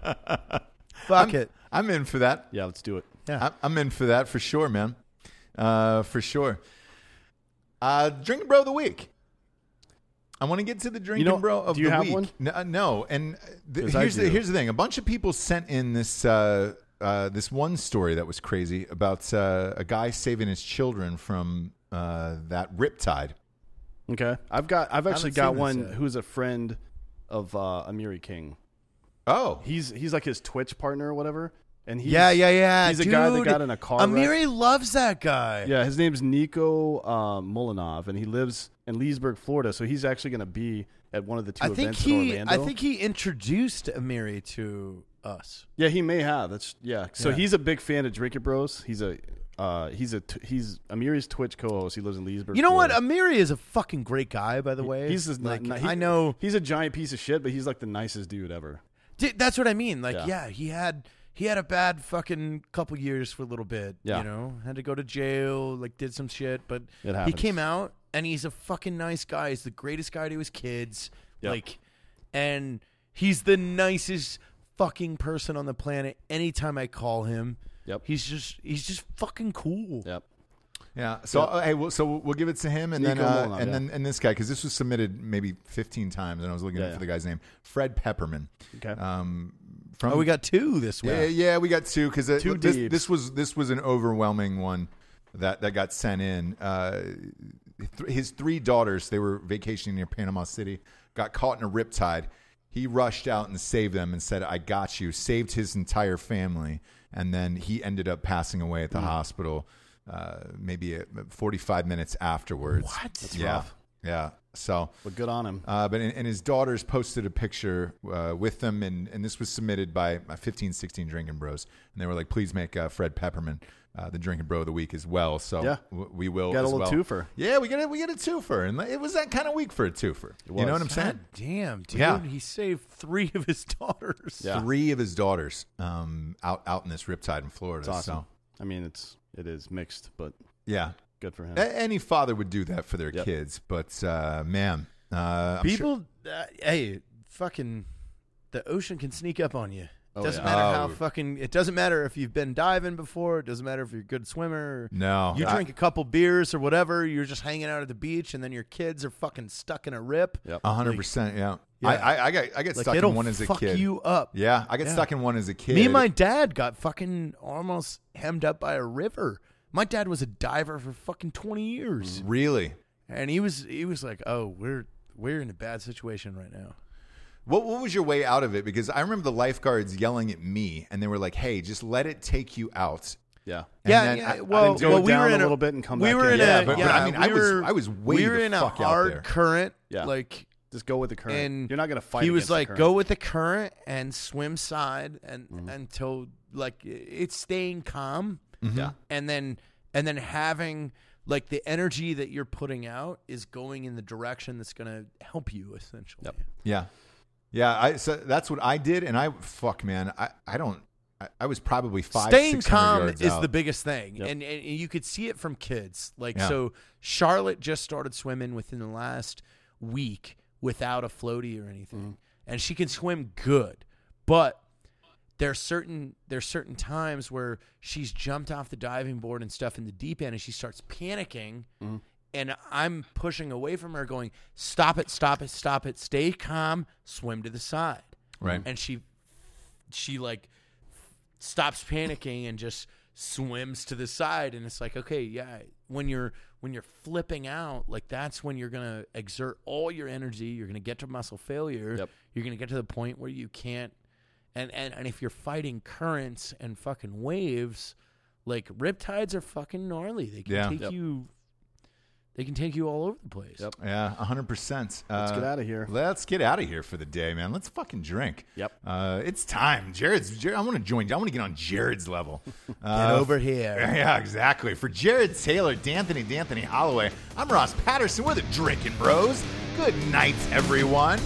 Speaker 4: Fuck
Speaker 3: I'm,
Speaker 4: it.
Speaker 3: I'm in for that.
Speaker 2: Yeah, let's do it.
Speaker 4: Yeah.
Speaker 3: I'm, I'm in for that for sure, man. Uh, for sure. Uh, drinking bro of the week. I want to get to the drinking
Speaker 2: know-
Speaker 3: bro of
Speaker 2: do you
Speaker 3: the
Speaker 2: have
Speaker 3: week.
Speaker 2: one?
Speaker 3: No, uh, no, and th-
Speaker 2: 'Cause I
Speaker 3: here's the
Speaker 2: do.
Speaker 3: here's the thing. A bunch of people sent in this uh, uh, this one story that was crazy about uh, a guy saving his children from uh, that riptide.
Speaker 2: Okay, I've got I've actually got
Speaker 4: seen this
Speaker 2: one
Speaker 4: yet.
Speaker 2: who's a friend of uh, Amiri King.
Speaker 3: Oh,
Speaker 2: He's he's like his Twitch partner or whatever, and he's,
Speaker 4: yeah, yeah, yeah.
Speaker 2: He's a guy that
Speaker 4: dude.
Speaker 2: got in a car. wreck.
Speaker 4: Amiri loves that guy.
Speaker 2: Yeah, his name's Nico uh, Molinov, and he lives in Leesburg, Florida. So he's actually going to be at one of the two
Speaker 4: I think
Speaker 2: events
Speaker 4: he.
Speaker 2: in
Speaker 4: I
Speaker 2: Orlando.
Speaker 4: think he introduced Amiri to us.
Speaker 2: yeah, he may have. That's yeah. So
Speaker 4: Yeah.
Speaker 2: he's a big fan of Drink It Bros. He's a uh, he's a t- he's Amiri's Twitch co-host. He lives in Leesburg.
Speaker 4: You know what?
Speaker 2: Florida.
Speaker 4: Amiri is a fucking great guy, by the way.
Speaker 2: He's just
Speaker 4: like,
Speaker 2: not,
Speaker 4: I know.
Speaker 2: he's a giant piece of shit, but he's like the nicest dude ever.
Speaker 4: Di- that's what I mean. Like, yeah.
Speaker 2: Yeah.
Speaker 4: he had he had a bad fucking couple years for a little bit.
Speaker 2: Yeah.
Speaker 4: you know, had to go to jail, like did some shit, but
Speaker 2: It
Speaker 4: he
Speaker 2: happens.
Speaker 4: came out and he's a fucking nice guy. He's the greatest guy to his kids.
Speaker 2: Yeah.
Speaker 4: Like, and he's the nicest fucking person on the planet. Anytime I call him,
Speaker 2: Yep.
Speaker 4: he's just he's just fucking cool.
Speaker 2: Yep.
Speaker 3: Yeah. So uh, hey, we'll, so we'll give it to him, and
Speaker 2: Nico
Speaker 3: then uh,
Speaker 2: Molnar,
Speaker 3: and
Speaker 2: yeah.
Speaker 3: then and this guy because this was submitted maybe 15 times, and I was looking
Speaker 2: Yeah,
Speaker 3: for
Speaker 2: yeah.
Speaker 3: the guy's name, Fred Pepperman.
Speaker 2: Okay.
Speaker 4: Uh,
Speaker 3: Um, from
Speaker 4: Oh, we got two this week.
Speaker 3: yeah, yeah, we got two because this,
Speaker 2: Two
Speaker 3: this,
Speaker 2: deeps.
Speaker 3: was this was an overwhelming one that that got sent in. Uh, th- his three daughters, they were vacationing near Panama City, got caught in a riptide. He rushed out and saved them and said, "I got you." Saved his entire family, and then he ended up passing away at the hospital. Uh, maybe uh 45 minutes afterwards.
Speaker 4: What? That's
Speaker 3: yeah,
Speaker 2: rough.
Speaker 3: yeah. So
Speaker 2: But good on him.
Speaker 3: uh, but and, and his daughters posted a picture uh, with them, and, and this was submitted by my 15, 16 drinking bros, and they were like, "Please make uh, Fred Pepperman uh, the drinking bro of the week as well." So
Speaker 2: Yeah.
Speaker 3: w- we will
Speaker 2: Got a
Speaker 3: as
Speaker 2: little
Speaker 3: well.
Speaker 2: twofer.
Speaker 3: Yeah, we got a, we got a twofer, and it was that kind of week for a twofer. You know what
Speaker 2: was.
Speaker 3: I'm saying?
Speaker 4: God damn, dude.
Speaker 3: Yeah.
Speaker 4: He saved three of his daughters.
Speaker 2: Yeah.
Speaker 3: Three of his daughters um, out out in this riptide in Florida.
Speaker 2: It's
Speaker 3: So
Speaker 2: awesome. I mean, it's it is mixed, but
Speaker 3: yeah,
Speaker 2: good for him.
Speaker 3: A- any father would do that for their
Speaker 2: Yep.
Speaker 3: kids, but uh, man, uh, I'm sure-
Speaker 4: People, uh, hey, fucking, the ocean can sneak up on you.
Speaker 2: Oh, yeah.
Speaker 4: doesn't matter how
Speaker 3: Oh.
Speaker 4: fucking. It doesn't matter if you've been diving before. It doesn't matter if you're a good swimmer.
Speaker 3: no,
Speaker 4: You
Speaker 3: I-
Speaker 4: drink a couple beers or whatever. You're just hanging out at the beach, and then your kids are fucking stuck in a rip.
Speaker 2: Yep.
Speaker 3: a hundred percent. Yeah,
Speaker 4: Yeah.
Speaker 3: I, I, I got I got
Speaker 4: Like
Speaker 3: stuck
Speaker 4: it'll
Speaker 3: in one as a
Speaker 4: fuck
Speaker 3: kid.
Speaker 4: you up.
Speaker 3: Yeah, I got
Speaker 4: Yeah.
Speaker 3: stuck in one as a kid.
Speaker 4: Me and my dad got fucking almost hemmed up by a river. My dad was a diver for fucking twenty years,
Speaker 3: Mm-hmm. really.
Speaker 4: and he was he was like, "Oh, we're we're in a bad situation right now."
Speaker 3: What what was your way out of it? Because I remember the lifeguards yelling at me, and they were like, "Hey, just let it take you out."
Speaker 2: yeah.
Speaker 3: And
Speaker 4: yeah,
Speaker 3: then
Speaker 4: yeah.
Speaker 3: I-
Speaker 4: well,
Speaker 2: then go
Speaker 4: well, we
Speaker 2: down
Speaker 4: were
Speaker 2: a
Speaker 4: in
Speaker 2: little bit and come
Speaker 4: we
Speaker 2: back
Speaker 4: were
Speaker 2: in.
Speaker 4: in
Speaker 3: Yeah,
Speaker 4: a,
Speaker 3: but- but
Speaker 4: yeah,
Speaker 3: I mean, I
Speaker 4: we
Speaker 3: was-
Speaker 4: were-
Speaker 3: I was way
Speaker 4: we were
Speaker 3: the
Speaker 4: in a
Speaker 3: fuck out
Speaker 4: hard
Speaker 3: there.
Speaker 4: current,
Speaker 2: Yeah.
Speaker 4: like,
Speaker 2: Just go with the current.
Speaker 4: and
Speaker 2: You're not going to fight.
Speaker 4: He
Speaker 2: against
Speaker 4: was
Speaker 2: the
Speaker 4: like,
Speaker 2: current.
Speaker 4: go with the current and swim side, and
Speaker 3: Mm-hmm.
Speaker 4: until like it's staying calm,
Speaker 2: Yeah.
Speaker 4: and then and then having like the energy that you're putting out is going in the direction that's going to help you essentially.
Speaker 2: Yep.
Speaker 3: Yeah, yeah. I so that's what I did, and I fuck, man. I I don't. I, I was probably five.
Speaker 4: staying
Speaker 3: 600
Speaker 4: calm
Speaker 3: yards
Speaker 4: is
Speaker 3: out.
Speaker 4: the biggest thing
Speaker 2: Yep.
Speaker 4: and, and you could see it from kids like
Speaker 3: Yeah.
Speaker 4: so charlotte just started swimming within the last
Speaker 3: Mm-hmm.
Speaker 4: week without a floaty or anything and she can swim good but there's certain there's certain times where she's jumped off the diving board and stuff in the deep end and she starts panicking
Speaker 3: Mm-hmm.
Speaker 4: and I'm pushing away from her going stop it stop it stop it stay calm swim to the side
Speaker 3: Right.
Speaker 4: and she she like stops panicking and just swims to the side and it's like okay yeah when you're when you're flipping out like that's when you're gonna exert all your energy you're gonna get to muscle failure
Speaker 2: Yep.
Speaker 4: you're gonna get to the point where you can't and and, and if you're fighting currents and fucking waves like riptides are fucking gnarly they can
Speaker 3: Yeah.
Speaker 4: take
Speaker 2: Yep.
Speaker 4: you they can take you all over the place
Speaker 2: Yep.
Speaker 3: Yeah, 100%. Uh,
Speaker 2: get outta here.
Speaker 3: Let's get out of here for the day, man. Let's fucking drink.
Speaker 2: Yep.
Speaker 3: Uh, it's time. Jared's, Jared, I want to join. I want to get on Jared's level.
Speaker 5: Get
Speaker 3: Uh,
Speaker 5: over here.
Speaker 3: Yeah, exactly. For Jared Taylor, D'Anthony, D'Anthony Holloway, I'm Ross Patterson. We're the Drinking Bros. Good night, everyone.